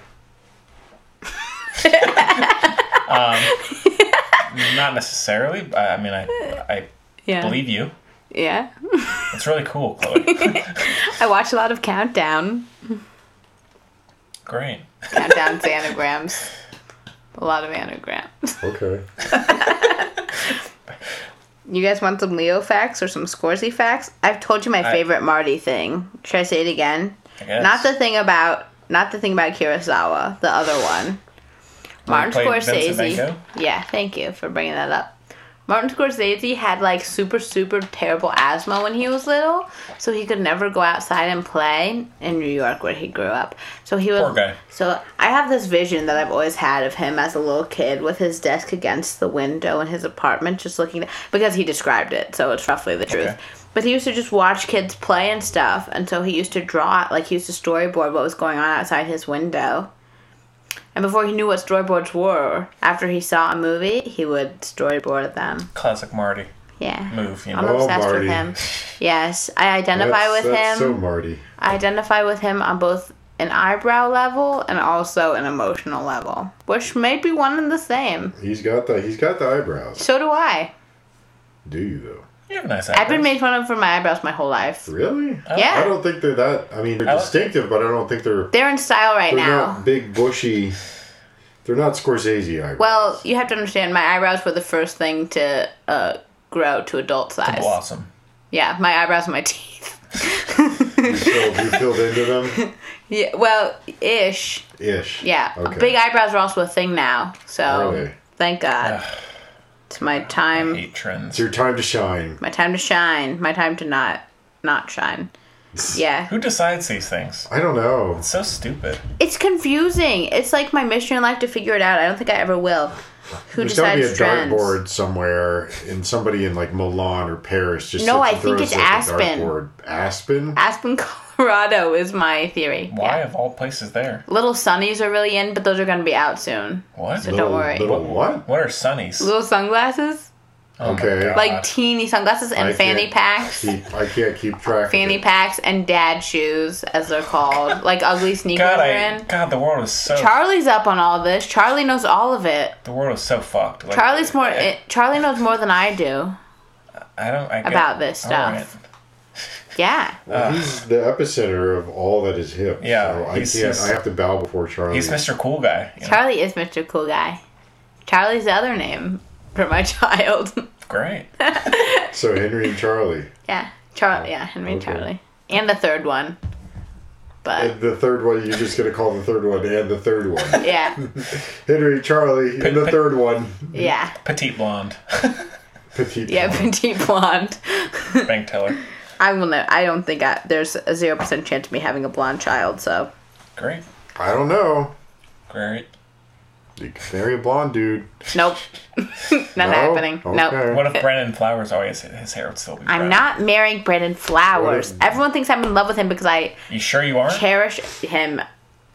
Speaker 1: not necessarily. but I mean, I I
Speaker 3: Yeah.
Speaker 1: believe you.
Speaker 3: Yeah.
Speaker 1: It's really cool,
Speaker 3: *laughs*
Speaker 1: Chloe.
Speaker 3: I watch a lot of Countdown.
Speaker 1: Great. *laughs*
Speaker 3: Countdown's anagrams. A lot of anagrams.
Speaker 2: Okay.
Speaker 3: You guys want some Leo facts or some Scorsy facts? I've told you my favorite Marty thing. Should I say it again?
Speaker 1: I guess.
Speaker 3: Not the thing about not the thing about Kurosawa, the other one. Martin
Speaker 1: played Vincent Van
Speaker 3: Scorsese.
Speaker 1: Gogh?
Speaker 3: Yeah, thank you for bringing that up. Martin Scorsese had like super super terrible asthma when he was little, so he could never go outside and play in New York where he grew up. So he was
Speaker 1: Poor guy.
Speaker 3: so I have this vision that I've always had of him as a little kid with his desk against the window in his apartment, just looking at, because he described it, so it's roughly the truth.
Speaker 1: Okay.
Speaker 3: But he used to just watch kids play and stuff, and so he used to draw, like he used to storyboard what was going on outside his window. And before he knew what storyboards were, after he saw a movie, he would storyboard them.
Speaker 1: Classic Marty
Speaker 3: Yeah.
Speaker 1: move. You
Speaker 3: I'm
Speaker 1: know.
Speaker 2: Oh,
Speaker 3: obsessed
Speaker 2: Marty.
Speaker 3: with him. Yes, I identify
Speaker 2: That's-
Speaker 3: with
Speaker 2: that's So
Speaker 3: him.
Speaker 2: Marty.
Speaker 3: I identify with him on both an eyebrow level and also an emotional level, which may be one and the same.
Speaker 2: He's got the he's got the eyebrows.
Speaker 3: So do I.
Speaker 2: Do you though?
Speaker 1: You have a nice.
Speaker 3: I've been
Speaker 1: eyebrows.
Speaker 3: made fun of for my eyebrows my whole life.
Speaker 2: Really? I
Speaker 3: Yeah,
Speaker 2: don't think they're that. I mean, they're
Speaker 1: I like-
Speaker 2: distinctive, but I don't think they're
Speaker 3: they're in style right
Speaker 2: they're
Speaker 3: now.
Speaker 2: not big bushy. They're not Scorsese eyebrows.
Speaker 3: Well, you have to understand, my eyebrows were the first thing to uh, grow to adult size.
Speaker 1: Blossom.
Speaker 3: Yeah, my eyebrows and my *laughs* teeth.
Speaker 2: so you filled into
Speaker 3: *laughs*
Speaker 2: them,
Speaker 3: Yeah, well, ish.
Speaker 2: ish.
Speaker 3: Yeah,
Speaker 2: Okay.
Speaker 3: big eyebrows are also a thing now. So
Speaker 2: Really? *sighs*
Speaker 3: thank God. It's my time.
Speaker 1: Hate
Speaker 2: It's
Speaker 1: trends.
Speaker 2: your time to shine.
Speaker 3: My time to shine. My time to not
Speaker 2: *laughs*
Speaker 3: not shine. Yeah.
Speaker 1: Who decides these things?
Speaker 2: I don't know.
Speaker 1: It's so stupid.
Speaker 3: It's confusing. It's like my mission in life to figure it out. I don't think I ever will. Who
Speaker 2: There's got to
Speaker 3: decides
Speaker 2: be a
Speaker 3: trends?
Speaker 2: dartboard somewhere, and somebody in like Milan or Paris just
Speaker 3: No,
Speaker 2: sits
Speaker 3: I
Speaker 2: and
Speaker 3: think
Speaker 2: throws
Speaker 3: it's
Speaker 2: at the
Speaker 3: Aspen.
Speaker 2: dartboard. Aspen.
Speaker 3: Aspen, *laughs* Colorado is my theory.
Speaker 1: Why
Speaker 3: Yeah.
Speaker 1: of all places there?
Speaker 3: Little sunnies are really in, but those are going to be out soon.
Speaker 1: What?
Speaker 3: Don't
Speaker 2: Little-
Speaker 3: worry.
Speaker 2: Little what?
Speaker 1: What are sunnies?
Speaker 3: Little sunglasses,
Speaker 1: Oh my
Speaker 2: Okay.
Speaker 1: God.
Speaker 3: like teeny sunglasses and
Speaker 2: I
Speaker 3: fanny
Speaker 2: can't
Speaker 3: packs.
Speaker 2: Keep, I can't keep track.
Speaker 3: Fanny
Speaker 2: of it.
Speaker 3: packs and dad shoes, as
Speaker 2: *laughs*
Speaker 3: they're called, like ugly sneakers
Speaker 1: God,
Speaker 3: are
Speaker 1: I,
Speaker 3: in.
Speaker 1: God, the world is so
Speaker 3: Charlie's up on all this. Charlie knows all of it.
Speaker 1: the world is so fucked. Like,
Speaker 3: Charlie's more.
Speaker 1: I,
Speaker 3: Charlie knows more than I do.
Speaker 1: I don't I get-
Speaker 3: about this
Speaker 1: all right.
Speaker 3: stuff. Yeah.
Speaker 2: Well, he's the epicenter of all that is hip.
Speaker 1: Uh. Yeah,
Speaker 2: so I
Speaker 1: he's-
Speaker 2: can't.
Speaker 1: he's-
Speaker 2: I have to bow before Charlie.
Speaker 1: He's Mr. Cool Guy. you know?
Speaker 3: Charlie is Mr. Cool Guy. Charlie's the other name for my *laughs* child.
Speaker 1: Great.
Speaker 2: So Henry and Charlie.
Speaker 3: yeah. Charlie. Yeah. Henry and
Speaker 2: Okay.
Speaker 3: Charlie. And the third one.
Speaker 2: *laughs*
Speaker 3: But
Speaker 2: And the third one, you're just gonna call the third one and the third one.
Speaker 3: yeah.
Speaker 2: Henry,
Speaker 1: *laughs*
Speaker 2: Charlie, and the third one.
Speaker 3: Yeah.
Speaker 1: Petite blonde. *laughs*
Speaker 2: Petite.
Speaker 3: Yeah. *laughs* Petite blonde. *laughs*
Speaker 1: Bank teller.
Speaker 3: I will know. I don't think I, there's a 0% chance of me having a blonde child, so.
Speaker 1: Great.
Speaker 2: I don't know.
Speaker 1: Great.
Speaker 2: You can marry a blonde dude.
Speaker 3: Nope. *laughs* Not
Speaker 2: No?
Speaker 3: happening. Nope.
Speaker 2: Okay.
Speaker 1: What if Brennan Flowers always his hair would still be
Speaker 3: I'm
Speaker 1: brown?
Speaker 3: not marrying Brandon Flowers.
Speaker 2: What
Speaker 3: Everyone thinks I'm in love with him because I
Speaker 1: You sure you aren't?
Speaker 3: cherish him.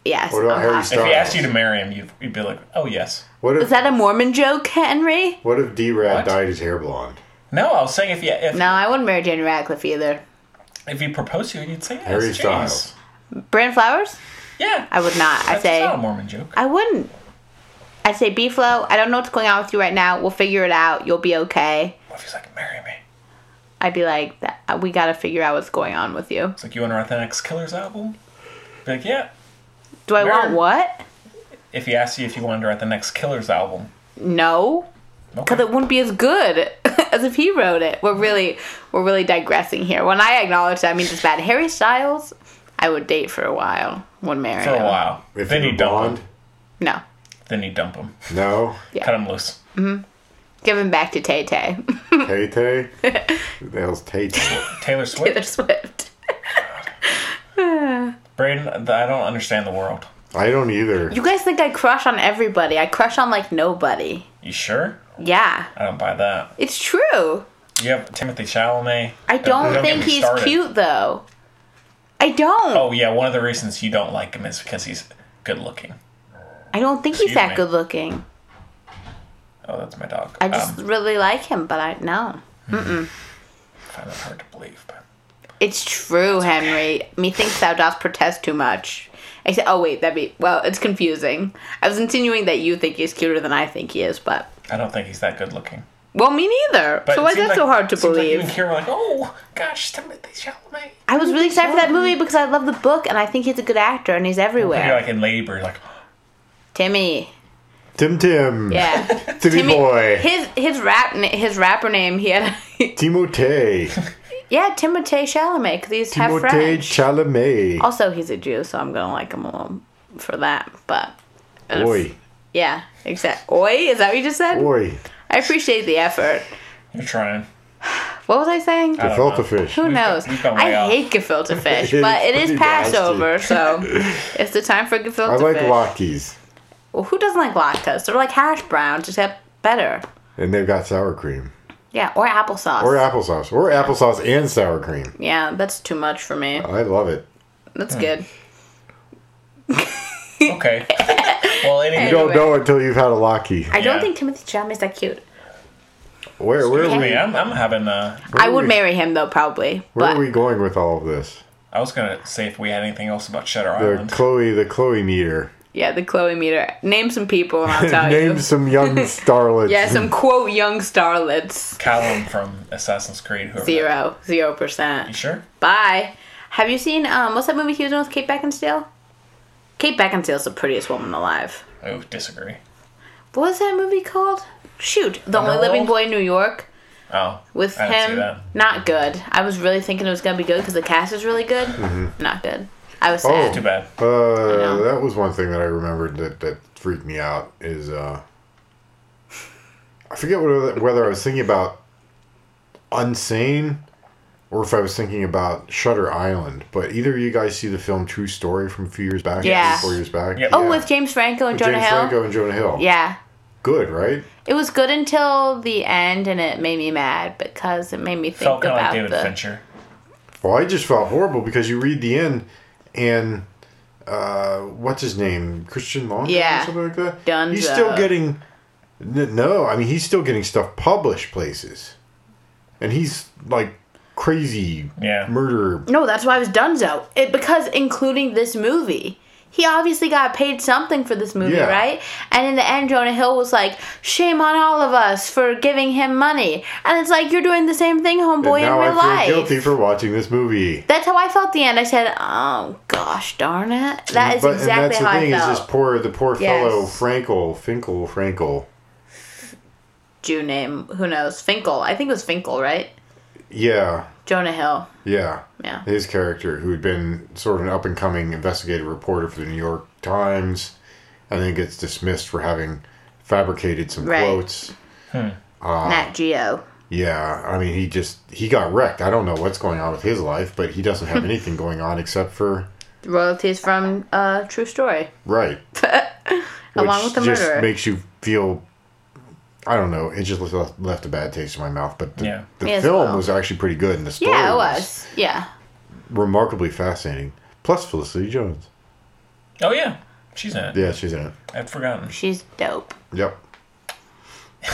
Speaker 3: Yes.
Speaker 2: What about
Speaker 3: I'm
Speaker 2: Harry
Speaker 3: not.
Speaker 1: If
Speaker 2: Styles?
Speaker 1: he asked you to marry him, you'd, you'd be like, oh yes.
Speaker 2: What if
Speaker 3: Is that a Mormon joke, Henry?
Speaker 2: What if D
Speaker 1: What?
Speaker 2: Rad dyed his hair blonde?
Speaker 1: No, I was saying if he if,
Speaker 3: No, I wouldn't marry Jane Radcliffe either.
Speaker 1: if he proposed to you, you'd say yes.
Speaker 2: Harry
Speaker 1: Jeez.
Speaker 2: Styles.
Speaker 3: Brand Flowers?
Speaker 1: Yeah.
Speaker 3: I would not. I
Speaker 1: That's
Speaker 3: say
Speaker 1: not a Mormon joke.
Speaker 3: I wouldn't. I say B Flow. I don't know what's going on with you right now. We'll figure it out. You'll be okay.
Speaker 1: What if he's like, marry me?
Speaker 3: I'd be like, "That- uh, we gotta figure out what's going on with you.
Speaker 1: It's like you want to write the next Killers album? Be like, yeah.
Speaker 3: Do I
Speaker 1: Mary.
Speaker 3: want what?
Speaker 1: If he asked you if you wanted to write the next Killers album,
Speaker 3: No, because
Speaker 1: okay.
Speaker 3: it wouldn't be as good *laughs* as if he wrote it. We're really, we're really digressing here. When I acknowledge that, I mean it's bad. Harry Styles, I would date for a while. Would marry
Speaker 1: for a
Speaker 3: him.
Speaker 1: while.
Speaker 2: If
Speaker 1: then
Speaker 2: he
Speaker 1: you
Speaker 2: were
Speaker 1: dump
Speaker 2: blonde?
Speaker 1: him.
Speaker 3: No,
Speaker 1: Then you dump him.
Speaker 3: *laughs*
Speaker 2: No.
Speaker 1: Cut him loose.
Speaker 3: give him back to Tay Tay. *laughs*
Speaker 2: Tay Tay? Who the hell's Tay Tay?
Speaker 3: *laughs*
Speaker 1: Taylor Swift.
Speaker 3: Taylor Swift.
Speaker 1: Braden, th- I don't understand the world.
Speaker 2: I don't either.
Speaker 3: You guys think I crush on everybody. I crush on like nobody.
Speaker 1: You sure?
Speaker 3: Yeah.
Speaker 1: I don't buy that.
Speaker 3: It's true.
Speaker 1: You have Timothy Chalamet.
Speaker 3: I don't,
Speaker 1: get
Speaker 3: think
Speaker 1: me
Speaker 3: he's
Speaker 1: started.
Speaker 3: cute though. I don't.
Speaker 1: Oh yeah, one of the reasons you don't like him is because he's good looking.
Speaker 3: I don't think he's
Speaker 1: Excuse
Speaker 3: that
Speaker 1: me.
Speaker 3: good looking.
Speaker 1: Oh, that's my dog.
Speaker 3: I just
Speaker 1: um,
Speaker 3: really like him, but I no.
Speaker 1: I find that hard to believe. But
Speaker 3: It's true, Henry. Methinks thou dost protest too much. I said, oh wait, that'd be well. It's confusing. I was insinuating that you think he's cuter than I think he is, but
Speaker 1: I don't think he's that good looking.
Speaker 3: well, me neither.
Speaker 1: But
Speaker 3: so
Speaker 1: it
Speaker 3: why is
Speaker 1: seems
Speaker 3: that so
Speaker 1: like-
Speaker 3: hard to
Speaker 1: it seems like you
Speaker 3: believe?
Speaker 1: and Kira were like, oh gosh, Timothy Chalamet.
Speaker 3: I was really excited for that movie because I love the book and I think he's a good actor and he's everywhere.
Speaker 1: You're like in Ladybird, like
Speaker 3: Timmy,
Speaker 2: Tim
Speaker 1: *laughs*
Speaker 2: Tim.
Speaker 3: yeah.
Speaker 2: Timmy,
Speaker 3: Timmy
Speaker 2: boy.
Speaker 3: His his rap na- his rapper name he had
Speaker 2: Timote.
Speaker 3: yeah Timothée Chalamet because he's half
Speaker 2: Timote
Speaker 3: French.
Speaker 2: Chalamet.
Speaker 3: also, he's a Jew, so I'm gonna like him a little for that. But
Speaker 2: Oi.
Speaker 3: yeah, exact. Oi, is that what you just said?
Speaker 2: Oi.
Speaker 3: I appreciate the effort.
Speaker 1: you're
Speaker 3: *laughs*
Speaker 1: trying.
Speaker 3: What was I saying?
Speaker 1: I don't
Speaker 2: Felt the
Speaker 1: know.
Speaker 2: fish.
Speaker 3: Who knows?
Speaker 1: we've gone way
Speaker 3: I
Speaker 1: off.
Speaker 3: hate
Speaker 2: *laughs*
Speaker 3: gefilte fish,
Speaker 2: It
Speaker 3: but
Speaker 2: is
Speaker 3: it is
Speaker 2: pretty *laughs*
Speaker 3: Passover, so it's the time for
Speaker 2: I
Speaker 3: gefilte
Speaker 2: like
Speaker 3: fish.
Speaker 2: Lockies.
Speaker 3: Well, who doesn't like latkes? They're like hash browns, except better.
Speaker 2: And they've got sour cream.
Speaker 3: Yeah, or applesauce.
Speaker 2: Or applesauce. Or applesauce and sour cream.
Speaker 3: yeah, that's too much for me.
Speaker 2: I love it. Uh,
Speaker 3: That's good.
Speaker 1: Okay. well,
Speaker 2: You
Speaker 1: anyway,
Speaker 2: don't know until you've had a Lockie.
Speaker 3: I don't
Speaker 1: Yeah.
Speaker 3: think Timothy Chalamet is that cute.
Speaker 2: Where, where,
Speaker 1: I
Speaker 2: are, we,
Speaker 1: mean, I'm, I'm having. Uh,
Speaker 3: I
Speaker 2: are
Speaker 3: would
Speaker 2: we-
Speaker 3: marry him though, probably.
Speaker 2: where
Speaker 3: But
Speaker 2: are we going with all of this?
Speaker 1: I was gonna say if we had anything else about Shutter
Speaker 2: The
Speaker 1: Island.
Speaker 2: Chloe, the Chloe meter.
Speaker 3: yeah, the Chloe meter. Name some people, and
Speaker 2: *laughs*
Speaker 3: I'll tell
Speaker 2: Name
Speaker 3: you.
Speaker 2: some
Speaker 3: *laughs*
Speaker 2: young starlets.
Speaker 3: Yeah, some quote young starlets.
Speaker 1: Callum from Assassin's Creed. Whoever that-
Speaker 3: Zero, zero
Speaker 1: You
Speaker 3: percent.
Speaker 1: sure?
Speaker 3: Bye. Have you seen um what's that movie he was in with Kate Beckinsale? Kate Beckinsale's the prettiest woman alive.
Speaker 1: Oh, disagree.
Speaker 3: What was that movie called? Shoot, The Only
Speaker 1: Underworld?
Speaker 3: Living Boy in New York
Speaker 1: Oh,
Speaker 3: with
Speaker 1: I didn't see
Speaker 3: him.
Speaker 1: that.
Speaker 3: Not good. I was really thinking it was gonna be good because the cast is really good. Not good. I was
Speaker 2: Mm-hmm. Oh.
Speaker 3: sad.
Speaker 1: Too bad.
Speaker 2: Uh, that was one thing that I remembered that, that freaked me out is uh, I forget whether, whether I was thinking about Unsane or if I was thinking about Shutter Island. But either of you guys see the film True Story from a few years back,
Speaker 3: Yeah.
Speaker 2: four years back.
Speaker 1: Yep.
Speaker 3: Oh,
Speaker 2: Yeah.
Speaker 3: with James Franco and
Speaker 2: With
Speaker 3: Jonah
Speaker 2: James
Speaker 3: Hill.
Speaker 2: Franco and Jonah Hill.
Speaker 3: Yeah.
Speaker 2: Good, right?
Speaker 3: It was good until the end, and it made me mad because it made me think
Speaker 1: Felt kind
Speaker 3: about
Speaker 1: of like David
Speaker 3: the.
Speaker 1: Fincher.
Speaker 2: Well, I just felt horrible because you read the end and uh, what's his name? Christian Long
Speaker 3: Yeah.
Speaker 2: or something like that?
Speaker 3: Dunzo.
Speaker 2: He's still getting n- no, I mean he's still getting stuff published places. And he's like crazy
Speaker 1: Yeah.
Speaker 2: murderer.
Speaker 3: No, that's why I was Dunzo. It because including this movie. He obviously got paid something for this movie,
Speaker 2: Yeah.
Speaker 3: right? And in the end, Jonah Hill was like, "Shame on all of us for giving him money." And it's like you're doing the same thing,
Speaker 2: And
Speaker 3: homeboy,
Speaker 2: now
Speaker 3: in real
Speaker 2: I feel
Speaker 3: life.
Speaker 2: guilty for watching this movie.
Speaker 3: That's how I felt at the end. I said, "Oh gosh, darn it!" That is
Speaker 2: But-
Speaker 3: exactly how I
Speaker 2: is
Speaker 3: felt.
Speaker 2: this poor the poor
Speaker 3: Yes.
Speaker 2: fellow Frankel, Finkel, Frankel.
Speaker 3: Jew name, who knows? Finkel. I think it was Finkel, right?
Speaker 2: Yeah.
Speaker 3: Jonah Hill.
Speaker 2: Yeah.
Speaker 3: Yeah.
Speaker 2: His character, who had been sort of an up and coming investigative reporter for the New York Times, and then gets dismissed for having fabricated some
Speaker 3: Right.
Speaker 2: quotes.
Speaker 3: Nat Geo.
Speaker 2: Yeah, I mean, he just he got wrecked. I don't know what's going on with his life, but he doesn't
Speaker 3: *laughs*
Speaker 2: have anything going on except for
Speaker 3: royalties from uh, True Story.
Speaker 2: right,
Speaker 3: Along with the
Speaker 2: just
Speaker 3: murderer.
Speaker 2: makes you feel. I don't know. It just left, left a bad taste in my mouth. But the,
Speaker 1: Yeah.
Speaker 2: the
Speaker 3: Me as
Speaker 2: film
Speaker 3: well.
Speaker 2: was actually pretty good, and the story
Speaker 3: Yeah, it
Speaker 2: was
Speaker 3: was. Yeah.
Speaker 2: remarkably fascinating. Plus Felicity Jones.
Speaker 1: Oh yeah, she's in it.
Speaker 2: Yeah, she's in it.
Speaker 1: I'd forgotten. *laughs*
Speaker 3: She's dope.
Speaker 2: Yep.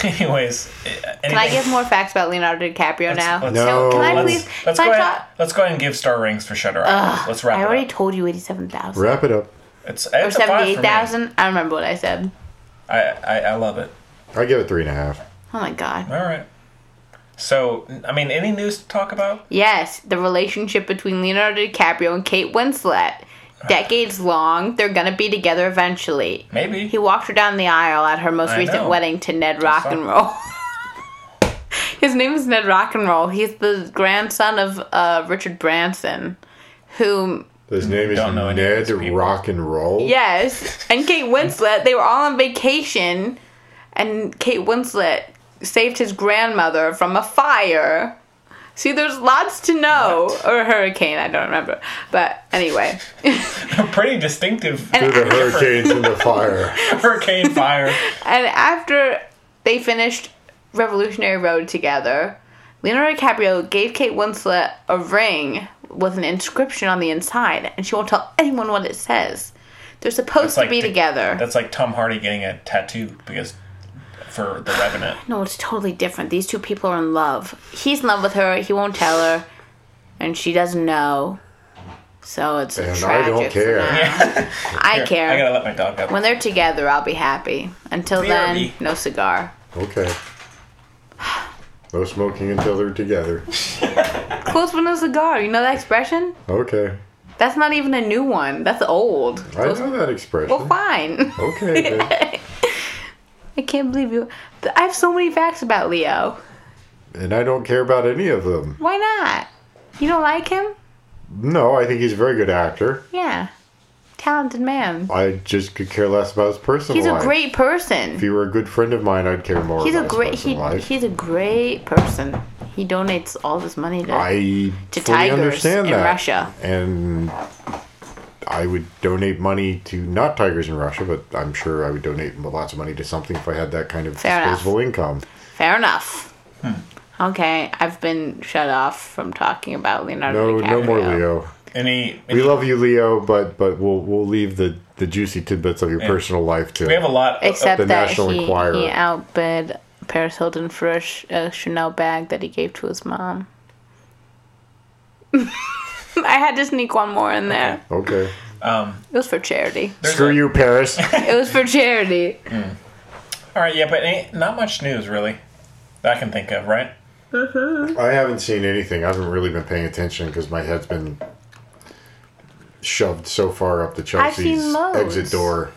Speaker 1: Anyways, uh,
Speaker 3: Can I
Speaker 1: anything-
Speaker 3: give more facts about Leonardo DiCaprio now?
Speaker 1: let's-
Speaker 2: No.
Speaker 3: Can I
Speaker 1: Let's,
Speaker 3: please?
Speaker 1: let's
Speaker 3: can
Speaker 1: go
Speaker 3: I
Speaker 1: ahead,
Speaker 3: talk-
Speaker 1: let's go ahead and give star rings for Shutter Island. let's wrap
Speaker 3: I
Speaker 1: it
Speaker 3: already
Speaker 1: up.
Speaker 3: told you eighty-seven thousand
Speaker 2: Wrap it up.
Speaker 1: It's, it's
Speaker 3: or
Speaker 1: a five for
Speaker 3: seventy-eight
Speaker 1: me.
Speaker 3: thousand. I don't remember what I said.
Speaker 1: I, I I love it.
Speaker 2: I give it three and a half.
Speaker 3: Oh my god.
Speaker 1: All right. So I mean, any news to talk about?
Speaker 3: Yes, the relationship between Leonardo DiCaprio and Kate Winslet, decades long. They're gonna be together eventually.
Speaker 1: Maybe.
Speaker 3: He walked her down the aisle at her most
Speaker 1: I
Speaker 3: recent
Speaker 1: know.
Speaker 3: wedding to Ned Rock
Speaker 1: saw-
Speaker 3: and Roll. *laughs* His name is Ned Rock and Roll. He's the grandson of uh, Richard Branson, who
Speaker 2: His name is
Speaker 1: Mm, Don't know any of
Speaker 2: Ned
Speaker 1: these people.
Speaker 2: Rock and Roll.
Speaker 3: yes, and Kate Winslet. They were all on vacation, and Kate Winslet saved his grandmother from a fire. See, there's lots to know, or hurricane. I don't remember, but anyway.
Speaker 1: *laughs* pretty distinctive
Speaker 3: And-
Speaker 2: Through
Speaker 3: *laughs*
Speaker 2: the hurricanes and the fire.
Speaker 1: *laughs* hurricane fire.
Speaker 3: And after they finished Revolutionary Road together, Leonardo DiCaprio gave Kate Winslet a ring with an inscription on the inside, and she won't tell anyone what it says. They're supposed to be
Speaker 1: the-
Speaker 3: together.
Speaker 1: That's like Tom Hardy getting a tattoo because for the Revenant.
Speaker 3: No, it's totally different. These two people are in love. He's in love with her. He won't tell her, and she doesn't know. So it's
Speaker 2: And I
Speaker 3: tragic.
Speaker 2: don't
Speaker 3: for
Speaker 2: care.
Speaker 3: them.
Speaker 1: Yeah.
Speaker 3: *laughs* I *gasps* care.
Speaker 1: I gotta let my dog out.
Speaker 3: when they're together, I'll be happy. Until then,
Speaker 1: BRB.
Speaker 3: no cigar.
Speaker 2: Okay. No smoking until they're together.
Speaker 3: Close with no cigar. You know that expression?
Speaker 2: Okay.
Speaker 3: That's not even a new one. That's old.
Speaker 2: I know that expression.
Speaker 3: Well, fine. *laughs*
Speaker 2: Okay. then.
Speaker 3: I can't believe you. Th- I have so many facts about Leo.
Speaker 2: and I don't care about any of them.
Speaker 3: Why not? You don't like him?
Speaker 2: No, I think he's a very good actor.
Speaker 3: Yeah. Talented man.
Speaker 2: I just could care less about his personal
Speaker 3: He's a
Speaker 2: life.
Speaker 3: great
Speaker 2: If
Speaker 3: person.
Speaker 2: he were a good friend of mine, I'd care more
Speaker 3: He's a
Speaker 2: about
Speaker 3: great
Speaker 2: his personal
Speaker 3: he,
Speaker 2: life.
Speaker 3: he's a great person. He donates all his money to
Speaker 2: I
Speaker 3: to
Speaker 2: fully
Speaker 3: tigers
Speaker 2: understand
Speaker 3: in
Speaker 2: that.
Speaker 3: Russia.
Speaker 2: And I would donate money to not tigers in Russia, but I'm sure I would donate lots of money to something if I had that kind of
Speaker 3: Fair enough.
Speaker 2: disposable income.
Speaker 3: Fair enough.
Speaker 1: Hmm.
Speaker 3: Okay, I've been shut off from talking about Leonardo
Speaker 2: No,
Speaker 3: DiCaprio.
Speaker 2: no more Leo.
Speaker 1: Any,
Speaker 2: We love you, Leo, but but we'll we'll leave the, the juicy tidbits of your personal life to
Speaker 1: we have a lot.
Speaker 3: Except
Speaker 2: The
Speaker 3: that
Speaker 2: National
Speaker 3: he,
Speaker 2: Enquirer.
Speaker 3: he outbid Paris Hilton for a, ch- a Chanel bag that he gave to his mom. *laughs* I had to sneak one more in there.
Speaker 2: Okay.
Speaker 3: It was for charity.
Speaker 2: Screw
Speaker 1: a- *laughs*
Speaker 2: you, Paris.
Speaker 3: It was for charity.
Speaker 1: all right, yeah, but ain't, not much news really that I can think of, right?
Speaker 2: I haven't seen anything. I haven't really been paying attention because my head's been shoved so far up the
Speaker 3: I've seen
Speaker 2: Chelsea's
Speaker 3: loads.
Speaker 2: exit door.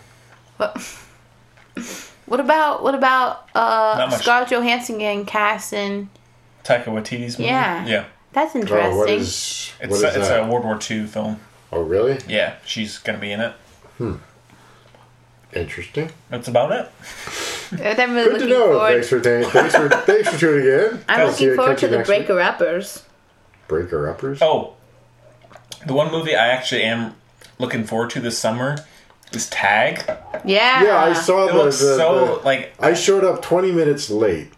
Speaker 3: What about what about uh,
Speaker 1: Not much.
Speaker 3: Scarlett Johansson getting cast in?
Speaker 1: Taika Waititi's movie.
Speaker 3: Yeah.
Speaker 1: yeah.
Speaker 3: That's interesting.
Speaker 2: Oh, what is what
Speaker 1: It's
Speaker 2: is
Speaker 1: a, it's a
Speaker 2: that?
Speaker 1: World War II film.
Speaker 2: Oh, really?
Speaker 1: Yeah, she's gonna be in it.
Speaker 2: Interesting.
Speaker 1: That's about it.
Speaker 3: I'm definitely
Speaker 2: Good to
Speaker 3: looking
Speaker 2: know.
Speaker 3: forward.
Speaker 2: Thanks for ta- thanks
Speaker 3: *laughs*
Speaker 2: for thanks for tuning in.
Speaker 3: I'm
Speaker 2: I'll see
Speaker 3: looking
Speaker 2: you-
Speaker 3: forward
Speaker 2: catch
Speaker 3: to
Speaker 2: you
Speaker 3: the
Speaker 2: next week.
Speaker 3: Breaker Uppers.
Speaker 2: Breaker uppers.
Speaker 1: Oh, the one movie I actually am looking forward to this summer is Tag.
Speaker 3: Yeah.
Speaker 2: yeah, I saw
Speaker 1: It
Speaker 2: the,
Speaker 1: looks
Speaker 2: the-
Speaker 1: so
Speaker 2: the-
Speaker 1: like
Speaker 2: I showed up 20 minutes
Speaker 3: *laughs*
Speaker 2: late.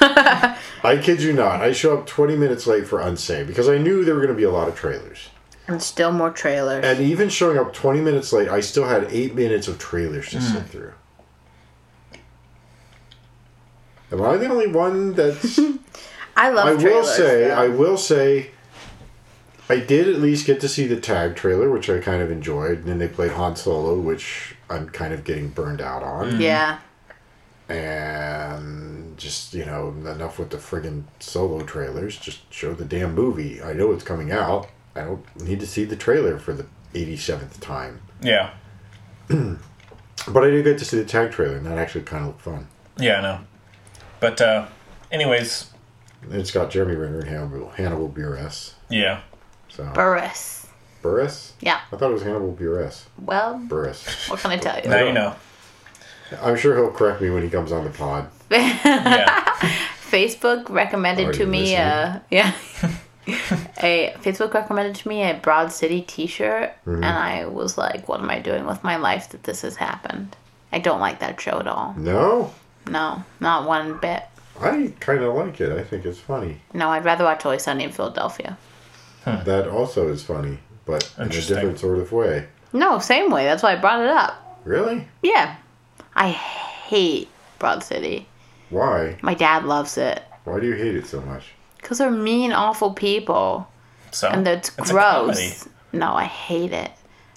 Speaker 2: I kid you not. I showed up 20 minutes late for Unsane because I knew there were going to be a lot of trailers.
Speaker 3: And still more trailers.
Speaker 2: And even showing up 20 minutes late, I still had eight minutes of trailers to
Speaker 1: Mm.
Speaker 2: sit through. Am I the only one
Speaker 3: *laughs*
Speaker 2: that's.
Speaker 3: I love
Speaker 2: I will
Speaker 3: trailers.
Speaker 2: say,
Speaker 3: though.
Speaker 2: I will say, I did at least get to see the tag trailer, which I kind of enjoyed. And then they played Han Solo, which I'm kind of getting burned out on.
Speaker 3: Yeah. Mm.
Speaker 2: and just you know enough with the friggin' solo trailers just show the damn movie i know it's coming out i don't need to see the trailer for the 87th time
Speaker 1: yeah,
Speaker 2: but i did get to see the tag trailer and that actually kind of looked fun
Speaker 1: yeah, I know. But uh, anyways,
Speaker 2: And it's got jeremy renner and hannibal, hannibal buress
Speaker 1: yeah,
Speaker 2: so
Speaker 3: Burris.
Speaker 2: buress
Speaker 3: Yeah.
Speaker 2: i thought it was hannibal buress
Speaker 3: Well,
Speaker 2: buress
Speaker 3: what can I tell you?
Speaker 1: now you know.
Speaker 2: i'm sure he'll correct me when he comes on the pod
Speaker 3: *laughs*
Speaker 1: Yeah,
Speaker 3: Facebook recommended
Speaker 2: Are
Speaker 3: to
Speaker 2: you
Speaker 3: me
Speaker 2: listening?
Speaker 3: a *laughs* yeah. a Facebook recommended to me a Broad City T-shirt,
Speaker 2: Mm-hmm.
Speaker 3: and I was like, "What am I doing with my life that this has happened? I don't like that show at all.
Speaker 2: no
Speaker 3: No, not one bit.
Speaker 2: i kind of like it i think it's funny
Speaker 3: No, I'd rather watch Always Sunny in Philadelphia. Hmm.
Speaker 2: that also is funny but in a
Speaker 1: Interesting.
Speaker 2: different sort of way
Speaker 3: No, same way. That's why I brought it up.
Speaker 2: really
Speaker 3: Yeah, I hate Broad City.
Speaker 2: why
Speaker 3: My dad loves it
Speaker 2: Why do you hate it so much?
Speaker 3: because they're mean, awful people,
Speaker 1: so
Speaker 3: and that's
Speaker 1: it's A comedy.
Speaker 3: gross. No, I hate it.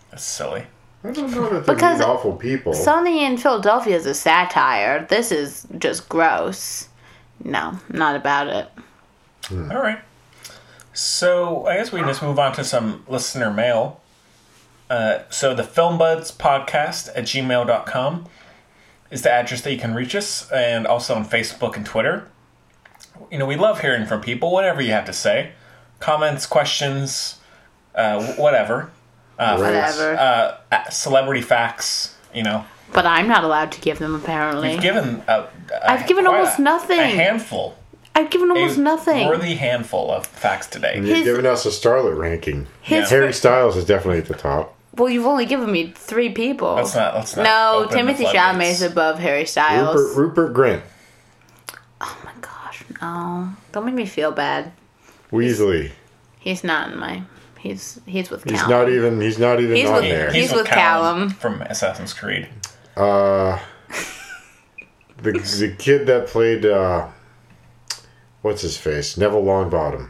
Speaker 1: That's silly.
Speaker 2: I don't know that they're
Speaker 3: Because
Speaker 2: mean, awful people.
Speaker 3: Sunny in Philadelphia is a satire. This is just gross. No, not about it.
Speaker 1: All right. So I guess we can just move on to some listener mail. Uh, so the filmbuds podcast at gmail.com is the address that you can reach us and also on Facebook and Twitter. You know, we love hearing from people, whatever you have to say. Comments, questions, uh, wh- whatever.
Speaker 3: Ah, Whatever.
Speaker 1: Uh, uh, celebrity facts, you know.
Speaker 3: but I'm not allowed to give them, apparently.
Speaker 1: We've given a, a,
Speaker 3: I've given
Speaker 1: quite
Speaker 3: almost
Speaker 1: a-
Speaker 3: nothing.
Speaker 1: A handful.
Speaker 3: I've given
Speaker 1: a
Speaker 3: almost nothing.
Speaker 1: Worthy handful of facts today.
Speaker 2: You've
Speaker 3: his-
Speaker 2: given us a starlet ranking.
Speaker 3: His
Speaker 2: Harry Styles is definitely at the top.
Speaker 3: Well, you've only given me three people.
Speaker 1: Let's not. Let's not.
Speaker 3: no,
Speaker 1: open the
Speaker 3: Timothy
Speaker 1: floodgates.
Speaker 3: Chalamet is above Harry Styles.
Speaker 2: Rupert, Rupert Grint,
Speaker 3: Oh my gosh, no! Don't make me feel bad.
Speaker 2: Weasley.
Speaker 3: He's not in my. He's he's with.
Speaker 2: He's
Speaker 3: Callum.
Speaker 2: not even. He's not even
Speaker 3: He's
Speaker 2: on
Speaker 3: with-
Speaker 2: there.
Speaker 3: he's- with Callum.
Speaker 1: from Assassin's Creed.
Speaker 2: Uh, the the kid that played uh, what's his face Neville Longbottom.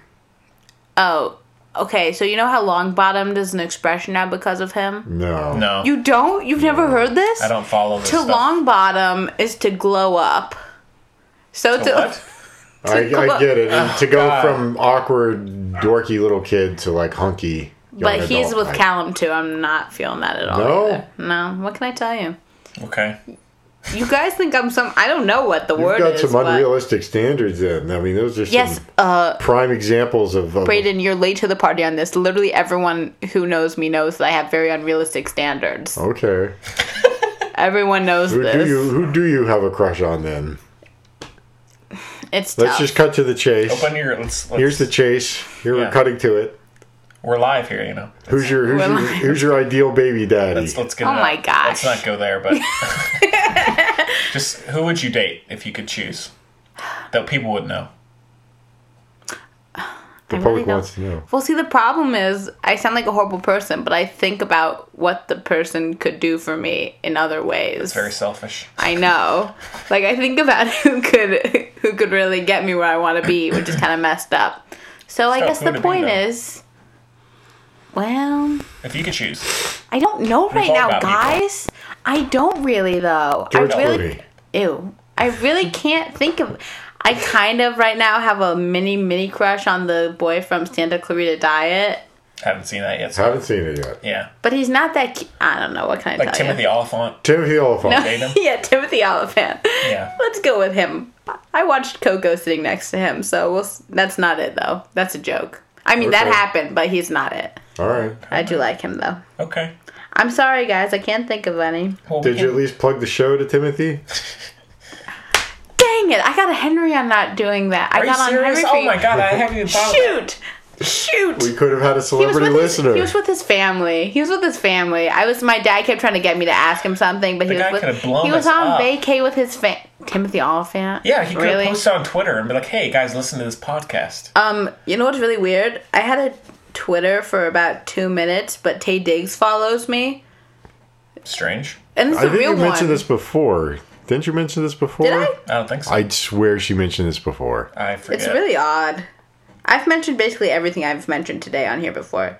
Speaker 3: Oh, okay. So you know how Longbottom is an expression now because of him.
Speaker 2: No.
Speaker 1: No,
Speaker 3: You don't? You've never heard this?
Speaker 1: I don't follow this
Speaker 3: To
Speaker 1: stuff.
Speaker 3: Longbottom is to glow up. So to,
Speaker 1: To what?
Speaker 2: I, I get it. And to go
Speaker 1: God.
Speaker 2: from awkward, dorky little kid to like hunky. young
Speaker 3: but he's
Speaker 2: adult,
Speaker 3: with
Speaker 2: I-
Speaker 3: Callum too. I'm not feeling that at all.
Speaker 2: No?
Speaker 3: either. no. What can I tell you?
Speaker 1: Okay.
Speaker 3: You guys think I'm some? I don't know what the
Speaker 2: You've
Speaker 3: word
Speaker 2: got
Speaker 3: is.
Speaker 2: some
Speaker 3: but-
Speaker 2: unrealistic standards. Then I mean, those are some
Speaker 3: Yes, uh,
Speaker 2: prime examples of. of
Speaker 3: Brayden, you're late to the party on this. Literally everyone who knows me knows that I have very unrealistic standards.
Speaker 2: Okay.
Speaker 3: Everyone knows
Speaker 2: Oh. Who
Speaker 3: this.
Speaker 2: do you who do you have a crush on then?
Speaker 3: It's
Speaker 2: Let's
Speaker 3: tough.
Speaker 2: just cut to the chase.
Speaker 1: Open your. Let's, let's,
Speaker 2: Here's the chase. Here we're
Speaker 1: Yeah.
Speaker 2: cutting to it.
Speaker 1: We're live here, you know.
Speaker 2: Who's your who's
Speaker 3: We're
Speaker 2: your,
Speaker 3: live.
Speaker 2: who's your ideal baby daddy?
Speaker 1: Let's, let's get.
Speaker 3: Oh
Speaker 1: it out.
Speaker 3: my gosh.
Speaker 1: Let's not go there,
Speaker 3: *laughs*
Speaker 1: but just who would you date if you could choose? That people would know.
Speaker 2: the
Speaker 3: I
Speaker 2: public
Speaker 3: really don't-
Speaker 2: wants to know.
Speaker 3: Well, see, the problem is I sound like a horrible person, but I think about what the person could do for me in other ways.
Speaker 1: It's very selfish.
Speaker 3: I know. Like I think about *laughs* who could who could really get me where I want to be, which is kind of messed up. So I
Speaker 1: It's not
Speaker 3: guess
Speaker 1: who
Speaker 3: the
Speaker 1: to be,
Speaker 3: point
Speaker 1: though.
Speaker 3: is, well,
Speaker 1: If you could choose,
Speaker 3: I don't know right
Speaker 1: all
Speaker 3: now,
Speaker 1: about people.
Speaker 3: guys. I don't really though.
Speaker 2: George
Speaker 3: I really,
Speaker 2: Clooney.
Speaker 3: ew. I really can't think of. I kind of right now have a mini mini crush on the boy from Santa Clarita Diet,
Speaker 1: haven't seen that yet. So
Speaker 2: Haven't seen it yet.
Speaker 1: yeah,
Speaker 3: but he's not that. Cu- I don't know what kind of
Speaker 1: like
Speaker 3: *laughs*
Speaker 1: Timothy Oliphant.
Speaker 2: Timothy Oliphant.
Speaker 1: Tatum?
Speaker 3: yeah, Timothy Oliphant.
Speaker 1: Yeah.
Speaker 3: *laughs* Let's go with him. I watched Coco sitting next to him, so we'll. s- That's not it though. That's a joke. I mean, that
Speaker 2: Okay.
Speaker 3: happened, but he's not it.
Speaker 2: All right.
Speaker 3: I do like him though.
Speaker 1: Okay.
Speaker 3: I'm sorry, guys. I can't think of any.
Speaker 1: Well, we
Speaker 2: Did you at
Speaker 1: can-
Speaker 2: least plug the show to Timothy?
Speaker 3: Dang it! I got a Henry on not doing that.
Speaker 1: Are
Speaker 3: I
Speaker 1: you
Speaker 3: got on
Speaker 1: serious?
Speaker 3: Henry.
Speaker 1: Oh my god, I haven't even thought. of that.
Speaker 3: Shoot! Shoot!
Speaker 2: We could have had a
Speaker 3: He was,
Speaker 2: celebrity
Speaker 3: with his,
Speaker 2: listener.
Speaker 3: he was with his family. He was with his family. I was. My dad kept trying to get me to ask him something, but he
Speaker 1: guy
Speaker 3: was
Speaker 1: could've
Speaker 3: with.
Speaker 1: blown
Speaker 3: He was
Speaker 1: us
Speaker 3: on
Speaker 1: up.
Speaker 3: vacay with his fa- Timothy Oliphant.
Speaker 1: Yeah, he could
Speaker 3: really.
Speaker 1: post it on Twitter and be like, "Hey guys, listen to this podcast."
Speaker 3: Um, you know what's really weird? I had a Twitter for about two minutes, but Tay Diggs follows me,
Speaker 1: Strange.
Speaker 3: and it's
Speaker 2: I
Speaker 3: a
Speaker 2: think
Speaker 3: real
Speaker 2: you mentioned
Speaker 3: one.
Speaker 2: this before. Didn't you mention this before?
Speaker 3: Did I?
Speaker 1: I don't think so.
Speaker 2: I swear she mentioned this before.
Speaker 1: I
Speaker 3: It's
Speaker 1: forget.
Speaker 3: really odd. I've mentioned basically everything I've mentioned today on here before.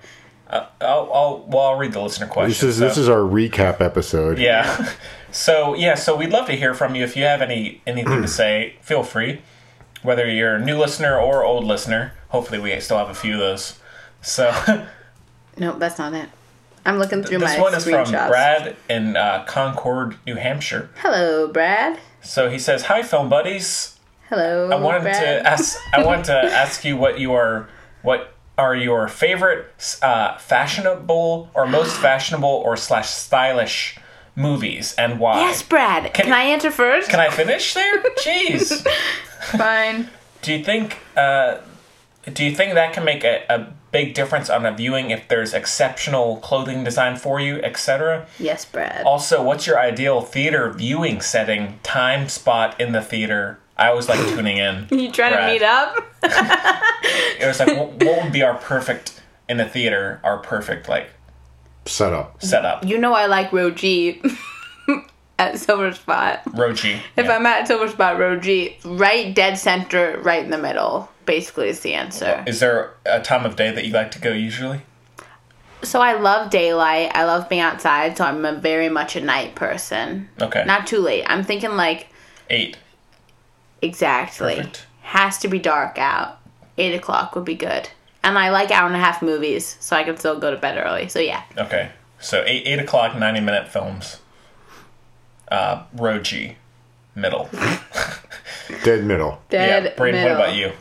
Speaker 1: Uh, I'll, I'll well, I'll read the listener question.
Speaker 2: This is
Speaker 1: so-
Speaker 2: this is our recap episode.
Speaker 1: Yeah. *laughs* So yeah, so we'd love to hear from you. If you have any anything
Speaker 2: *clears throat*
Speaker 1: to say, feel free. Whether you're a new listener or old listener, hopefully we still have a few of those. So *laughs*
Speaker 3: Nope, that's not it. I'm looking through
Speaker 1: this
Speaker 3: my
Speaker 1: one is from
Speaker 3: screenshots.
Speaker 1: Brad in uh, Concord, New Hampshire.
Speaker 3: Hello, Brad.
Speaker 1: So he says, "Hi, film buddies.
Speaker 3: Hello.
Speaker 1: I wanted
Speaker 3: Brad.
Speaker 1: to ask. I wanted
Speaker 3: *laughs*
Speaker 1: to ask you what you are what." Are your favorite uh, fashionable or
Speaker 3: *gasps*
Speaker 1: most fashionable or slash stylish movies and why?
Speaker 3: Yes, Brad. Can,
Speaker 1: Can-
Speaker 3: I answer first?
Speaker 1: Can I finish
Speaker 3: *laughs*
Speaker 1: there? Jeez.
Speaker 3: Fine.
Speaker 1: Do you think uh, do you think that can make a, a big difference on a viewing if there's exceptional clothing design for you, etc.?
Speaker 3: Yes, Brad.
Speaker 1: Also, what's your ideal theater viewing setting, time, spot in the theater? I always
Speaker 3: *laughs*
Speaker 1: like tuning in.
Speaker 3: you trying
Speaker 1: Brad.
Speaker 3: to meet up?
Speaker 1: It was like, what, what would be our perfect in the theater? Our perfect like
Speaker 2: Set up.
Speaker 1: setup.
Speaker 3: You know I like Roji *laughs* at Silver Spot.
Speaker 1: Roji.
Speaker 3: If
Speaker 1: yeah.
Speaker 3: I'm at Silver Spot Roji, right dead center, right in the middle, basically is the answer.
Speaker 1: Is there a time of day that you like to go usually?
Speaker 3: So I love daylight. I love being outside, so I'm a very much a night person.
Speaker 1: Okay.
Speaker 3: Not too late. I'm thinking like
Speaker 1: Eight.
Speaker 3: exactly.
Speaker 1: Perfect.
Speaker 3: Has to be dark out. Eight o'clock would be good. And I like hour and a half movies, so I can still go to bed early. So yeah.
Speaker 1: Okay. So eight eight o'clock, ninety minute films. Uh, Roji,
Speaker 3: *laughs*
Speaker 1: middle. *laughs*
Speaker 2: Dead middle.
Speaker 3: Dead
Speaker 1: yeah, Braden,
Speaker 3: middle.
Speaker 1: what about you?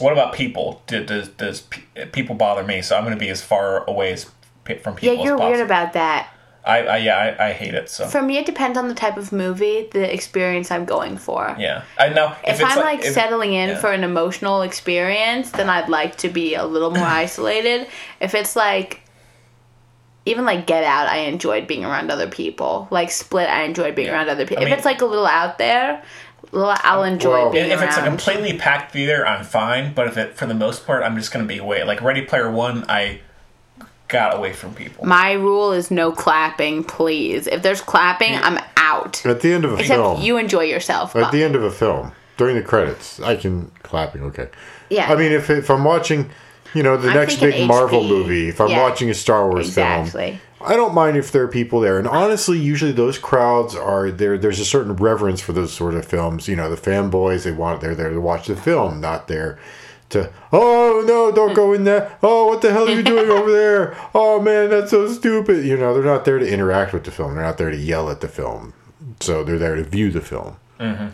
Speaker 1: What about people? Do, does does pe- people bother me? So I'm going to be as far away as pe- from
Speaker 3: Yeah,
Speaker 1: people
Speaker 3: you're
Speaker 1: as possible.
Speaker 3: weird about that.
Speaker 1: I, I yeah, I, I hate it. So
Speaker 3: For me, it depends on the type of movie, the experience I'm going for.
Speaker 1: yeah, I know
Speaker 3: If, I'm like,
Speaker 1: if-
Speaker 3: settling in
Speaker 1: yeah.
Speaker 3: for an
Speaker 1: *clears throat*
Speaker 3: emotional experience, then I'd like to be a little more isolated. If it's like even like Get Out, I enjoyed being around other people. Like Split, I enjoyed being
Speaker 1: Yeah.
Speaker 3: around other people.
Speaker 1: I
Speaker 3: if
Speaker 1: mean-
Speaker 3: it's like a little out there, l- I'll enjoy
Speaker 2: Well-
Speaker 3: being
Speaker 1: if
Speaker 3: around.
Speaker 1: it's a completely packed theater, I'm fine. But if it, for the most part, I'm just going to be away. Like Ready Player One, I got away from people.
Speaker 3: My rule is no clapping, please. If there's clapping, I'm out.
Speaker 2: At the end of a
Speaker 3: Except
Speaker 2: film,
Speaker 3: you uh, enjoy yourself.
Speaker 2: at
Speaker 3: But
Speaker 2: the end of a film during the credits, I can clapping. Okay.
Speaker 3: Yeah.
Speaker 2: I mean, if if I'm watching, you know, the
Speaker 3: I'm
Speaker 2: next
Speaker 3: thinking
Speaker 2: big Marvel
Speaker 3: HP.
Speaker 2: movie, if I'm
Speaker 3: Yeah.
Speaker 2: watching a Star Wars film,
Speaker 3: exactly.
Speaker 2: I don't mind if there are people there. And honestly, usually those crowds are there. There's a certain reverence for those sort of films. You know, the fanboys they want they're there to watch the film, not there to oh no, don't go in there. Oh, what the hell are you doing over there? Oh man, that's so stupid. You know, they're not there to interact with the film. They're not there to yell at the film. So they're there to view the film.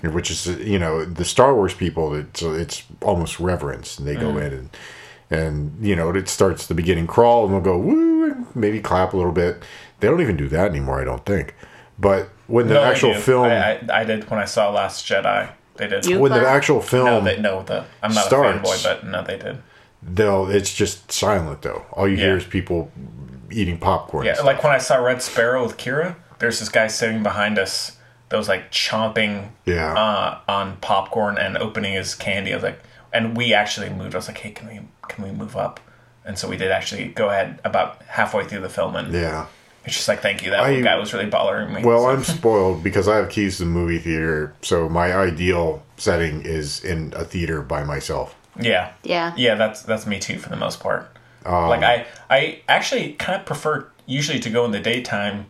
Speaker 2: Which is you know the Star Wars people. It's it's almost reverence, and they go in and and you know it starts the beginning crawl and they'll go woo and maybe clap a little bit they don't even do that anymore i don't think but when the
Speaker 1: No, they
Speaker 2: actual
Speaker 1: do.
Speaker 2: film
Speaker 1: I, I, I did when I saw Last Jedi. They did.
Speaker 3: You-
Speaker 2: when the
Speaker 3: Clap.
Speaker 2: actual
Speaker 1: no,
Speaker 2: film
Speaker 1: they, no, the I'm not
Speaker 2: Starts.
Speaker 1: a fanboy, but no, they did.
Speaker 2: they'll it's just silent though all you hear
Speaker 1: Yeah.
Speaker 2: is people eating popcorn
Speaker 1: Yeah, like when I saw Red Sparrow with Kira, there's this guy sitting behind us that was like chomping
Speaker 2: Yeah.
Speaker 1: uh, on popcorn and opening his candy. I was like, and we actually moved. I was like, hey, can we can we move up? And so we did actually go ahead about halfway through the film, and
Speaker 2: yeah
Speaker 1: it's just like, thank you, that
Speaker 2: I-
Speaker 1: guy was really bothering me.
Speaker 2: well i'm spoiled because i have keys to the movie theater so my ideal setting is in a theater by myself
Speaker 1: yeah,
Speaker 3: Yeah.
Speaker 1: yeah, that's that's me too for the most part.
Speaker 2: Um,
Speaker 1: like I I actually kind of prefer usually to go in the daytime,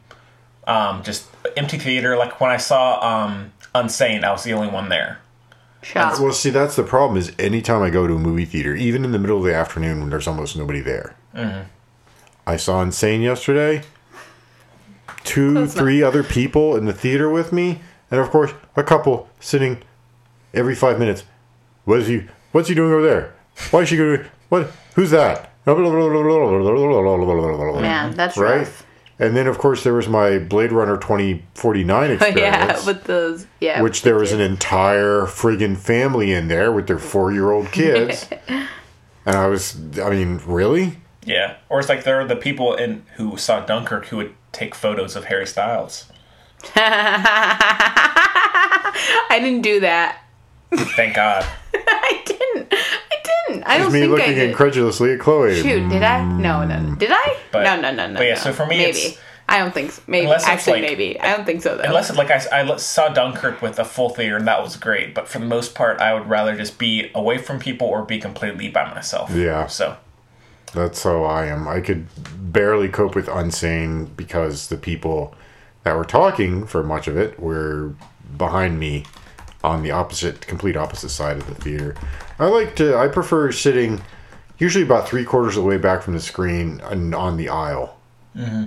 Speaker 1: um, just empty theater. Like when I saw um, Unsane, I was the only one there.
Speaker 3: Shop.
Speaker 2: well see that's the problem is anytime i go to a movie theater even in the middle of the afternoon when there's almost nobody there i saw insane yesterday two three other people in the theater with me and of course a couple sitting every five minutes what is he what's he doing over there why is she going what who's that
Speaker 3: Man, that's
Speaker 2: right
Speaker 3: rough. *laughs*
Speaker 2: and then of course there was my blade runner 2049 experience
Speaker 3: *laughs* yeah, with those. Yeah.
Speaker 2: which there was an entire friggin' family in there with their four year
Speaker 3: *laughs*
Speaker 2: old kids. and I was, I mean, really?
Speaker 1: Yeah, or it's like there are the people in who saw Dunkirk who would take photos of Harry Styles.
Speaker 3: I didn't do that.
Speaker 1: Thank God.
Speaker 3: I didn't. I didn't. I don't
Speaker 2: It's me
Speaker 3: think I
Speaker 2: looking
Speaker 3: did.
Speaker 2: incredulously at Chloe.
Speaker 3: Shoot, did I? No, no, no. Did I?
Speaker 1: But-
Speaker 3: no, no, no, no.
Speaker 1: but yeah,
Speaker 3: no.
Speaker 1: so for me,
Speaker 3: maybe.
Speaker 1: it's-
Speaker 3: I don't think so. Maybe.
Speaker 1: Unless it's
Speaker 3: Actually,
Speaker 1: like-
Speaker 3: maybe. I don't think so, though.
Speaker 1: Unless it, like I, I saw Dunkirk with a full theater and that was great, but for the most part, I would rather just be away from people or be completely by myself.
Speaker 2: Yeah.
Speaker 1: So
Speaker 2: That's how I am. I could barely cope with Unsane because the people that were talking for much of it were behind me on the opposite, complete opposite side of the theater. I like to, I prefer sitting usually about three quarters of the way back from the screen and on the aisle.
Speaker 1: Mm-hmm.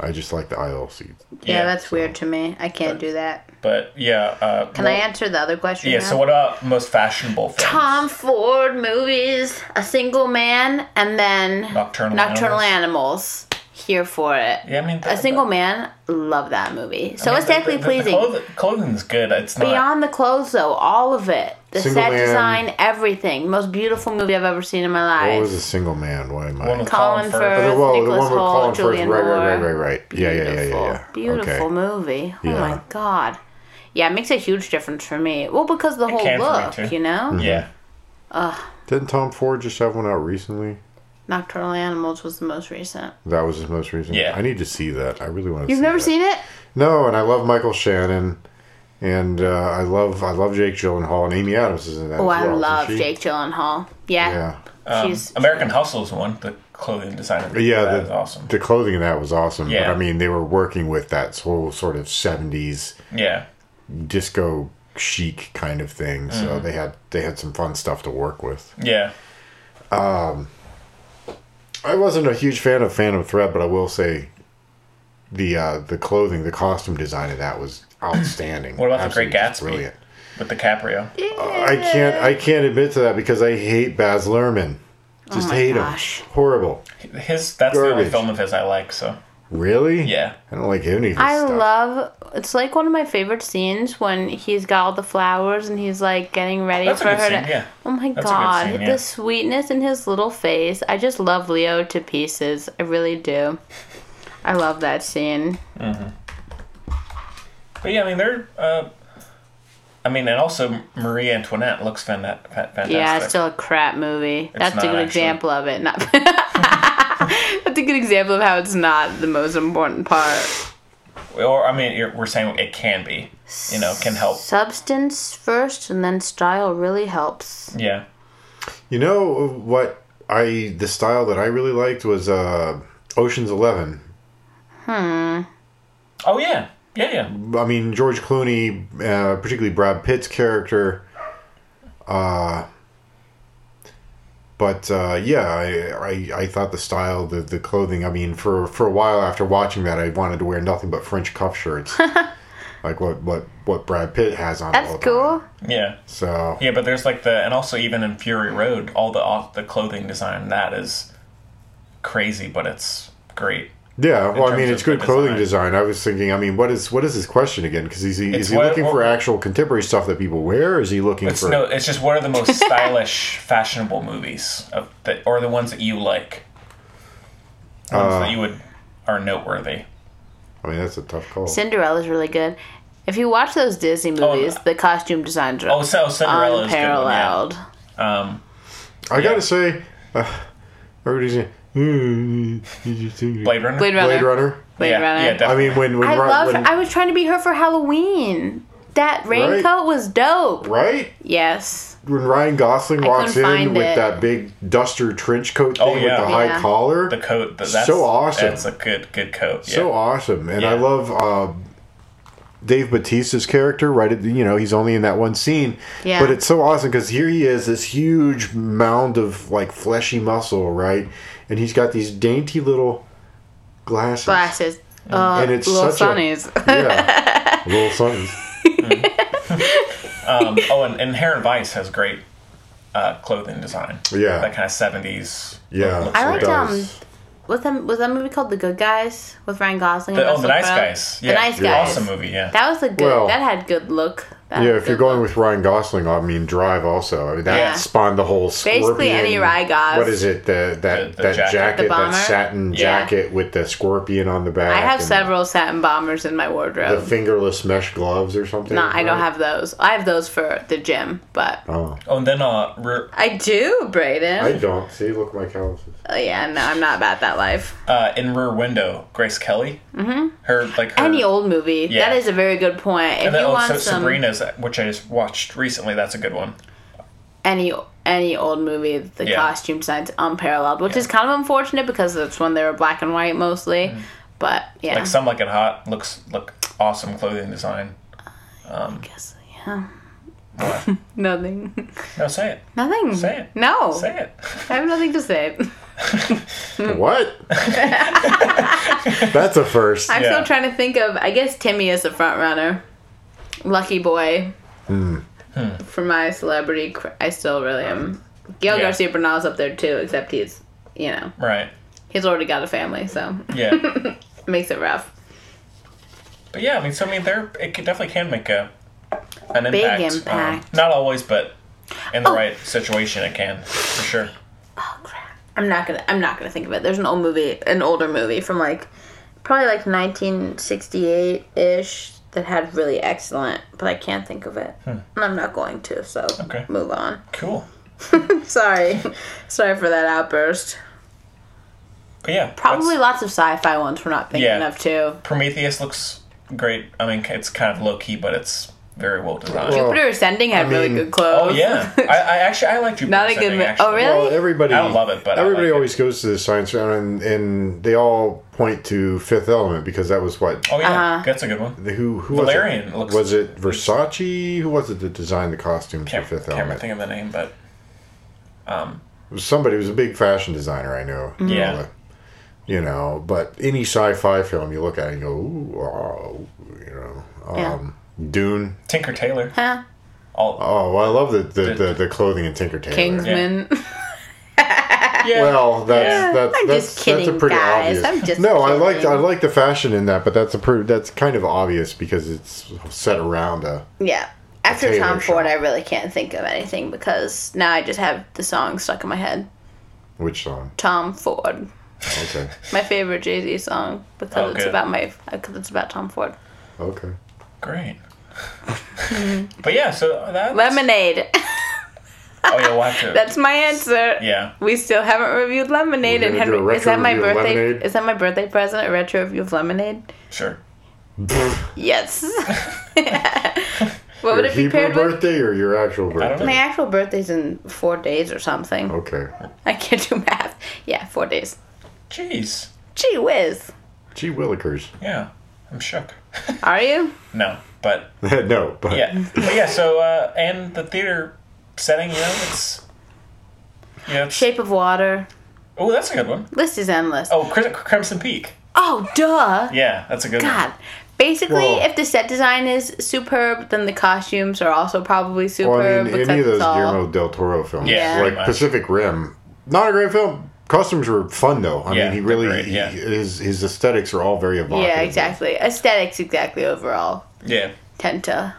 Speaker 2: I just like the aisle seats.
Speaker 3: yeah, that's weird to me. I can't do that.
Speaker 1: But yeah. Uh,
Speaker 3: Can I answer the other question?
Speaker 1: Yeah.
Speaker 3: now?
Speaker 1: So what about most fashionable films?
Speaker 3: Tom Ford movies, A Single Man, and then
Speaker 1: Nocturnal
Speaker 3: Nocturnal Animals.
Speaker 1: Animals.
Speaker 3: Here for it.
Speaker 1: Yeah, I mean,
Speaker 3: A
Speaker 1: that-
Speaker 3: Single
Speaker 1: that-
Speaker 3: Man, love that movie. So
Speaker 1: I mean,
Speaker 3: it's aesthetically
Speaker 1: the- the- the
Speaker 3: pleasing.
Speaker 1: cloth- clothing's good. It's not.
Speaker 3: Beyond the clothes, though, all of it. The
Speaker 2: Single
Speaker 3: set
Speaker 2: Man.
Speaker 3: design, everything. Most beautiful movie I've ever seen in my
Speaker 2: What
Speaker 3: life.
Speaker 2: was a single man? Why am I?
Speaker 1: one with
Speaker 3: Colin
Speaker 1: Colin Firth.
Speaker 3: Firth.
Speaker 2: well, the
Speaker 3: Nicholas
Speaker 2: one with
Speaker 3: Hoult,
Speaker 2: Colin Firth.
Speaker 3: Julianne
Speaker 2: Right, right, right,
Speaker 3: Moore.
Speaker 2: right, right. Yeah, yeah, yeah, yeah,
Speaker 3: Beautiful.
Speaker 2: yeah.
Speaker 3: Beautiful
Speaker 2: Okay.
Speaker 3: movie. Oh
Speaker 2: Yeah.
Speaker 3: my god. Yeah, it makes a huge difference for me. Well, because the whole
Speaker 1: can for me,
Speaker 3: look,
Speaker 1: too.
Speaker 3: you know?
Speaker 2: Mm.
Speaker 1: Yeah.
Speaker 2: Didn't Tom Ford just have one out recently?
Speaker 3: Nocturnal Animals was the most recent.
Speaker 2: That was his most recent.
Speaker 1: Yeah.
Speaker 2: I need to see that. I really want to.
Speaker 3: You've
Speaker 2: see
Speaker 3: never
Speaker 2: that.
Speaker 3: seen it?
Speaker 2: No, and I love Michael Shannon, and uh, I love I love Jake Gyllenhaal and Amy Adams is in that.
Speaker 3: Oh,
Speaker 2: as
Speaker 3: I
Speaker 2: well, isn't
Speaker 3: love
Speaker 2: she?
Speaker 3: Jake Gyllenhaal. Yeah.
Speaker 2: Yeah,
Speaker 3: She's
Speaker 1: Um, American Hustle's one. The clothing designer.
Speaker 2: yeah.
Speaker 1: That
Speaker 2: the,
Speaker 1: is awesome.
Speaker 2: The clothing in that was awesome.
Speaker 1: Yeah.
Speaker 2: But I mean, they were working with that whole sort of seventies
Speaker 1: yeah.
Speaker 2: disco chic kind of thing. So
Speaker 1: Mm-hmm.
Speaker 2: they had they had some fun stuff to work with.
Speaker 1: Yeah.
Speaker 2: I wasn't a huge fan of Phantom Thread, but I will say the uh, the clothing, the costume design of that
Speaker 1: *clears throat*
Speaker 2: was outstanding.
Speaker 1: What about The Great
Speaker 2: Absolutely just
Speaker 1: Gatsby? With DiCaprio.
Speaker 2: I can't I can't admit to that because I hate Baz Luhrmann. Just
Speaker 3: Oh my
Speaker 2: hate
Speaker 3: gosh.
Speaker 2: him. Horrible.
Speaker 1: His that's the only
Speaker 2: Garbage.
Speaker 1: film of his I like. So
Speaker 2: Really?
Speaker 1: yeah.
Speaker 2: I don't like any of his
Speaker 3: I
Speaker 2: stuff.
Speaker 3: love it's like one of my favorite scenes when he's got all the flowers and he's like getting ready
Speaker 1: That's a
Speaker 3: for
Speaker 1: good
Speaker 3: her
Speaker 1: scene,
Speaker 3: to.
Speaker 1: yeah.
Speaker 3: Oh
Speaker 1: That's
Speaker 3: my
Speaker 1: a good
Speaker 3: god,
Speaker 1: scene, yeah.
Speaker 3: the sweetness in his little face. I just love Leo to pieces. I really do. I love that scene.
Speaker 1: But yeah, I mean, they're. Uh, I mean, and also Marie Antoinette looks fana- fa- fantastic.
Speaker 3: Yeah, it's still a crap movie. That's a
Speaker 1: not
Speaker 3: good
Speaker 1: actually.
Speaker 3: example of it. Not. *laughs* That's a good example of how it's not the most important part.
Speaker 1: or I mean, you're, we're saying it can be. You know, can help.
Speaker 3: Substance first, and then style really helps.
Speaker 1: Yeah.
Speaker 2: You know what I the style that I really liked was uh Ocean's 11.
Speaker 1: Oh yeah. Yeah, yeah.
Speaker 2: I mean George Clooney, uh, particularly Brad Pitt's character uh but uh, yeah, I, I I thought the style, the the clothing. I mean, for for a while after watching that, I wanted to wear nothing but French cuff
Speaker 3: *laughs*
Speaker 2: shirts, like what what what Brad Pitt has on.
Speaker 3: That's
Speaker 2: all the time.
Speaker 3: cool.
Speaker 1: Yeah.
Speaker 2: So
Speaker 1: Yeah, but there's like the and also even in Fury Road, all the off the clothing design that is crazy, but it's great.
Speaker 2: Yeah, well, I
Speaker 1: terms
Speaker 2: mean,
Speaker 1: of
Speaker 2: it's good
Speaker 1: the
Speaker 2: clothing
Speaker 1: design.
Speaker 2: design. I was thinking, I mean, what is what is his question again? Because is he
Speaker 1: It's
Speaker 2: is he
Speaker 1: what-
Speaker 2: looking for
Speaker 1: what-
Speaker 2: actual contemporary stuff that people wear? Or is he looking
Speaker 1: It's
Speaker 2: for?
Speaker 1: no, it's just one of the
Speaker 3: *laughs*
Speaker 1: most stylish, fashionable movies of the, or the ones that you like, ones
Speaker 2: Uh,
Speaker 1: that you would are noteworthy.
Speaker 2: I mean, that's a tough call.
Speaker 3: Cinderella's really good. If you watch those Disney movies, the costume designs
Speaker 1: Oh,
Speaker 3: are
Speaker 1: so Cinderella is a good. One, yeah.
Speaker 3: unparalleled.
Speaker 1: Um,
Speaker 2: I gotta say, uh, everybody's saying, "Mm, did you think
Speaker 1: Blade Runner.
Speaker 3: Blade Runner.
Speaker 2: Blade Runner.
Speaker 3: Blade
Speaker 1: yeah,
Speaker 3: Runner.
Speaker 1: yeah,
Speaker 2: I
Speaker 1: definitely.
Speaker 2: mean, when when,
Speaker 3: I
Speaker 2: Ron-
Speaker 3: loved.
Speaker 2: when-
Speaker 3: I was trying to be her for Halloween. That raincoat was dope.
Speaker 2: right
Speaker 3: Yes.
Speaker 2: when Ryan Gosling walks
Speaker 3: couldn't
Speaker 2: in
Speaker 3: find
Speaker 2: with
Speaker 3: it.
Speaker 2: that big duster trench coat thing
Speaker 1: Oh, yeah.
Speaker 2: with the high
Speaker 3: Yeah.
Speaker 2: collar,
Speaker 1: the coat. That, that's
Speaker 2: So awesome.
Speaker 1: That's a good, good coat. Yeah.
Speaker 2: so awesome, and I
Speaker 1: Yeah.
Speaker 2: love. Uh, Dave Batista's character, right? At the, you know, he's only in that one scene,
Speaker 3: Yeah.
Speaker 2: but it's so awesome because here he is, this huge mound of like fleshy muscle, right? And he's got these dainty little glasses.
Speaker 3: Glasses. Oh,
Speaker 2: And it's
Speaker 3: little
Speaker 2: such a-
Speaker 3: sunnies. *laughs*
Speaker 2: yeah, little something.
Speaker 1: Um, oh, and Inherent Vice has great uh, clothing design.
Speaker 2: Yeah.
Speaker 1: That kind of seventies.
Speaker 2: Yeah,
Speaker 1: I liked,
Speaker 3: um, What's that, was that movie called The Good Guys with Ryan Gosling?
Speaker 1: The,
Speaker 3: and
Speaker 1: oh, the
Speaker 3: Russell
Speaker 1: Nice
Speaker 3: Crowe?
Speaker 1: Guys. Yeah.
Speaker 3: The Nice
Speaker 1: Yeah.
Speaker 3: Guys.
Speaker 1: Awesome movie. Yeah.
Speaker 3: That was a good.
Speaker 2: Well-
Speaker 3: that had good look. That
Speaker 2: Yeah,
Speaker 3: had
Speaker 2: if you're
Speaker 3: good
Speaker 2: going
Speaker 3: look.
Speaker 2: with Ryan Gosling, I mean Drive also. I mean that
Speaker 3: Yeah.
Speaker 2: spawned the whole
Speaker 3: Basically
Speaker 2: scorpion-
Speaker 3: any Ryan Gos-
Speaker 2: What is it? The,
Speaker 1: The-
Speaker 2: that
Speaker 1: the
Speaker 2: that
Speaker 1: jacket.
Speaker 2: jacket,
Speaker 3: The bomber?
Speaker 2: that satin
Speaker 1: Yeah.
Speaker 2: jacket with the scorpion on the back.
Speaker 3: I have
Speaker 2: and
Speaker 3: several satin bombers in my
Speaker 2: The
Speaker 3: wardrobe.
Speaker 2: fingerless mesh gloves or something.
Speaker 3: No, I don't
Speaker 2: right?
Speaker 3: have those. I have those for the gym, but
Speaker 2: Oh,
Speaker 1: Oh, and then uh, re-
Speaker 3: I do, Brayden. *laughs*
Speaker 2: I don't. See, look at my calluses.
Speaker 3: Oh yeah, no, I'm not about that life.
Speaker 1: uh, in Rear Window, Grace Kelly. Mm-hmm. Her like her,
Speaker 3: Any old movie.
Speaker 1: Yeah.
Speaker 3: That is a very good point. If
Speaker 1: And then
Speaker 3: you want
Speaker 1: also
Speaker 3: some
Speaker 1: Sabrina's, uh, which I just watched recently. That's a good one.
Speaker 3: any any old movie, the
Speaker 1: Yeah.
Speaker 3: costume design's unparalleled, which is kind of unfortunate because that's when they were black and white mostly. But yeah,
Speaker 1: Mm. Like some like it hot looks look awesome clothing design.
Speaker 3: I guess, yeah. *laughs* nothing.
Speaker 1: No, say it.
Speaker 3: Nothing.
Speaker 1: Say it.
Speaker 3: No.
Speaker 1: Say it. *laughs*
Speaker 3: I have nothing to say. Hmm. *laughs*
Speaker 2: What? That's a first.
Speaker 3: I'm
Speaker 1: Yeah.
Speaker 3: still trying to think of. I guess Timmy is the front runner. Lucky boy.
Speaker 1: Hmm.
Speaker 3: For my celebrity, cr- I still really am. Gail
Speaker 1: Yeah.
Speaker 3: Garcia Bernal's up there too, except he's, you know,
Speaker 1: Right.
Speaker 3: he's already got a family, so *laughs*
Speaker 1: Yeah.
Speaker 3: it makes it rough.
Speaker 1: But yeah, I mean, so I mean, there it could, definitely can make a an
Speaker 3: Big
Speaker 1: impact. um,
Speaker 3: impact. Oh.
Speaker 1: not always, but in the right situation, it can for sure.
Speaker 3: I'm not gonna. I'm not gonna think of it. There's an old movie, an older movie from like probably like 1968 ish that had really excellent, but I can't think of it, and I'm not going to. So
Speaker 1: Hmm. Okay.
Speaker 3: move on.
Speaker 1: Cool.
Speaker 3: Sorry, *laughs* sorry for that outburst.
Speaker 1: But yeah,
Speaker 3: Probably
Speaker 1: that's-
Speaker 3: lots of sci-fi ones we're not thinking
Speaker 1: Yeah.
Speaker 3: of too.
Speaker 1: Prometheus looks great. I mean, it's kind of low key, but it's very well designed.
Speaker 2: Well,
Speaker 3: Jupiter Ascending had really
Speaker 2: mean-
Speaker 3: good clothes.
Speaker 1: oh
Speaker 3: *laughs*
Speaker 1: yeah, *laughs* I, I actually I like Jupiter.
Speaker 3: not a good.
Speaker 1: Ascending,
Speaker 3: Mo-
Speaker 1: actually.
Speaker 3: oh really?
Speaker 2: Well, everybody.
Speaker 1: I don't love it, but I
Speaker 2: everybody
Speaker 1: like it.
Speaker 2: always goes to the science fair, and, and they all point to Fifth Element because that was what
Speaker 1: Oh yeah,
Speaker 3: Uh-huh.
Speaker 1: that's a good one.
Speaker 2: Who who was
Speaker 1: Valerian
Speaker 2: it?
Speaker 1: looks-
Speaker 2: was it Versace? Who was it that designed the costumes
Speaker 1: Can't,
Speaker 2: for Fifth
Speaker 1: can't
Speaker 2: Element?
Speaker 1: think of the name, but
Speaker 2: It was somebody it was a big fashion designer I know.
Speaker 3: Mm-hmm.
Speaker 2: and all
Speaker 1: Yeah.
Speaker 2: that, you know, but any sci-fi film you look at it and you go, ooh, oh, you know,
Speaker 3: Yeah.
Speaker 2: um, Dune.
Speaker 1: Tinker Taylor.
Speaker 3: Huh?
Speaker 1: All,
Speaker 2: Oh, well, I love the the, the, the clothing in Tinker Tailor.
Speaker 3: Kingsman.
Speaker 1: Yeah.
Speaker 2: Well, that's
Speaker 1: Yeah.
Speaker 2: that's
Speaker 3: I'm
Speaker 2: that's,
Speaker 3: just
Speaker 2: that's
Speaker 3: kidding,
Speaker 2: a pretty
Speaker 3: guys.
Speaker 2: obvious.
Speaker 3: I'm just
Speaker 2: no, I like
Speaker 3: kidding.
Speaker 2: I like the fashion in that, but that's a pretty that's kind of obvious because it's set around a.
Speaker 3: *laughs* Yeah. After
Speaker 2: Taylor
Speaker 3: Tom Ford,
Speaker 2: Swift.
Speaker 3: I really can't think of anything because now I just have the song stuck in my head.
Speaker 2: Which song?
Speaker 3: Tom Ford,
Speaker 1: *laughs*
Speaker 2: Okay,
Speaker 3: my favorite Jay Z song because
Speaker 1: Oh,
Speaker 3: it's
Speaker 1: good.
Speaker 3: about my because it's about Tom Ford.
Speaker 2: okay.
Speaker 3: *laughs*
Speaker 1: Great. but yeah, so that
Speaker 3: Lemonade.
Speaker 1: Oh yeah, we'll have to.
Speaker 3: *laughs* That's my answer.
Speaker 1: yeah.
Speaker 3: We still haven't reviewed Lemonade,
Speaker 2: We're
Speaker 3: and
Speaker 2: gonna do a
Speaker 3: Henry, is that
Speaker 2: retro
Speaker 3: my
Speaker 2: review of
Speaker 3: birthday?
Speaker 2: Lemonade?
Speaker 3: Is that my birthday present? A retro review of Lemonade?
Speaker 1: Sure.
Speaker 3: Yes. *laughs* what
Speaker 2: Your
Speaker 3: would it be
Speaker 2: Hebrew
Speaker 3: paired with?
Speaker 2: birthday or your actual
Speaker 1: don't
Speaker 3: My
Speaker 2: birthday?
Speaker 3: actual birthday's in four days or something.
Speaker 2: Okay.
Speaker 3: I can't do math. Yeah, four days.
Speaker 1: Jeez.
Speaker 3: Gee whiz.
Speaker 2: Gee willikers.
Speaker 1: Yeah. I'm shook.
Speaker 3: Are you?
Speaker 1: No, but
Speaker 2: *laughs* no, but
Speaker 1: yeah, but yeah. So uh, and the theater setting, you know, it's you know, it's,
Speaker 3: Shape of Water.
Speaker 1: oh, that's a good one.
Speaker 3: List is endless. Oh,
Speaker 1: Oh, Crim- Crimson Peak.
Speaker 3: duh.
Speaker 1: Yeah, that's a good
Speaker 3: God. Basically,
Speaker 2: Well-
Speaker 3: if the set design is superb, then the costumes are also probably superb.
Speaker 2: Well, I mean,
Speaker 3: because
Speaker 2: any of those
Speaker 3: it's all-
Speaker 2: Guillermo del Toro films,
Speaker 1: Yeah,
Speaker 2: like
Speaker 1: pretty much.
Speaker 2: Pacific Rim, not a great film. Costumes were fun though. I
Speaker 1: Yeah,
Speaker 2: mean, he
Speaker 1: they're
Speaker 2: really
Speaker 1: great, yeah.
Speaker 2: he- his his aesthetics are all very evocative.
Speaker 3: Yeah, exactly. Aesthetics, exactly, overall.
Speaker 1: one. Yeah.
Speaker 3: Tend to.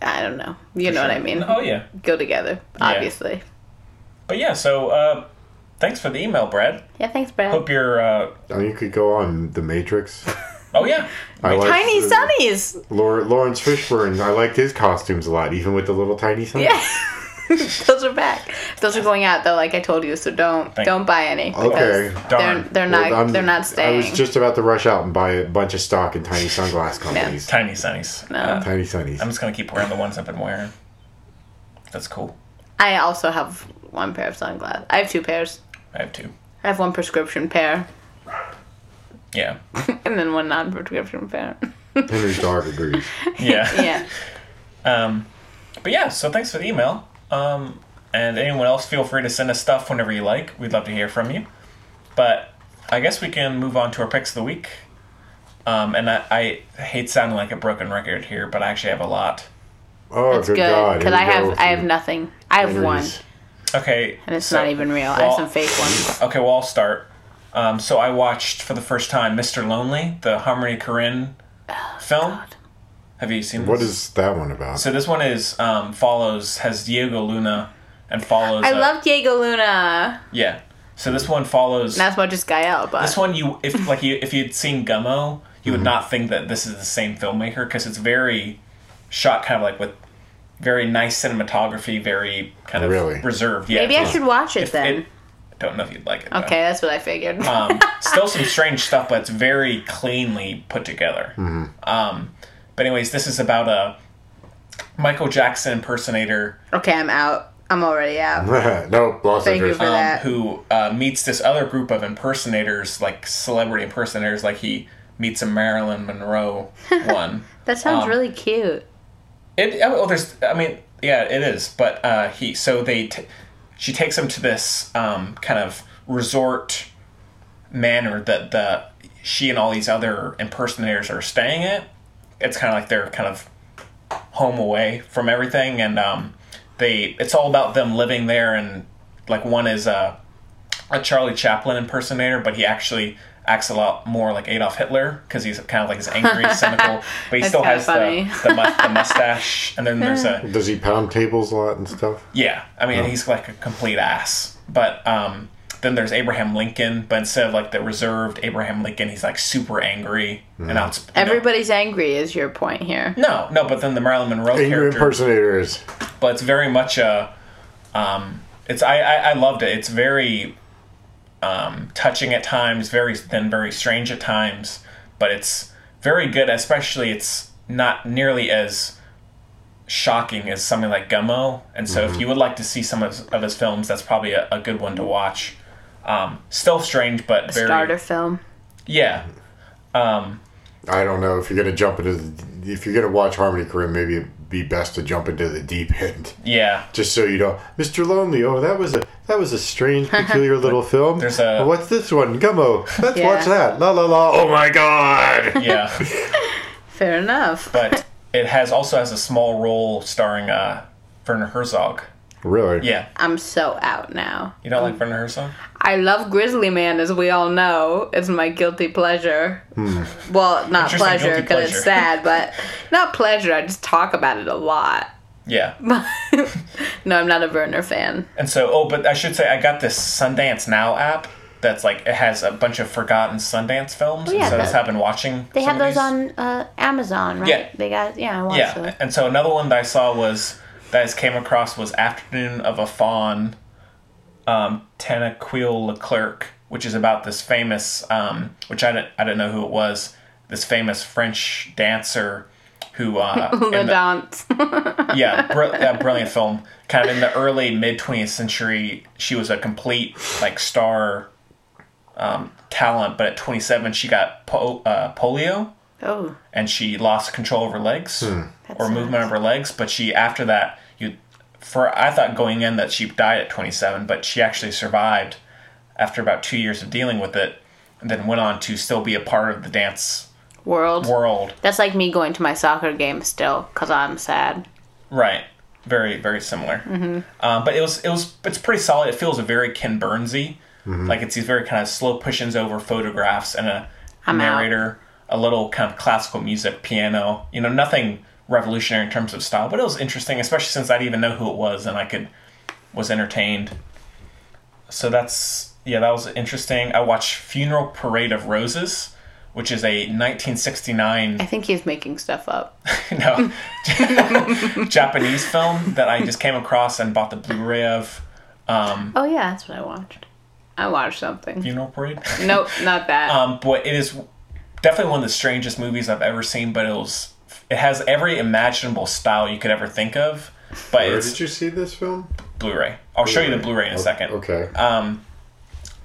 Speaker 3: I don't know. You know what I mean?
Speaker 1: Oh yeah.
Speaker 3: Go together, obviously.
Speaker 1: But yeah, so uh, thanks for the email, Brad.
Speaker 3: Yeah, thanks, Brad.
Speaker 1: Hope you're. Uh,
Speaker 2: I mean, you could go on The
Speaker 3: *laughs*
Speaker 2: Matrix.
Speaker 1: oh yeah.
Speaker 2: I like
Speaker 3: Tiny
Speaker 2: the-
Speaker 3: Sunnies! *laughs*
Speaker 2: Lor- Lawrence Fishburne. I liked his costumes a lot, even with the little tiny sun.
Speaker 3: Yeah. Those are back. Those are going out though, like I told you. So don't
Speaker 1: Thank-
Speaker 3: don't buy any.
Speaker 2: Okay.
Speaker 3: because They're
Speaker 1: Darn.
Speaker 3: they're
Speaker 2: Well,
Speaker 3: not
Speaker 2: I'm-
Speaker 3: they're not staying.
Speaker 2: I was just about to rush out and buy a bunch of stock in tiny
Speaker 3: *laughs*
Speaker 2: sunglass companies.
Speaker 1: Tiny sunnies. Uh,
Speaker 3: no.
Speaker 2: Tiny sunnies.
Speaker 1: I'm just gonna keep wearing the ones I've been wearing. That's cool.
Speaker 3: I also have one pair of sunglasses. I have two pairs.
Speaker 1: I have two.
Speaker 3: I have one prescription pair
Speaker 1: Yeah.
Speaker 3: and then one non-prescription pair.
Speaker 2: Henry's dog agrees.
Speaker 1: Yeah.
Speaker 3: *laughs* yeah.
Speaker 1: Um, but yeah, so thanks for the email. Um, and anyone else, feel free to send us stuff whenever you like. We'd love to hear from you. But I guess we can move on to our picks of the week. Um, and I, I hate sounding like a broken record here, but I actually have a lot.
Speaker 2: Oh,
Speaker 3: That's
Speaker 2: good,
Speaker 3: good
Speaker 2: God. Here
Speaker 3: because I
Speaker 2: we go
Speaker 3: have
Speaker 2: with
Speaker 3: I have
Speaker 2: your
Speaker 3: nothing. I have one,
Speaker 2: Henry's-
Speaker 1: Okay.
Speaker 3: and it's
Speaker 1: so-
Speaker 3: not even real. I have
Speaker 1: well-
Speaker 3: some fake ones.
Speaker 1: Okay, well, I'll start. Um, so I watched for the first time Mr. Lonely, the Harmony Korine
Speaker 3: Oh,
Speaker 1: film. Have you seen this?
Speaker 2: What is that one about? *laughs*
Speaker 1: So this one is um, follows has Diego Luna and follows.
Speaker 3: I
Speaker 1: uh,
Speaker 3: love Diego Luna.
Speaker 1: yeah. So this one follows.
Speaker 3: Not as much as Gael, but
Speaker 1: This one, you if like you if you'd seen Gummo, you
Speaker 2: Mm-hmm.
Speaker 1: would not think that this is the same filmmaker because it's very shot kind of like with very nice cinematography, very kind of
Speaker 2: Really?
Speaker 1: reserved. Yeah,
Speaker 3: maybe I
Speaker 1: it's-
Speaker 3: should watch it
Speaker 1: if
Speaker 3: then.
Speaker 1: it- don't know if you'd like it. though.
Speaker 3: okay, that's what I figured.
Speaker 1: Um, still some strange stuff, but it's very cleanly put together. Um, but anyways, this is about a Michael Jackson impersonator
Speaker 3: *laughs* okay, I'm out. I'm already out.
Speaker 2: nope, lost
Speaker 3: Thank you
Speaker 2: interest.
Speaker 3: for
Speaker 1: um,
Speaker 3: that.
Speaker 1: who uh, meets this other group of impersonators, like celebrity impersonators, like he meets a Marilyn Monroe one.
Speaker 3: That sounds
Speaker 1: um,
Speaker 3: really cute.
Speaker 1: It oh, well, there's I mean yeah it is, but uh, he so they t- she takes him to this um, kind of resort manor that the she and all these other impersonators are staying at. It's kind of like they're kind of home away from everything, and um, they it's all about them living there. And like one is a, a Charlie Chaplin impersonator, but he actually acts a lot more like Adolf Hitler because he's kind of like this angry,
Speaker 3: *laughs*
Speaker 1: cynical, but he
Speaker 3: That's
Speaker 1: still
Speaker 3: kinda
Speaker 1: has
Speaker 3: funny.
Speaker 1: the the, mu- the mustache. And then there's
Speaker 3: *laughs*
Speaker 1: a
Speaker 2: Does he pound tables a lot and stuff?
Speaker 1: yeah, I mean, he's like a complete ass. But um, then there's Abraham Lincoln, but instead of like the reserved Abraham Lincoln, he's like super angry and outsp- you know.
Speaker 3: Everybody's angry is your point here.
Speaker 1: No, no, but then the Marilyn Monroe
Speaker 2: Angry
Speaker 1: character,
Speaker 2: impersonators.
Speaker 1: but it's very much a, um, it's I, I I loved it. It's very, um, touching at times, very then very strange at times, but it's very good. Especially, it's not nearly as shocking as something like Gummo. And so, if you would like to see some of his, of his films, that's probably a, a good one to watch. Um, still strange, but very
Speaker 3: Starter film.
Speaker 1: yeah,
Speaker 2: I don't know if you're gonna jump into the, if you're gonna watch Harmony Korine, maybe it'd be best to jump into the deep *laughs* end.
Speaker 1: yeah.
Speaker 2: just so you know, Mr. Lonely. Oh, that was a that was a
Speaker 3: *laughs*
Speaker 2: strange, peculiar little film.
Speaker 1: There's a-
Speaker 2: Oh, what's this one? Gummo. Let's
Speaker 3: Yeah.
Speaker 2: watch that. La la la. Oh my God.
Speaker 1: Yeah,
Speaker 3: Fair enough.
Speaker 1: but it has also has a small role starring uh, Werner Herzog.
Speaker 2: *laughs* Really?
Speaker 1: Yeah.
Speaker 3: I'm so out now.
Speaker 1: You don't like Werner Herzog?
Speaker 3: I love Grizzly Man, as we all know. It's my guilty pleasure. Well, not
Speaker 1: Interesting
Speaker 3: pleasure
Speaker 1: guilty
Speaker 3: because it's
Speaker 1: pleasure.
Speaker 3: sad, but not pleasure. I just talk about it a lot.
Speaker 1: Yeah.
Speaker 3: no, I'm not a Werner fan.
Speaker 1: And so, oh, but I should say I got this Sundance Now app that's like it has a bunch of forgotten Sundance films.
Speaker 3: Oh, yeah,
Speaker 1: and so that's
Speaker 3: the-
Speaker 1: how I've been watching.
Speaker 3: They
Speaker 1: some
Speaker 3: have
Speaker 1: of
Speaker 3: those
Speaker 1: these.
Speaker 3: on uh, Amazon, right?
Speaker 1: Yeah.
Speaker 3: They got yeah, I watched those.
Speaker 1: Yeah, and so another one that I saw was that I came across was Afternoon of a Fawn, um, Tanaquil Leclerc, which is about this famous, um, which I don't I don't know who it was, this famous French dancer who
Speaker 3: *laughs*
Speaker 1: uh,
Speaker 3: The
Speaker 1: in the-
Speaker 3: dance.
Speaker 1: yeah, br- uh, brilliant film. Kind of in the early mid 20th century, she was a complete like star um, talent, but at 27 she got po- uh, polio
Speaker 3: oh,
Speaker 1: and she lost control of her legs or movement of her legs. But she after that, you for I thought going in that she died at 27, but she actually survived after about two years of dealing with it, and then went on to still be a part of the dance
Speaker 3: world.
Speaker 1: world.
Speaker 3: That's like me going to my soccer game still because I'm sad.
Speaker 1: Right. Very, very similar. Um, but it was, it was, it's pretty solid. It feels very Ken Burnsy. Like it's these very kind of slow pushings over photographs and a
Speaker 3: out.
Speaker 1: narrator, a little kind of classical music, piano. You know, nothing revolutionary in terms of style, but it was interesting, especially since I didn't even know who it was and I could was entertained. So that's yeah, that was interesting. I watched Funeral Parade of Roses, which is a 1969
Speaker 3: I think he's making stuff up.
Speaker 1: *laughs* no Japanese film that I just came across and bought the Blu-ray of um,
Speaker 3: *laughs* Oh yeah, that's what I watched. I watched something.
Speaker 1: Funeral Parade.
Speaker 3: Nope, not that.
Speaker 1: *laughs* Um, but it is definitely one of the strangest movies I've ever seen. But it was it has every imaginable style you could ever think of. But
Speaker 2: Where
Speaker 1: it's
Speaker 2: did you see this film?
Speaker 1: Blu-ray. I'll show you the Blu-ray in a second.
Speaker 2: Okay.
Speaker 1: uh,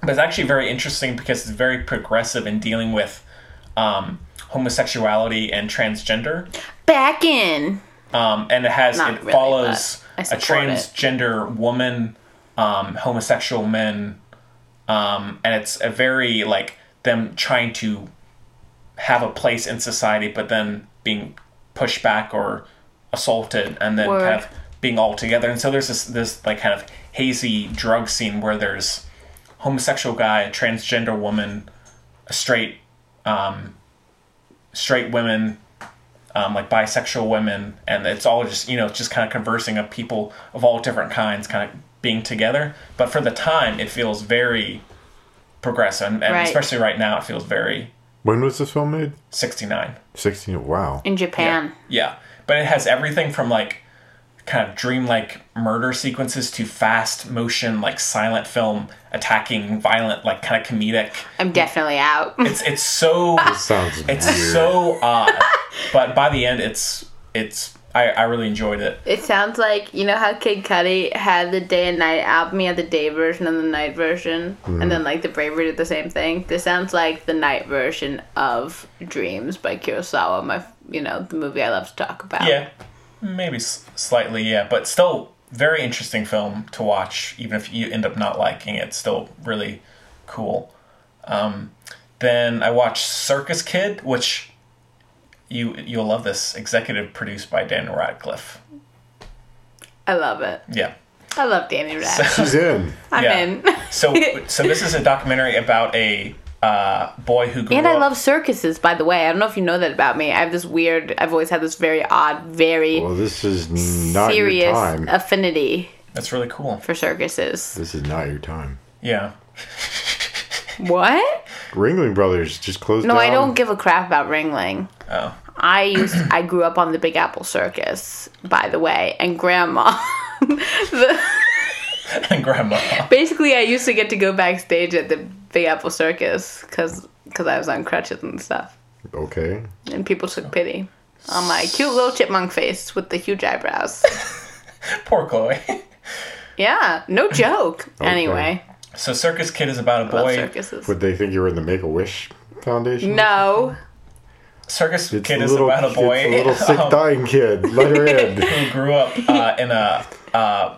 Speaker 1: but it's actually very interesting because it's very progressive in dealing with um, homosexuality and transgender.
Speaker 3: Back in.
Speaker 1: um, and it has
Speaker 3: Not
Speaker 1: it
Speaker 3: really,
Speaker 1: follows
Speaker 3: but I
Speaker 1: a
Speaker 3: support it.
Speaker 1: transgender woman, um, homosexual men, um, and it's a very like them trying to have a place in society, but then being pushed back or assaulted, and then
Speaker 3: Word.
Speaker 1: kind of being all together. And so there's this this like kind of hazy drug scene where there's homosexual guy, a transgender woman, a straight um, straight women, um, like bisexual women, and it's all just you know it's just kind of conversing of people of all different kinds, kind of being together. But for the time, it feels very progressive, and, and
Speaker 3: Right.
Speaker 1: especially right now, it feels very
Speaker 2: when was this film made?
Speaker 1: sixty nine.
Speaker 2: 16. Wow.
Speaker 3: In Japan.
Speaker 1: Yeah, but it has everything from like kind of dreamlike murder sequences to fast motion, like silent film attacking, violent, like kind of comedic.
Speaker 3: I'm definitely out.
Speaker 1: It's it's so
Speaker 2: Sounds
Speaker 1: It's
Speaker 2: weird.
Speaker 1: so odd, but by the end, it's it's. I, I really enjoyed it.
Speaker 3: It sounds like you know how Kid Cudi had the day and night album. He had the day version and the night version,
Speaker 2: Mm-hmm.
Speaker 3: and then like the Bravery did the same thing. This sounds like the night version of Dreams by Kurosawa. My, you know, the movie I love to talk about.
Speaker 1: Yeah, maybe s- slightly. Yeah, but still very interesting film to watch. Even if you end up not liking it, still really cool. Um, then I watched Circus Kid, which you you'll love this. Executive produced by Dan Radcliffe.
Speaker 3: I love it.
Speaker 1: Yeah.
Speaker 3: I love Danny Rad.
Speaker 2: She's in.
Speaker 3: I'm
Speaker 1: yeah. *laughs*
Speaker 3: in, *laughs*
Speaker 1: So so this is a documentary about a uh, boy who grew
Speaker 3: and I
Speaker 1: up-
Speaker 3: love circuses. By the way, I don't know if you know that about me. I have this weird. I've always had this very odd, very
Speaker 2: Well, this is not your
Speaker 3: serious Uh,
Speaker 2: time.
Speaker 3: affinity
Speaker 1: That's really cool.
Speaker 3: for circuses.
Speaker 2: This is not your time.
Speaker 1: Yeah.
Speaker 3: What?
Speaker 2: Ringling Brothers just closed
Speaker 3: No,
Speaker 2: down.
Speaker 3: I don't give a crap about Ringling.
Speaker 1: Oh. *laughs*
Speaker 3: I used I grew up on the Big Apple Circus, by the way, and Grandma. *laughs* the,
Speaker 1: and grandma.
Speaker 3: basically, I used to get to go backstage at the Big Apple Circus because I was on crutches and stuff,
Speaker 2: Okay.
Speaker 3: and people took pity on my cute little chipmunk face with the huge eyebrows.
Speaker 1: Poor Chloe. *laughs*
Speaker 3: yeah, no joke. Anyway,
Speaker 1: So Circus Kid is about a
Speaker 3: love
Speaker 1: boy.
Speaker 3: circuses.
Speaker 2: Would they think you were in the Make a Wish Foundation?
Speaker 3: No,
Speaker 1: Circus
Speaker 2: It's
Speaker 1: Kid
Speaker 2: a
Speaker 1: is
Speaker 2: little,
Speaker 1: about a boy
Speaker 2: It's
Speaker 1: *laughs*
Speaker 2: a little sick
Speaker 1: um,
Speaker 2: dying kid. Let her
Speaker 3: *laughs*
Speaker 2: in.
Speaker 1: who grew up uh, in a uh,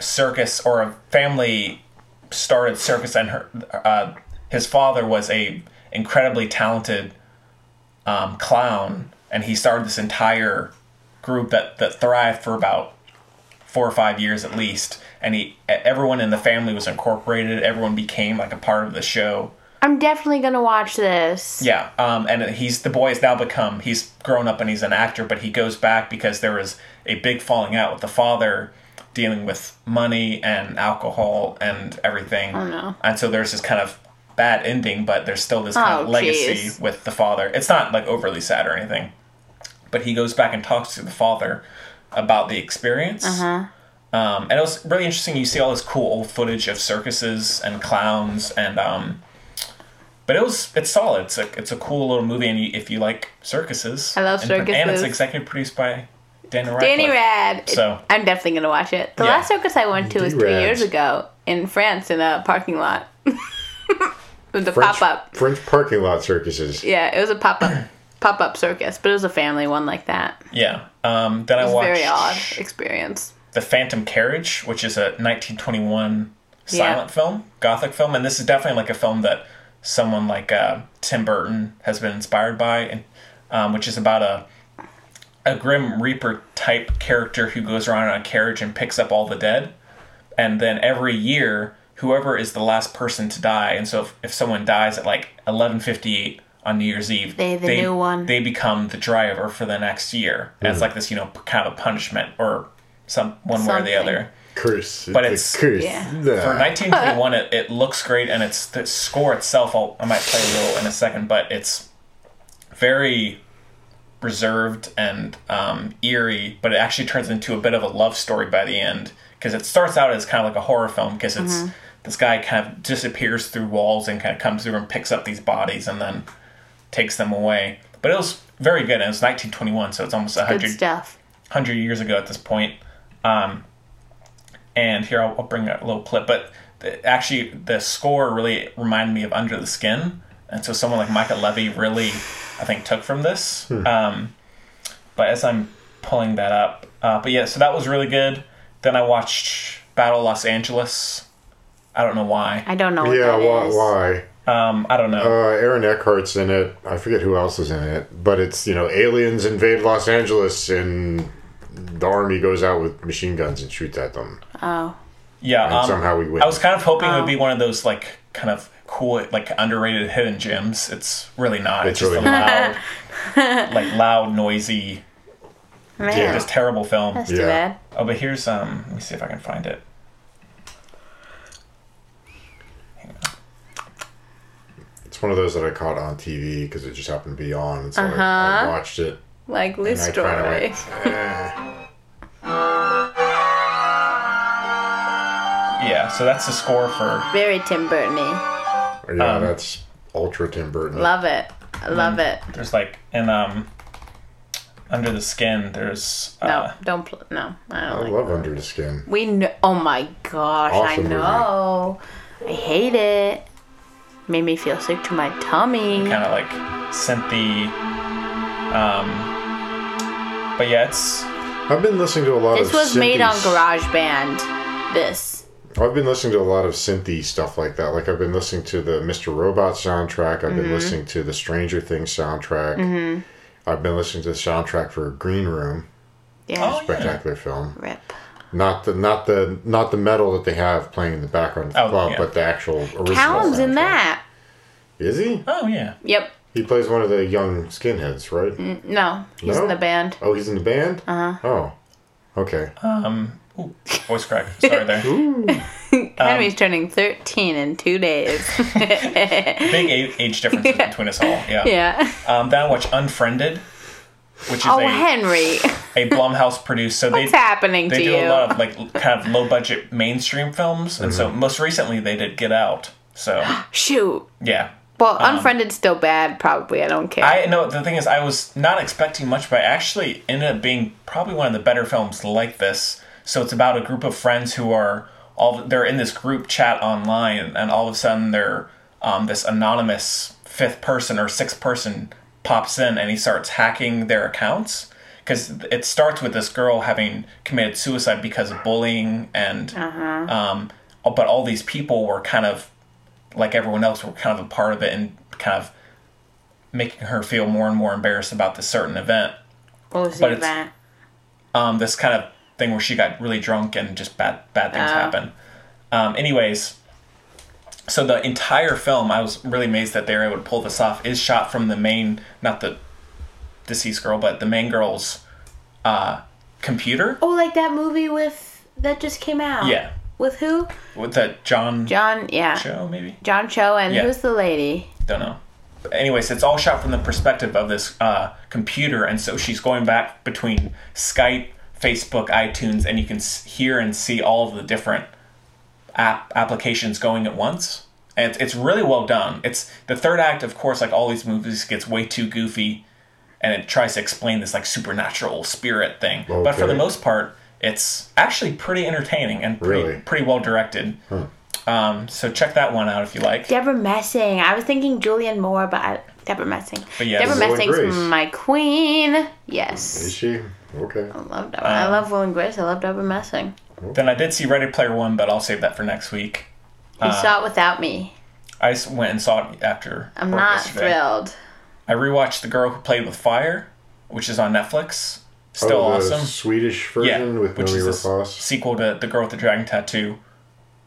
Speaker 1: circus or a family started circus, and her uh, his father was a incredibly talented um, clown, and he started this entire group that that thrived for about four or five years at least, and he everyone in the family was incorporated. Everyone became like a part of the show.
Speaker 3: I'm definitely gonna watch this.
Speaker 1: Yeah, um, and he's the boy has now become he's grown up and he's an actor, but he goes back because there was a big falling out with the father, dealing with money and alcohol and everything.
Speaker 3: Oh, no.
Speaker 1: And so there's this kind of bad ending, but there's still this kind
Speaker 3: Oh,
Speaker 1: of legacy
Speaker 3: geez.
Speaker 1: with the father. It's not like overly sad or anything, but he goes back and talks to the father about the experience.
Speaker 3: Uh-huh.
Speaker 1: Um, and it was really interesting. You see all this cool old footage of circuses and clowns, and um, but it was it's solid. It's a it's a cool little movie, and you, if you like circuses,
Speaker 3: I love
Speaker 1: and, and it's
Speaker 3: circuses.
Speaker 1: executive produced by Danny Radcliffe.
Speaker 3: Danny Rad.
Speaker 1: So-
Speaker 3: I'm definitely gonna watch it. The
Speaker 1: Yeah.
Speaker 3: last circus I went to was three
Speaker 2: D-Rad.
Speaker 3: years ago in France in a parking lot. *laughs* it was a
Speaker 2: French,
Speaker 3: pop up.
Speaker 2: French parking lot circuses.
Speaker 3: Yeah, it was a pop
Speaker 2: *clears throat*
Speaker 3: up pop up circus, but it was a family one like that.
Speaker 1: Yeah. Um, then I
Speaker 3: It was a
Speaker 1: watched
Speaker 3: very odd experience.
Speaker 1: The Phantom Carriage, which is a 1921
Speaker 3: Yeah.
Speaker 1: silent film, gothic film, and this is definitely like a film that someone like uh, Tim Burton has been inspired by, and um, which is about a a grim reaper type character who goes around on a carriage and picks up all the dead, and then every year whoever is the last person to die, and so if, if someone dies at like 11:58 on New Year's Eve,
Speaker 3: They the new one.
Speaker 1: they become the driver for the next year. And it's like this, you know, p- kind of a punishment or some one way or the
Speaker 3: Something.
Speaker 1: other.
Speaker 2: Curse.
Speaker 1: But
Speaker 2: a
Speaker 1: it's-
Speaker 2: curse.
Speaker 3: Yeah.
Speaker 2: Nah.
Speaker 1: For 1921, it, it looks great, and it's the score itself. I'll, I might play a little in a second, but it's very reserved and um, eerie. But it actually turns into a bit of a love story by the end because it starts out as kind of like a horror film because it's
Speaker 3: Mm-hmm.
Speaker 1: this guy kind of disappears through walls and kind of comes through and picks up these bodies and then takes them away. But it was very good. and It was 1921, so it's almost
Speaker 3: Good
Speaker 1: 100
Speaker 3: stuff.
Speaker 1: hundred years ago at this point. Um, and here I'll, I'll bring a little clip, but the, actually the score really reminded me of Under the Skin, and so someone like Micah Levy really, I think, took from this. Um, but as I'm pulling that up, uh, but yeah, so that was really good. Then I watched Battle Los Angeles. I don't know why.
Speaker 3: I don't know what
Speaker 2: Yeah,
Speaker 3: that
Speaker 2: why?
Speaker 3: is.
Speaker 2: why?
Speaker 1: Um, I don't know.
Speaker 2: Uh, Aaron Eckhart's in it. I forget who else is in it, but it's you know aliens invade Los Angeles and the army goes out with machine guns and shoots at them.
Speaker 3: Oh.
Speaker 1: Yeah,
Speaker 2: And
Speaker 1: um,
Speaker 2: somehow we win.
Speaker 1: I was kind of hoping it would be one of those like kind of cool, like underrated hidden gems. It's really not. It's,
Speaker 2: It's really
Speaker 1: just a loud, like loud, noisy,
Speaker 3: Man.
Speaker 2: Yeah.
Speaker 1: just terrible film.
Speaker 3: That's too
Speaker 2: Yeah.
Speaker 3: bad.
Speaker 1: Oh, but here's um. Let me see if I can find it.
Speaker 2: It's one of those that I caught on TV because it just happened to be on, and so I,
Speaker 3: Uh-huh.
Speaker 2: I watched it.
Speaker 3: Like Liz
Speaker 2: and I
Speaker 3: Story.
Speaker 2: kinda went, eh.
Speaker 1: Yeah, so that's the score for.
Speaker 3: Very Tim Burtony.
Speaker 2: Yeah,
Speaker 1: Um,
Speaker 2: that's ultra Tim Burton.
Speaker 3: Oh. Love it. I love
Speaker 2: Mm.
Speaker 3: it.
Speaker 1: There's like and um. Under the skin, there's uh,
Speaker 3: No, don't pl- no. I don't
Speaker 2: I
Speaker 3: like
Speaker 2: love Under the Skin.
Speaker 3: We know. Oh my gosh,
Speaker 2: Awesome
Speaker 3: I
Speaker 2: movie.
Speaker 3: know. I hate it. Made me feel sick to my tummy.
Speaker 1: kind of like synthy. Um, but yeah, it's
Speaker 2: I've been listening to a lot
Speaker 3: This
Speaker 2: of
Speaker 3: was made on
Speaker 2: synthy-
Speaker 3: GarageBand. This.
Speaker 2: I've been listening to a lot of synthy stuff like that. Like I've been listening to the Mr. Robot soundtrack. I've
Speaker 3: Mm-hmm.
Speaker 2: been listening to the Stranger Things soundtrack. I've been listening to the soundtrack for Green Room,
Speaker 3: Yeah.
Speaker 1: Oh, yeah.
Speaker 2: spectacular film.
Speaker 3: Rip.
Speaker 2: Not the not the not the metal that they have playing in the background of the
Speaker 1: Oh,
Speaker 2: club,
Speaker 1: yeah.
Speaker 2: but the actual original.
Speaker 3: Callum's in
Speaker 2: soundtrack.
Speaker 3: that.
Speaker 2: Is he?
Speaker 1: oh yeah,
Speaker 3: Yep.
Speaker 2: He plays one of the young skinheads, right?
Speaker 3: No, he's
Speaker 2: No?
Speaker 3: in the band.
Speaker 2: Oh, he's in the band. Uh huh. Oh, okay.
Speaker 1: Uh, Ooh, voice crack. Sorry *laughs* there.
Speaker 3: Henry's turning 13 in two days. *laughs*
Speaker 1: big age, age differences between us all. Yeah.
Speaker 3: yeah.
Speaker 1: Um, then I watch Unfriended, which is
Speaker 3: Oh,
Speaker 1: a,
Speaker 3: Henry,
Speaker 1: a Blumhouse produced.
Speaker 3: *laughs*
Speaker 1: So
Speaker 3: what's
Speaker 1: they
Speaker 3: happening
Speaker 1: they
Speaker 3: to
Speaker 1: do
Speaker 3: you?
Speaker 1: a lot of like kind of low budget mainstream films, and so most recently they did Get Out. So
Speaker 3: *gasps* Shoot.
Speaker 1: yeah.
Speaker 3: Well, Unfriended's still bad, probably. I don't care.
Speaker 1: I know the thing is, I was not expecting much, but it actually ended up being probably one of the better films like this. So it's about a group of friends who are all they're in this group chat online, and all of a sudden they're um, this anonymous fifth person or sixth person pops in and he starts hacking their accounts because it starts with this girl having committed suicide because of bullying and um, but all these people were kind of like everyone else were kind of a part of it and kind of making her feel more and more embarrassed about this certain event.
Speaker 3: what was
Speaker 1: but
Speaker 3: the
Speaker 1: it's-
Speaker 3: event?
Speaker 1: Um, this kind of thing where she got really drunk and just bad bad things
Speaker 3: Oh.
Speaker 1: happen. Um, anyways, so the entire film, I was really amazed that they were able to pull this off. Is shot from the main, not the deceased girl, but the main girl's uh, computer.
Speaker 3: Oh, like that movie with that just came out.
Speaker 1: Yeah,
Speaker 3: With who?
Speaker 1: with that John,
Speaker 3: John. Yeah.
Speaker 1: show maybe.
Speaker 3: John Cho and
Speaker 1: Yeah.
Speaker 3: who's the lady?
Speaker 1: don't know. But Anyways, it's all shot from the perspective of this uh, computer, and so she's going back between Skype, Facebook, iTunes, and you can s- hear and see all of the different app applications going at once. And it's, it's really well done. It's the third act, of course, like all these movies, gets way too goofy, and it tries to explain this like supernatural spirit thing. But for
Speaker 2: Okay.
Speaker 1: the most part, it's actually pretty entertaining and pretty
Speaker 2: Really?
Speaker 1: pretty well directed. Um, so check that one out if you like.
Speaker 3: Deborah Messing. I was thinking Julian Moore, but I, Deborah Messing.
Speaker 1: But yes.
Speaker 3: Deborah
Speaker 1: Will
Speaker 2: and Grace.
Speaker 3: Messing's my queen.
Speaker 2: Is
Speaker 3: Yes.
Speaker 2: she? Okay.
Speaker 3: I love Deborah.
Speaker 1: Um,
Speaker 3: I love Will and Grace. I love Deborah Messing.
Speaker 1: Then I did see Ready Player One, but I'll save that for next week.
Speaker 3: You
Speaker 1: uh,
Speaker 3: saw it without me.
Speaker 1: I s- went and saw it after.
Speaker 3: I'm
Speaker 1: work
Speaker 3: not
Speaker 1: yesterday.
Speaker 3: thrilled.
Speaker 1: I rewatched The Girl Who Played with Fire, which is on Netflix. Still
Speaker 2: oh, the
Speaker 1: awesome.
Speaker 2: Swedish
Speaker 1: Yeah,
Speaker 2: version with
Speaker 1: which
Speaker 2: Millie
Speaker 1: is a s-
Speaker 2: Rapace.
Speaker 1: sequel to The Girl with the Dragon Tattoo.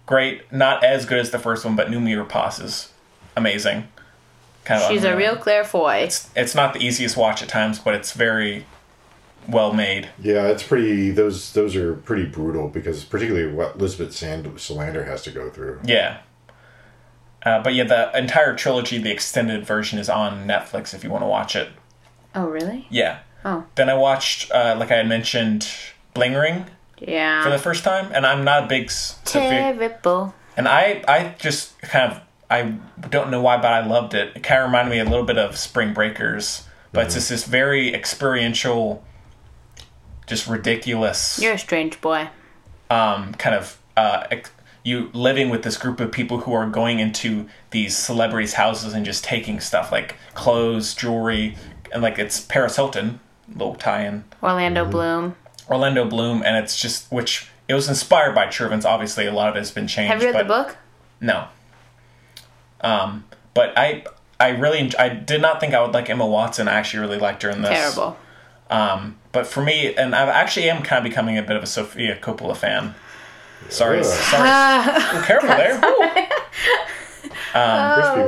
Speaker 1: Great, not as good as the first one, but Numi Rapace is amazing. Kind of
Speaker 3: She's a
Speaker 1: unreal.
Speaker 3: real Claire Foy.
Speaker 1: It's, it's not the easiest watch at times, but it's very well made.
Speaker 2: Yeah, it's pretty. Those those are pretty brutal because particularly what Lisbeth Sand- Salander has to go through.
Speaker 1: Yeah. Uh, but yeah, the entire trilogy, the extended version, is on Netflix if you want to watch it.
Speaker 3: Oh, really?
Speaker 1: Yeah.
Speaker 3: Oh.
Speaker 1: Then I watched, uh, like I had mentioned, Bling Ring for the
Speaker 3: Yeah.
Speaker 1: first time, and I'm not a big s- Sophia.
Speaker 3: Terrible.
Speaker 1: And I, I just kind of, I don't know why, but I loved it. It kind of reminded me a little bit of Spring Breakers, but it's just this very experiential, just ridiculous
Speaker 3: You're a strange boy.
Speaker 1: um, kind of uh, ex- you living with this group of people who are going into these celebrities' houses and just taking stuff like clothes, jewelry, and like it's Paris Hilton, little tie-in.
Speaker 3: Orlando Bloom.
Speaker 1: Orlando Bloom, and it's just which it was inspired by Chervin's. Obviously, a lot of it has been changed.
Speaker 3: Have you read the
Speaker 1: but-
Speaker 3: book?
Speaker 1: No. Um, but I I really en- I did not think I would like Emma Watson. I actually really liked her in this.
Speaker 3: Terrible.
Speaker 1: But for me, and I actually am kind of becoming a bit of a Sophia Coppola fan. Sorry,
Speaker 2: Ugh.
Speaker 3: *laughs*
Speaker 1: sorry. Oh, careful there. Woo.
Speaker 2: Crispy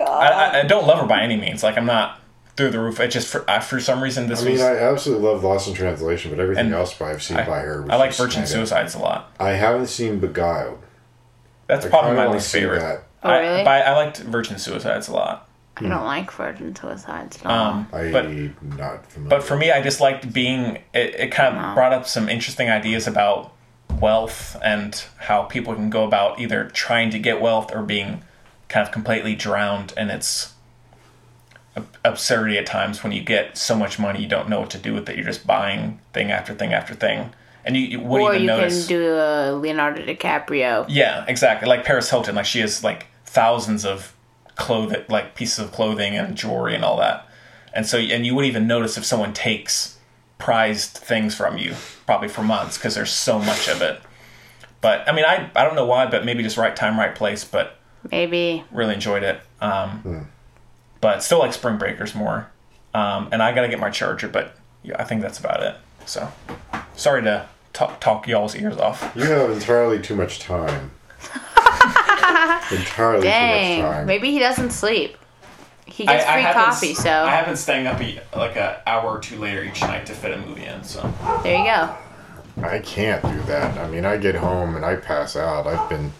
Speaker 1: I, I, I don't love her by any means. Like I'm not through the roof. It just for, I, for some reason this
Speaker 2: I mean,
Speaker 1: was.
Speaker 2: I
Speaker 1: I,
Speaker 2: absolutely love Lost in Translation, but everything else I've seen by her. was
Speaker 1: like
Speaker 2: just
Speaker 1: Virgin
Speaker 2: kinda-
Speaker 1: Suicides a lot.
Speaker 2: I haven't seen Beguiled.
Speaker 1: That's
Speaker 2: I
Speaker 1: probably
Speaker 2: kinda
Speaker 1: my
Speaker 2: wanna
Speaker 1: least
Speaker 2: see
Speaker 1: favorite.
Speaker 2: that.
Speaker 3: Oh,
Speaker 1: I-
Speaker 3: really?
Speaker 1: but I, liked Virgin Suicides a lot.
Speaker 3: I don't like virgin suicides. at all.
Speaker 1: Um,
Speaker 2: I
Speaker 1: but
Speaker 2: not familiar.
Speaker 1: but for me i just liked being it, it kind of brought up some interesting ideas about wealth and how people can go about either trying to get wealth or being kind of completely drowned in its ab- absurdity at times when you get so much money you don't know what to do with it you're just buying thing after thing after thing and you, you wouldn't
Speaker 3: or
Speaker 1: even
Speaker 3: you
Speaker 1: notice
Speaker 3: can do a Leonardo DiCaprio.
Speaker 1: yeah exactly like paris hilton like she has like thousands of cloth like pieces of clothing and jewelry and all that and so and you wouldn't even notice if someone takes prized things from you probably for months because there's so much of it but i mean i i don't know why but maybe just right time right place but
Speaker 3: Maybe
Speaker 1: really enjoyed it um but still like spring breakers more um and i gotta get my charger but yeah, i think that's about it so sorry to talk, talk y'all's ears off
Speaker 2: you have entirely too much time. entirely too much
Speaker 3: Dang.
Speaker 2: time.
Speaker 3: Maybe he doesn't sleep. He gets free coffee, so
Speaker 1: I have been staying up a, like an hour or two later each night to fit a movie in. So
Speaker 3: there you go.
Speaker 2: I can't do that. I mean, I get home and I pass out. I've been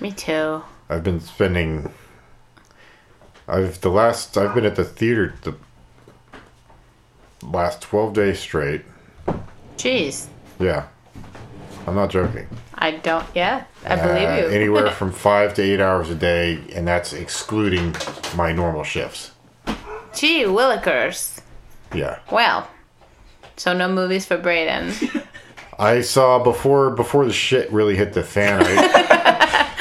Speaker 3: Me too.
Speaker 2: I've been spending. I've the last I've been at the theater the last twelve days straight.
Speaker 3: Jeez.
Speaker 2: Yeah, I'm not joking.
Speaker 3: I don't. Yeah, I
Speaker 2: Uh,
Speaker 3: believe you.
Speaker 2: Anywhere from five to eight hours a day, and that's excluding my normal shifts.
Speaker 3: Gee, Willikers.
Speaker 2: Yeah.
Speaker 3: Well, so no movies
Speaker 2: *laughs*
Speaker 3: for Brayden.
Speaker 2: I saw before before the shit really hit the fan. I,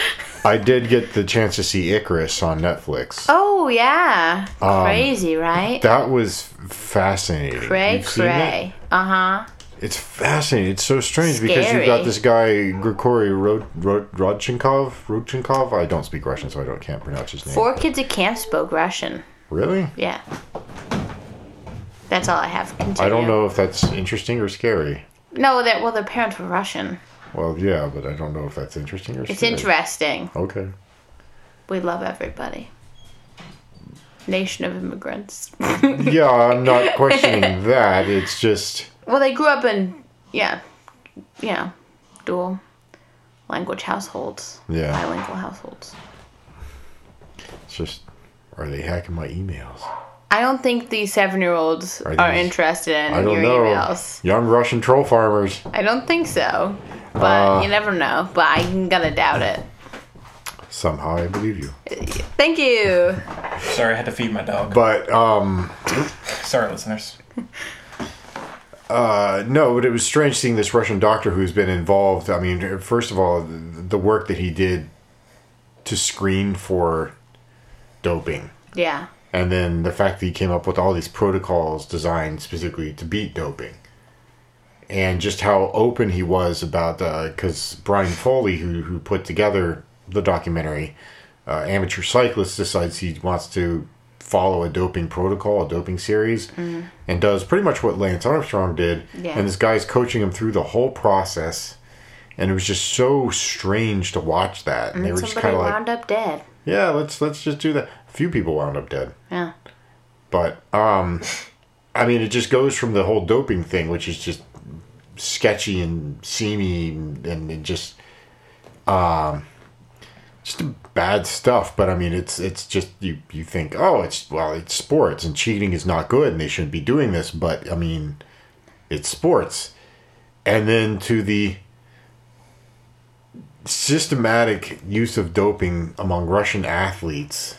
Speaker 2: I did get the chance to see Icarus on Netflix.
Speaker 3: oh yeah, crazy, right?
Speaker 2: Um, That was fascinating.
Speaker 3: Cray,
Speaker 2: You've seen
Speaker 3: cray. Uh huh.
Speaker 2: it? It's fascinating. It's so strange because you've got
Speaker 3: Scary.
Speaker 2: this guy Grigory Rod, Rod, Rodchenkov. Rodchenkov. I don't speak Russian, so I don't can't pronounce his name.
Speaker 3: Four kids at camp spoke Russian.
Speaker 2: really?
Speaker 3: Yeah. That's all I have. Continue.
Speaker 2: I don't know if that's interesting or scary.
Speaker 3: No, that well, their parents were Russian.
Speaker 2: Well, yeah, but I don't know if that's interesting or
Speaker 3: It's
Speaker 2: scary.
Speaker 3: interesting.
Speaker 2: Okay.
Speaker 3: We love everybody. Nation of immigrants.
Speaker 2: Yeah, I'm
Speaker 3: *laughs*
Speaker 2: not questioning that. It's just
Speaker 3: well, they grew up in yeah, yeah, dual language households,
Speaker 2: yeah,
Speaker 3: bilingual households.
Speaker 2: it's just are they hacking my emails?
Speaker 3: I don't think these seven-year-olds
Speaker 2: Are
Speaker 3: are,
Speaker 2: these-
Speaker 3: interested in
Speaker 2: I don't
Speaker 3: your
Speaker 2: know.
Speaker 3: emails.
Speaker 2: Young Russian troll farmers.
Speaker 3: I don't think so, but
Speaker 2: Uh.
Speaker 3: you never know. But I'm gonna doubt it.
Speaker 2: Somehow I believe you.
Speaker 3: Thank you.
Speaker 1: Sorry, I had to feed my dog.
Speaker 2: But um
Speaker 1: Sorry, listeners.
Speaker 2: Uh, no, but it was strange seeing this Russian doctor who's been involved. I mean, first of all, the, the work that he did to screen for doping,
Speaker 3: Yeah.
Speaker 2: and then the fact that he came up with all these protocols designed specifically to beat doping, and just how open he was about because Brian Foley, who who put together the documentary, uh, amateur cyclist, decides he wants to follow a doping protocol, a doping series, and does pretty much what Lance Armstrong did.
Speaker 3: Mm-hmm. Yeah.
Speaker 2: And this guy's coaching him through the whole process. And it was just so strange to watch that. And they were just kind
Speaker 3: Somebody
Speaker 2: of like,
Speaker 3: wound up dead.
Speaker 2: yeah, let's let's just do that. A few people wound up dead.
Speaker 3: Yeah.
Speaker 2: But um I mean it just goes from the whole doping thing, which is just sketchy and seamy and, and it just um just bad stuff. But I mean it's it's just you you think, oh it's well it's sports and cheating is not good and they shouldn't be doing this, but I mean it's sports. And then to the systematic use of doping among Russian athletes,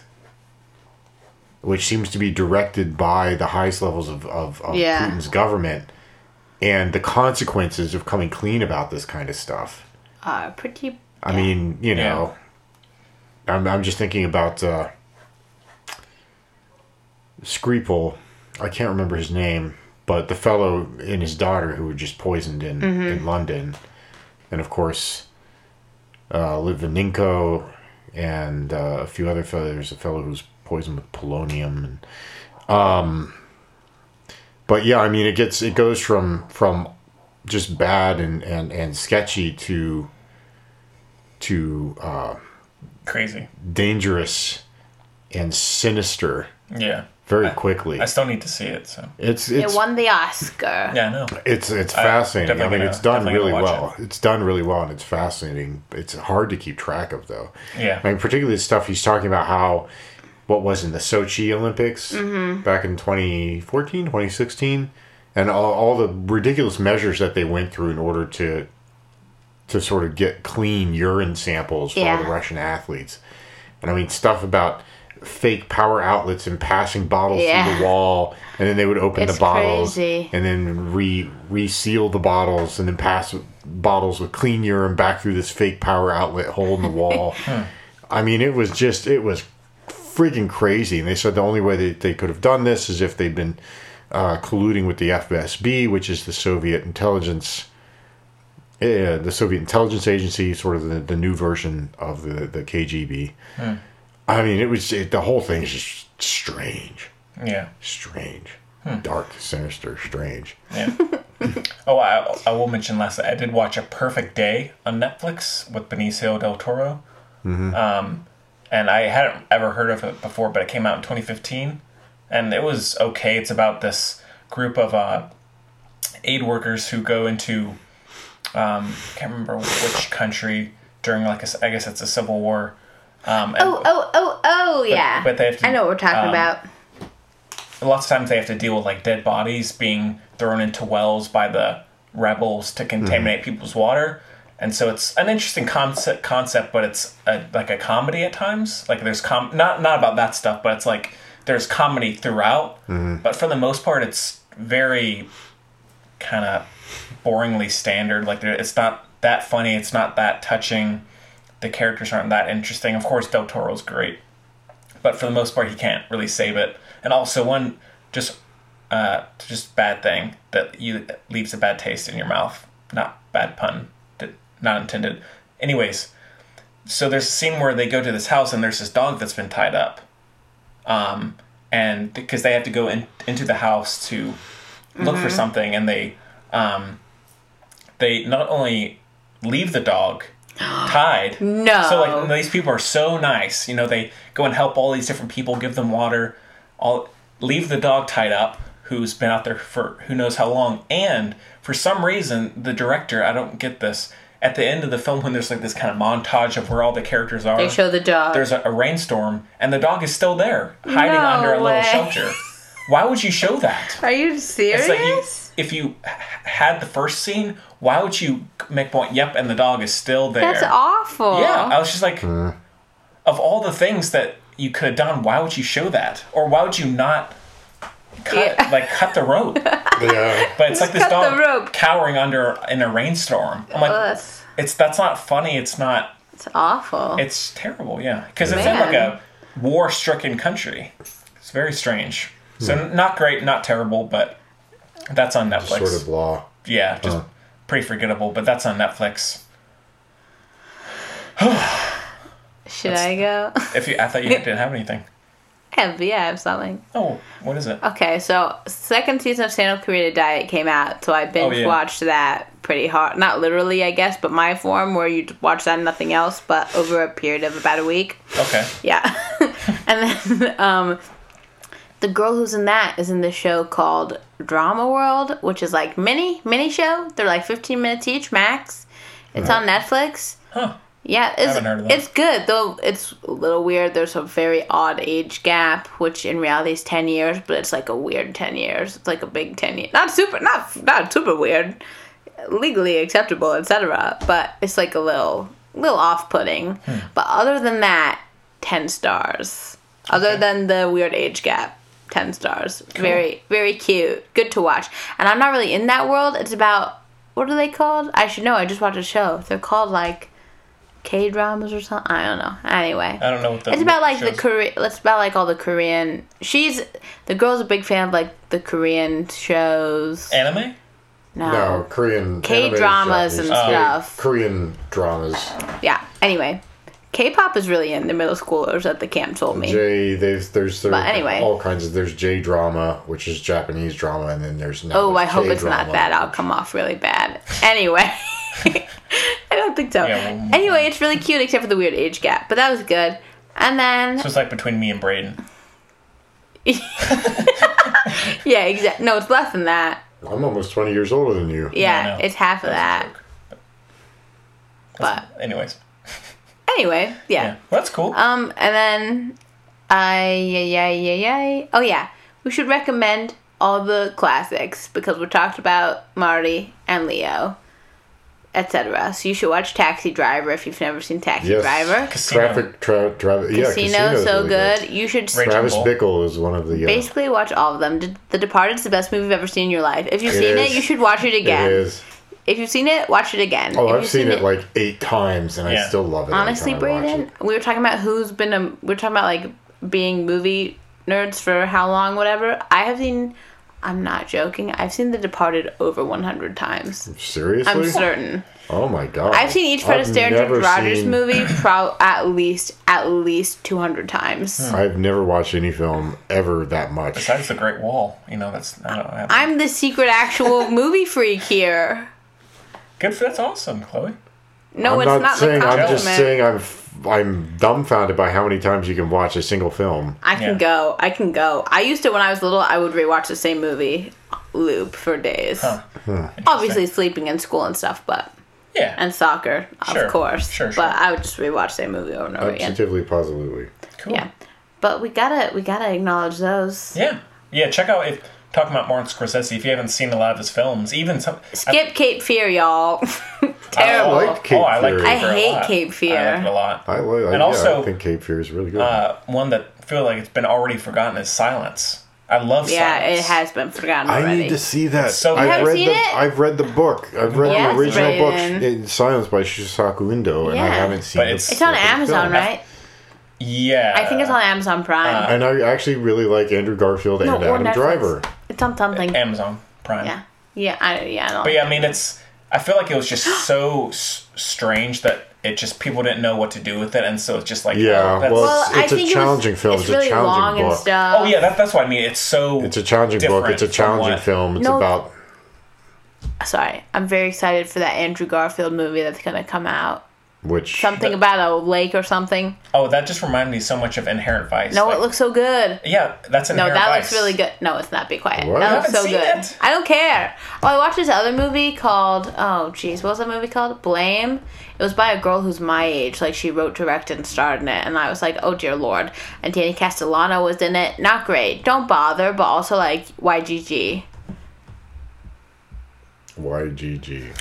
Speaker 2: which seems to be directed by the highest levels of, of, of
Speaker 3: Yeah.
Speaker 2: Putin's government, and the consequences of coming clean about this kind of stuff.
Speaker 3: Uh, pretty.
Speaker 2: I mean, you know, I'm, I'm just thinking about uh, Skripal. I can't remember his name, but the fellow and his daughter who were just poisoned in, in London. And of course, uh, Litvinenko and uh, a few other fellows. There's a fellow who's poisoned with polonium. And, um, but yeah, I mean, it gets it goes from from just bad and, and, and sketchy to to uh,
Speaker 1: Crazy.
Speaker 2: dangerous and sinister
Speaker 1: Yeah.
Speaker 2: very quickly.
Speaker 1: I still need to see it. So
Speaker 2: it's
Speaker 3: It
Speaker 2: it's
Speaker 3: won the Oscar.
Speaker 1: yeah, I know.
Speaker 2: it's it's fascinating. I,
Speaker 1: definitely
Speaker 2: mean,
Speaker 1: gonna-
Speaker 2: it's done
Speaker 1: definitely
Speaker 2: really
Speaker 1: gonna watch
Speaker 2: well. It's done really well, and it's fascinating. It's hard to keep track of though.
Speaker 1: Yeah.
Speaker 2: I mean, particularly the stuff he's talking about how what was in the Sochi Olympics
Speaker 3: Mm-hmm.
Speaker 2: back in 2014, 2016, and all, all the ridiculous measures that they went through in order to to sort of get clean urine samples for all the
Speaker 3: Yeah.
Speaker 2: Russian athletes. And I mean, stuff about fake power outlets and passing bottles through
Speaker 3: Yeah.
Speaker 2: the wall, and then they would open the
Speaker 3: It's
Speaker 2: bottles
Speaker 3: crazy.
Speaker 2: and then re reseal the bottles and then pass bottles with clean urine back through this fake power outlet hole
Speaker 3: *laughs*
Speaker 2: in the wall. I mean, it was just it was freaking crazy. And they said the only way that they could have done this is if they'd been uh, colluding with the FSB, which is the Soviet intelligence, uh, the Soviet intelligence agency, sort of the, the new version of the the KGB. I mean, it was it, the whole thing is just strange,
Speaker 1: Yeah.
Speaker 2: strange,
Speaker 3: Hmm.
Speaker 2: dark, sinister, strange.
Speaker 1: Oh, I, I will mention last. I did watch A Perfect Day on Netflix with Benicio del Toro, um, and I hadn't ever heard of it before, but it came out in 2015, and it was okay. It's about this group of uh, aid workers who go into um, can't remember which country during like a s I guess it's a civil war. Um, and
Speaker 3: Oh, oh, oh, oh, yeah.
Speaker 1: but they have to-
Speaker 3: I know what we're
Speaker 1: um,
Speaker 3: talking about.
Speaker 1: lots of times they have to deal with like dead bodies being thrown into wells by the rebels to contaminate people's water and so it's an interesting concept concept but it's a, like a comedy at times like there's com not not about that stuff but it's like there's comedy throughout but for the most part it's very kind of boringly standard like there- it's not that funny it's not that touching the characters aren't that interesting of course del toro's great but for the most part, he can't really save it. And also, one just uh, just bad thing that you that leaves a bad taste in your mouth. Not bad pun, did- not intended. Anyways, so there's a scene where they go to this house and there's this dog that's been tied up, um, and because they have to go in, into the house to look for something, and they um, they not only leave the dog tied.
Speaker 3: No.
Speaker 1: So like these people are so nice. You know, they go and help all these different people, give them water, all leave the dog tied up who's been out there for who knows how long. And for some reason, the director, I don't get this, at the end of the film when there's like this kind of montage of where all the characters are.
Speaker 3: they show the dog.
Speaker 1: there's a, a rainstorm and the dog is still there, hiding
Speaker 3: No
Speaker 1: under a
Speaker 3: way.
Speaker 1: little shelter. Why would you show that?
Speaker 3: *laughs* Are you
Speaker 1: It's
Speaker 3: serious?
Speaker 1: like you, if you h- had the first scene, why would you make point? Yep, and the dog is still there.
Speaker 3: That's awful.
Speaker 1: Yeah, I was just like, of all the things that you could have done, why would you show that, or why would you not cut
Speaker 3: Yeah.
Speaker 1: like cut the
Speaker 3: *laughs*
Speaker 1: rope? But
Speaker 2: Yeah.
Speaker 1: it's like this
Speaker 3: cut
Speaker 1: dog
Speaker 3: the rope.
Speaker 1: cowering under in a rainstorm. I'm like,
Speaker 3: Well, that's,
Speaker 1: it's that's not funny. It's not.
Speaker 3: that's awful.
Speaker 1: It's terrible. Yeah, because it's in like a
Speaker 3: Man.
Speaker 1: war-stricken country. It's very strange. So not great, not terrible, but that's on Netflix
Speaker 2: Sort of blah.
Speaker 1: yeah, just pretty forgettable. But that's on Netflix.
Speaker 3: Should I go? *laughs*
Speaker 1: If you, I thought you didn't have anything.
Speaker 3: yeah, yeah, I have something.
Speaker 1: Oh, what is it?
Speaker 3: Okay, so second season of Stand Up Korea Diet came out, so
Speaker 1: Oh,
Speaker 3: I binge watched that pretty hard. Not literally, I guess, but my form where you watch that and nothing else, but over a period of about a week.
Speaker 1: Okay,
Speaker 3: Yeah. *laughs* and then *laughs* um, the girl who's in that is in this show called Drama World, which is like mini mini show. They're like 15 minutes each max. It's on Netflix.
Speaker 1: huh?
Speaker 3: Yeah, it's
Speaker 1: haven't heard of that.
Speaker 3: it's good though. It's a little weird. There's a very odd age gap, which in reality is ten years, but it's like a weird ten years. It's like a big ten years. Not super, not not super weird, legally acceptable, etc. But it's like a little little off putting.
Speaker 1: Hmm.
Speaker 3: But other than that, ten stars. Other than the weird age gap, ten stars. Very very cute. Good to watch. And I'm not really in that world. It's about what are they called? I should know. I just watched a show. They're called like. K dramas or something. I don't know. Anyway,
Speaker 1: I don't know what the.
Speaker 3: it's about like the
Speaker 1: shows-
Speaker 3: Korean. It's about like all the Korean. She's the girl's a big fan of like the Korean shows.
Speaker 1: anime.
Speaker 3: No.
Speaker 2: No, Korean anime is
Speaker 3: K-dramas and
Speaker 2: Japanese.
Speaker 3: stuff.
Speaker 2: Korean dramas.
Speaker 1: Oh.
Speaker 3: Yeah. Anyway, K-pop is really in the middle schoolers at the camp told me.
Speaker 2: J, there's there's there
Speaker 3: But anyway.
Speaker 2: all kinds of there's J drama, which is Japanese drama, and then there's now
Speaker 3: oh, I
Speaker 2: there's
Speaker 3: hope it's not
Speaker 2: K-drama.
Speaker 3: that. I'll come off really bad. Anyway. *laughs* I don't think so.
Speaker 1: Yeah, well-
Speaker 3: anyway, it's really cute except for the weird age gap, but that was good. And then
Speaker 1: So it's like between me and Braden.
Speaker 3: yeah, exactly. No, it's less than that.
Speaker 2: I'm almost 20 years older than you.
Speaker 3: Yeah,
Speaker 1: know.
Speaker 3: it's half of that. But
Speaker 1: Anyways,
Speaker 3: anyway, yeah.
Speaker 1: yeah, well, that's cool.
Speaker 3: Um, and then, I yeah yeah yeah yeah. Oh yeah, we should recommend all the classics because we talked about Marty and Leo, etc. So you should watch Taxi Driver if you've never seen Taxi
Speaker 2: Yes.
Speaker 3: Driver.
Speaker 1: Casino.
Speaker 2: Traffic, tra- tra- yeah,
Speaker 3: Casino,
Speaker 2: Casino's
Speaker 3: so
Speaker 2: really
Speaker 3: good. You should s
Speaker 1: Rachel
Speaker 2: Travis
Speaker 1: Ball.
Speaker 2: Bickle is one of the. Uh,
Speaker 3: basically watch all of them. D- The Departed's the best movie you've ever seen in your life. If you've
Speaker 2: It
Speaker 3: seen
Speaker 2: is.
Speaker 3: it, you should watch it again.
Speaker 2: It is.
Speaker 3: If you've seen it, watch it again.
Speaker 2: Oh,
Speaker 3: if
Speaker 2: I've
Speaker 3: you've
Speaker 2: seen, it, like eight times, and
Speaker 1: Yeah.
Speaker 2: I still love it. every
Speaker 3: honestly,
Speaker 2: time I watch
Speaker 3: Brayden,
Speaker 2: it.
Speaker 3: we were talking about who's been a. We are talking about like being movie nerds for how long, whatever. I have seen. I'm not joking. I've seen The Departed over 100 times.
Speaker 2: Seriously?
Speaker 3: I'm certain.
Speaker 2: Oh my god!
Speaker 3: I've seen each Fred
Speaker 2: I've
Speaker 3: Astaire and
Speaker 2: never
Speaker 3: George Rogers
Speaker 2: seen-
Speaker 3: movie pro- at least at least 200 times.
Speaker 2: I've never watched any film ever that much.
Speaker 1: Besides the Great Wall, you know that's I don't know.
Speaker 3: I'm the secret
Speaker 2: *laughs*
Speaker 3: actual movie freak here.
Speaker 1: Good for that's awesome, Chloe.
Speaker 3: No,
Speaker 2: I'm
Speaker 3: it's
Speaker 2: not,
Speaker 3: not,
Speaker 2: saying.
Speaker 3: the
Speaker 2: I'm
Speaker 3: compliment.
Speaker 2: just saying. I'm f- I'm dumbfounded by how many times you can watch a single film.
Speaker 3: I can
Speaker 1: Yeah.
Speaker 3: go. I can go. I used to when I was little. I would rewatch the same movie loop for days.
Speaker 1: Huh.
Speaker 3: Obviously, sleeping and school and stuff, but
Speaker 1: Yeah.
Speaker 3: and soccer,
Speaker 1: Sure,
Speaker 3: of course.
Speaker 1: sure,
Speaker 3: But
Speaker 1: sure.
Speaker 3: I would just rewatch the same movie over
Speaker 2: Oh,
Speaker 3: and over again.
Speaker 2: Positively, positively.
Speaker 1: cool.
Speaker 3: Yeah, but we gotta we gotta acknowledge those.
Speaker 1: Yeah. Yeah, Check out if talking about Martin Scorsese. If you haven't seen a lot of his films, even some
Speaker 3: Skip Cape Fear, y'all. *laughs* Terrible.
Speaker 2: I like Cape
Speaker 1: oh, I like
Speaker 2: Fear.
Speaker 1: Cape
Speaker 3: I
Speaker 1: Fear a
Speaker 3: hate
Speaker 1: lot.
Speaker 3: Cape Fear.
Speaker 1: I like it a lot.
Speaker 2: I like.
Speaker 1: And
Speaker 2: yeah,
Speaker 1: also-
Speaker 2: I think Cape Fear is really good.
Speaker 1: uh, one that I feel like it's been already forgotten is Silence. I love
Speaker 3: yeah,
Speaker 1: Silence.
Speaker 3: it has been forgotten
Speaker 2: I
Speaker 3: already.
Speaker 2: need to see that.
Speaker 1: so good.
Speaker 2: I've
Speaker 1: Have you
Speaker 2: read
Speaker 3: seen
Speaker 2: the
Speaker 3: it?
Speaker 2: I've read the book. I've read
Speaker 3: Yes,
Speaker 2: the original
Speaker 3: Brayden.
Speaker 2: book, in Silence by Shisaku Indo, and I
Speaker 3: Yeah.
Speaker 2: haven't seen
Speaker 1: But
Speaker 2: the
Speaker 1: it's-
Speaker 3: it's on
Speaker 2: fucking
Speaker 3: Amazon,
Speaker 2: film.
Speaker 3: right?
Speaker 1: Yeah.
Speaker 3: I think it's on Amazon
Speaker 1: Uh,
Speaker 3: Prime.
Speaker 2: And I actually really like Andrew Garfield
Speaker 3: No,
Speaker 2: and
Speaker 3: or
Speaker 2: Adam
Speaker 3: Netflix.
Speaker 2: Driver.
Speaker 3: It's on something.
Speaker 1: Amazon Prime.
Speaker 3: yeah, yeah, I, yeah. I don't
Speaker 1: But yeah, I mean, it's. I feel like it
Speaker 3: *gasps*
Speaker 1: was just so s- strange that it just people didn't know what to do with it, and so it's just like
Speaker 2: Yeah,
Speaker 1: oh, that's,
Speaker 2: well,
Speaker 3: Well,
Speaker 2: It's- it's
Speaker 3: I
Speaker 2: a
Speaker 3: think it
Speaker 2: challenging
Speaker 3: was,
Speaker 2: film.
Speaker 3: It's,
Speaker 2: It's a
Speaker 3: really
Speaker 2: challenging
Speaker 3: long and
Speaker 2: book.
Speaker 3: stuff.
Speaker 1: oh yeah, that, that's what I mean. It's so
Speaker 2: It's a challenging book.
Speaker 1: different
Speaker 2: It's a
Speaker 1: from
Speaker 2: challenging
Speaker 1: what-
Speaker 2: film. It's
Speaker 3: No.
Speaker 2: about
Speaker 3: sorry. I'm very excited for that Andrew Garfield movie that's gonna come out.
Speaker 2: Which
Speaker 3: Something about a lake or something.
Speaker 1: Oh, that just reminded me so much of Inherent Vice.
Speaker 3: No,
Speaker 1: Like,
Speaker 3: it looks so good.
Speaker 1: Yeah, that's
Speaker 3: No,
Speaker 1: Inherent
Speaker 3: that
Speaker 1: Vice.
Speaker 3: looks really good. No, it's not. Be quiet.
Speaker 2: What? I
Speaker 3: That looks
Speaker 1: haven't
Speaker 3: so
Speaker 1: seen
Speaker 3: good.
Speaker 1: it.
Speaker 3: I don't care. Oh, I watched this other movie called Oh, jeez, what was that movie called? Blame. It was by a girl who's my age. Like she wrote, directed, and starred in it, and I was like, oh dear lord. And Danny Castellano was in it. Not great. Don't bother. But also like YGG.
Speaker 2: YGG.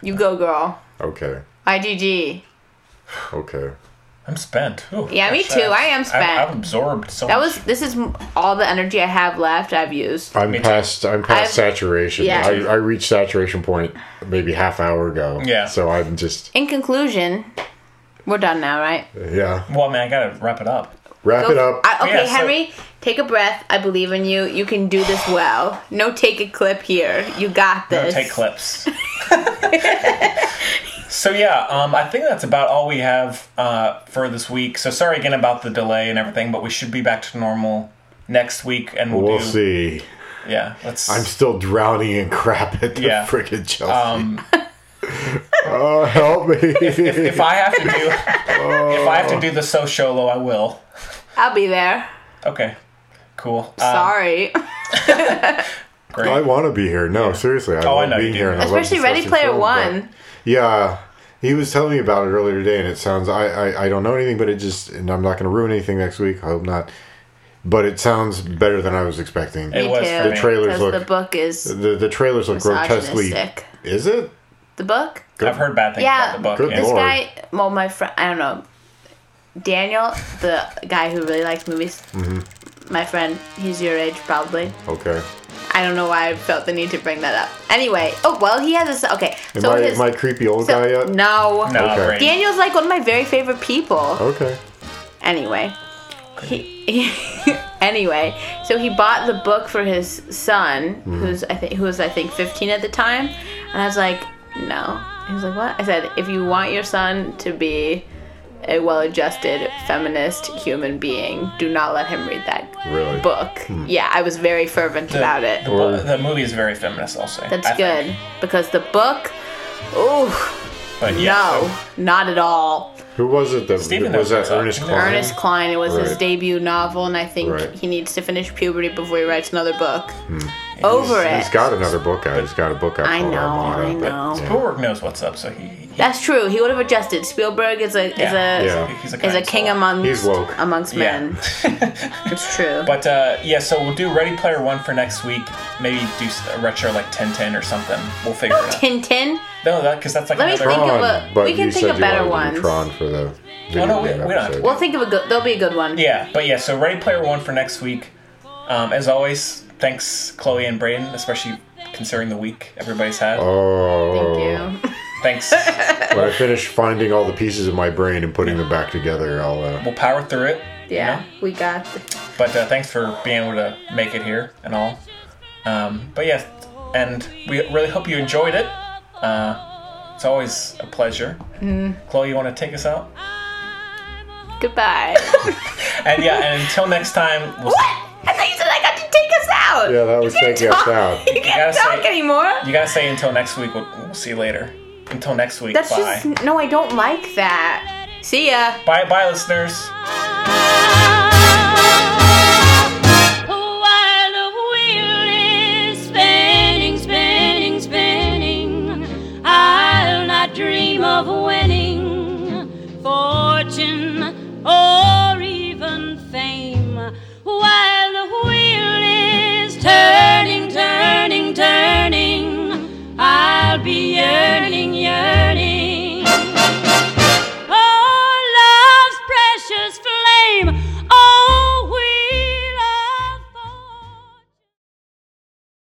Speaker 3: You go, girl.
Speaker 2: Okay.
Speaker 3: YGG.
Speaker 2: Okay.
Speaker 1: I'm spent. Ooh,
Speaker 3: Yeah, me
Speaker 1: gosh,
Speaker 3: too. I am
Speaker 1: I've-
Speaker 3: spent.
Speaker 1: I've absorbed so
Speaker 3: That
Speaker 1: much.
Speaker 3: was. This is m- all the energy I have left. I've used.
Speaker 2: I'm
Speaker 1: Me too.
Speaker 2: past. I'm
Speaker 3: I've-
Speaker 2: past saturation.
Speaker 3: yeah.
Speaker 2: I, I reached saturation point maybe half hour ago.
Speaker 1: Yeah.
Speaker 2: So I'm just
Speaker 3: In conclusion, we're done now, right?
Speaker 2: yeah.
Speaker 1: Well, I mean, I gotta wrap it up.
Speaker 2: Wrap
Speaker 3: Go-
Speaker 2: it up.
Speaker 3: I- okay,
Speaker 1: Yeah, so-
Speaker 3: Henry, take a breath. I believe in you. You can do this well. No take a clip here. You got
Speaker 1: No
Speaker 3: this.
Speaker 1: take
Speaker 3: *laughs*
Speaker 1: clips. so yeah, um, I think that's about all we have uh, for this week. So sorry again about the delay and everything, but we should be back to normal next week, and we'll,
Speaker 2: we'll
Speaker 1: do,
Speaker 2: see.
Speaker 1: Yeah, let's.
Speaker 2: I'm still drowning in crap at the
Speaker 1: Yeah.
Speaker 2: frickin' Chelsea.
Speaker 1: um,
Speaker 2: *laughs* oh, help me.
Speaker 1: *laughs* if, if I have to
Speaker 2: *laughs*
Speaker 1: do, if I have to do
Speaker 2: Oh.
Speaker 1: the so solo, I will.
Speaker 3: I'll be there.
Speaker 1: Okay, cool. Um,
Speaker 3: Sorry.
Speaker 1: great.
Speaker 2: I want to be here. No, seriously. I
Speaker 1: Oh, I
Speaker 2: love
Speaker 1: know you
Speaker 2: being
Speaker 1: do.
Speaker 2: here. and I love
Speaker 3: Especially Ready
Speaker 2: discussing
Speaker 3: Player
Speaker 2: film, but-
Speaker 3: One.
Speaker 2: Yeah, he was telling me about it earlier today, and it sounds I I, I don't know anything, but it just and I'm not going to ruin anything next week. I hope not. But it sounds better than I was expecting.
Speaker 1: It
Speaker 3: Me
Speaker 1: was
Speaker 3: too.
Speaker 1: for
Speaker 2: The
Speaker 1: me.
Speaker 2: trailers
Speaker 3: Because
Speaker 2: look-
Speaker 3: the book is
Speaker 2: the the trailers look grotesquely.
Speaker 3: misogynistic.
Speaker 2: Is it?
Speaker 3: The book?
Speaker 2: Good.
Speaker 1: I've heard bad things about
Speaker 3: Yeah.
Speaker 1: the book.
Speaker 2: Good
Speaker 1: yeah.
Speaker 3: This
Speaker 2: Lord.
Speaker 3: guy, well, my friend, I don't know. Daniel, the guy who really likes movies,
Speaker 2: Mm-hmm.
Speaker 3: my friend, he's your age probably.
Speaker 2: Okay.
Speaker 3: I don't know why I felt the need to bring that up. Anyway, oh well, he has this. Okay,
Speaker 2: Am I am I creepy old
Speaker 3: so-
Speaker 2: guy yet?
Speaker 3: no,
Speaker 1: No,
Speaker 2: Okay.
Speaker 1: great.
Speaker 3: Daniel's like one of my very favorite people.
Speaker 2: Okay.
Speaker 3: Anyway, he, *laughs* anyway, so he bought the book for his son,
Speaker 1: Mm-hmm.
Speaker 3: who's I think who was I think 15 at the time, and I was like, no. He was like, what? I said, if you want your son to be a well-adjusted feminist human being, do not let him read that
Speaker 2: Really?
Speaker 3: book.
Speaker 1: Hmm.
Speaker 3: Yeah, I was very fervent
Speaker 1: The,
Speaker 3: about it.
Speaker 1: The, bu- the movie is very feminist, I'll say.
Speaker 3: That's
Speaker 1: I
Speaker 3: good
Speaker 1: think.
Speaker 3: because the book, ooh,
Speaker 1: But yeah,
Speaker 3: no,
Speaker 1: so-
Speaker 3: not at all.
Speaker 2: Who was it that
Speaker 1: Stephen
Speaker 2: was that
Speaker 1: knows what's
Speaker 2: Ernest
Speaker 1: up.
Speaker 2: Klein?
Speaker 3: Ernest Klein. It was his
Speaker 2: Right.
Speaker 3: debut novel, and I think
Speaker 2: Right. Hmm.
Speaker 3: he needs to finish puberty before he writes another book. Over it.
Speaker 2: He's got another book out. He's got a book out.
Speaker 3: I
Speaker 2: called
Speaker 3: know,
Speaker 2: Armada,
Speaker 3: I
Speaker 2: but-
Speaker 3: know.
Speaker 2: yeah.
Speaker 1: Spielberg knows what's up, so he, he
Speaker 3: That's true. He would have adjusted. Spielberg is a
Speaker 1: Yeah.
Speaker 3: is a
Speaker 2: Yeah.
Speaker 1: he's a,
Speaker 3: is a
Speaker 1: kind
Speaker 3: king
Speaker 1: soul.
Speaker 3: amongst
Speaker 2: He's woke.
Speaker 3: amongst
Speaker 1: Yeah.
Speaker 3: men. it's true.
Speaker 1: But uh, yeah, so we'll do Ready Player One for next week. Maybe do s- a retro like ten ten or something. We'll figure it out.
Speaker 3: Tintin.
Speaker 1: No, that because that's like
Speaker 3: Let me
Speaker 1: another.
Speaker 3: think of
Speaker 2: Tron,
Speaker 3: a-
Speaker 2: but
Speaker 3: we can
Speaker 2: you
Speaker 3: think
Speaker 2: said
Speaker 3: of
Speaker 2: you
Speaker 3: better
Speaker 2: wanted to do Tron
Speaker 3: ones.
Speaker 2: for the.
Speaker 1: Oh, no,
Speaker 2: video game
Speaker 1: we- we don't have to
Speaker 2: episode.
Speaker 3: We'll think of a good. There'll be a good one.
Speaker 1: Yeah, but yeah, so Ready Player One for next week. Um, as always, thanks Chloe and Braden, especially considering the week everybody's had.
Speaker 2: Oh.
Speaker 3: Thank *laughs* you.
Speaker 1: Thanks.
Speaker 2: When I finish finding all the pieces in my brain and putting them back together, I'll. Uh,
Speaker 1: we'll power through it.
Speaker 3: Yeah, we got. th-
Speaker 1: But uh, thanks for being able to make it here and all. Um, but yeah, and we really hope you enjoyed it. Uh, it's always a pleasure.
Speaker 3: Mm.
Speaker 1: Chloe, you want to take us out?
Speaker 2: *laughs*
Speaker 3: Goodbye.
Speaker 1: And yeah, and until next time, we'll
Speaker 3: what? I thought you said I got to take us out.
Speaker 2: yeah, that was
Speaker 3: can't
Speaker 2: taking us
Speaker 3: talk.
Speaker 2: out.
Speaker 3: You can't
Speaker 1: gotta
Speaker 3: talk
Speaker 1: say-
Speaker 3: anymore.
Speaker 1: You gotta say until next week. We'll, we'll see you later. Until next week.
Speaker 3: That's
Speaker 1: bye.
Speaker 3: just no. I don't like that. See ya.
Speaker 1: Bye, bye, listeners.
Speaker 8: I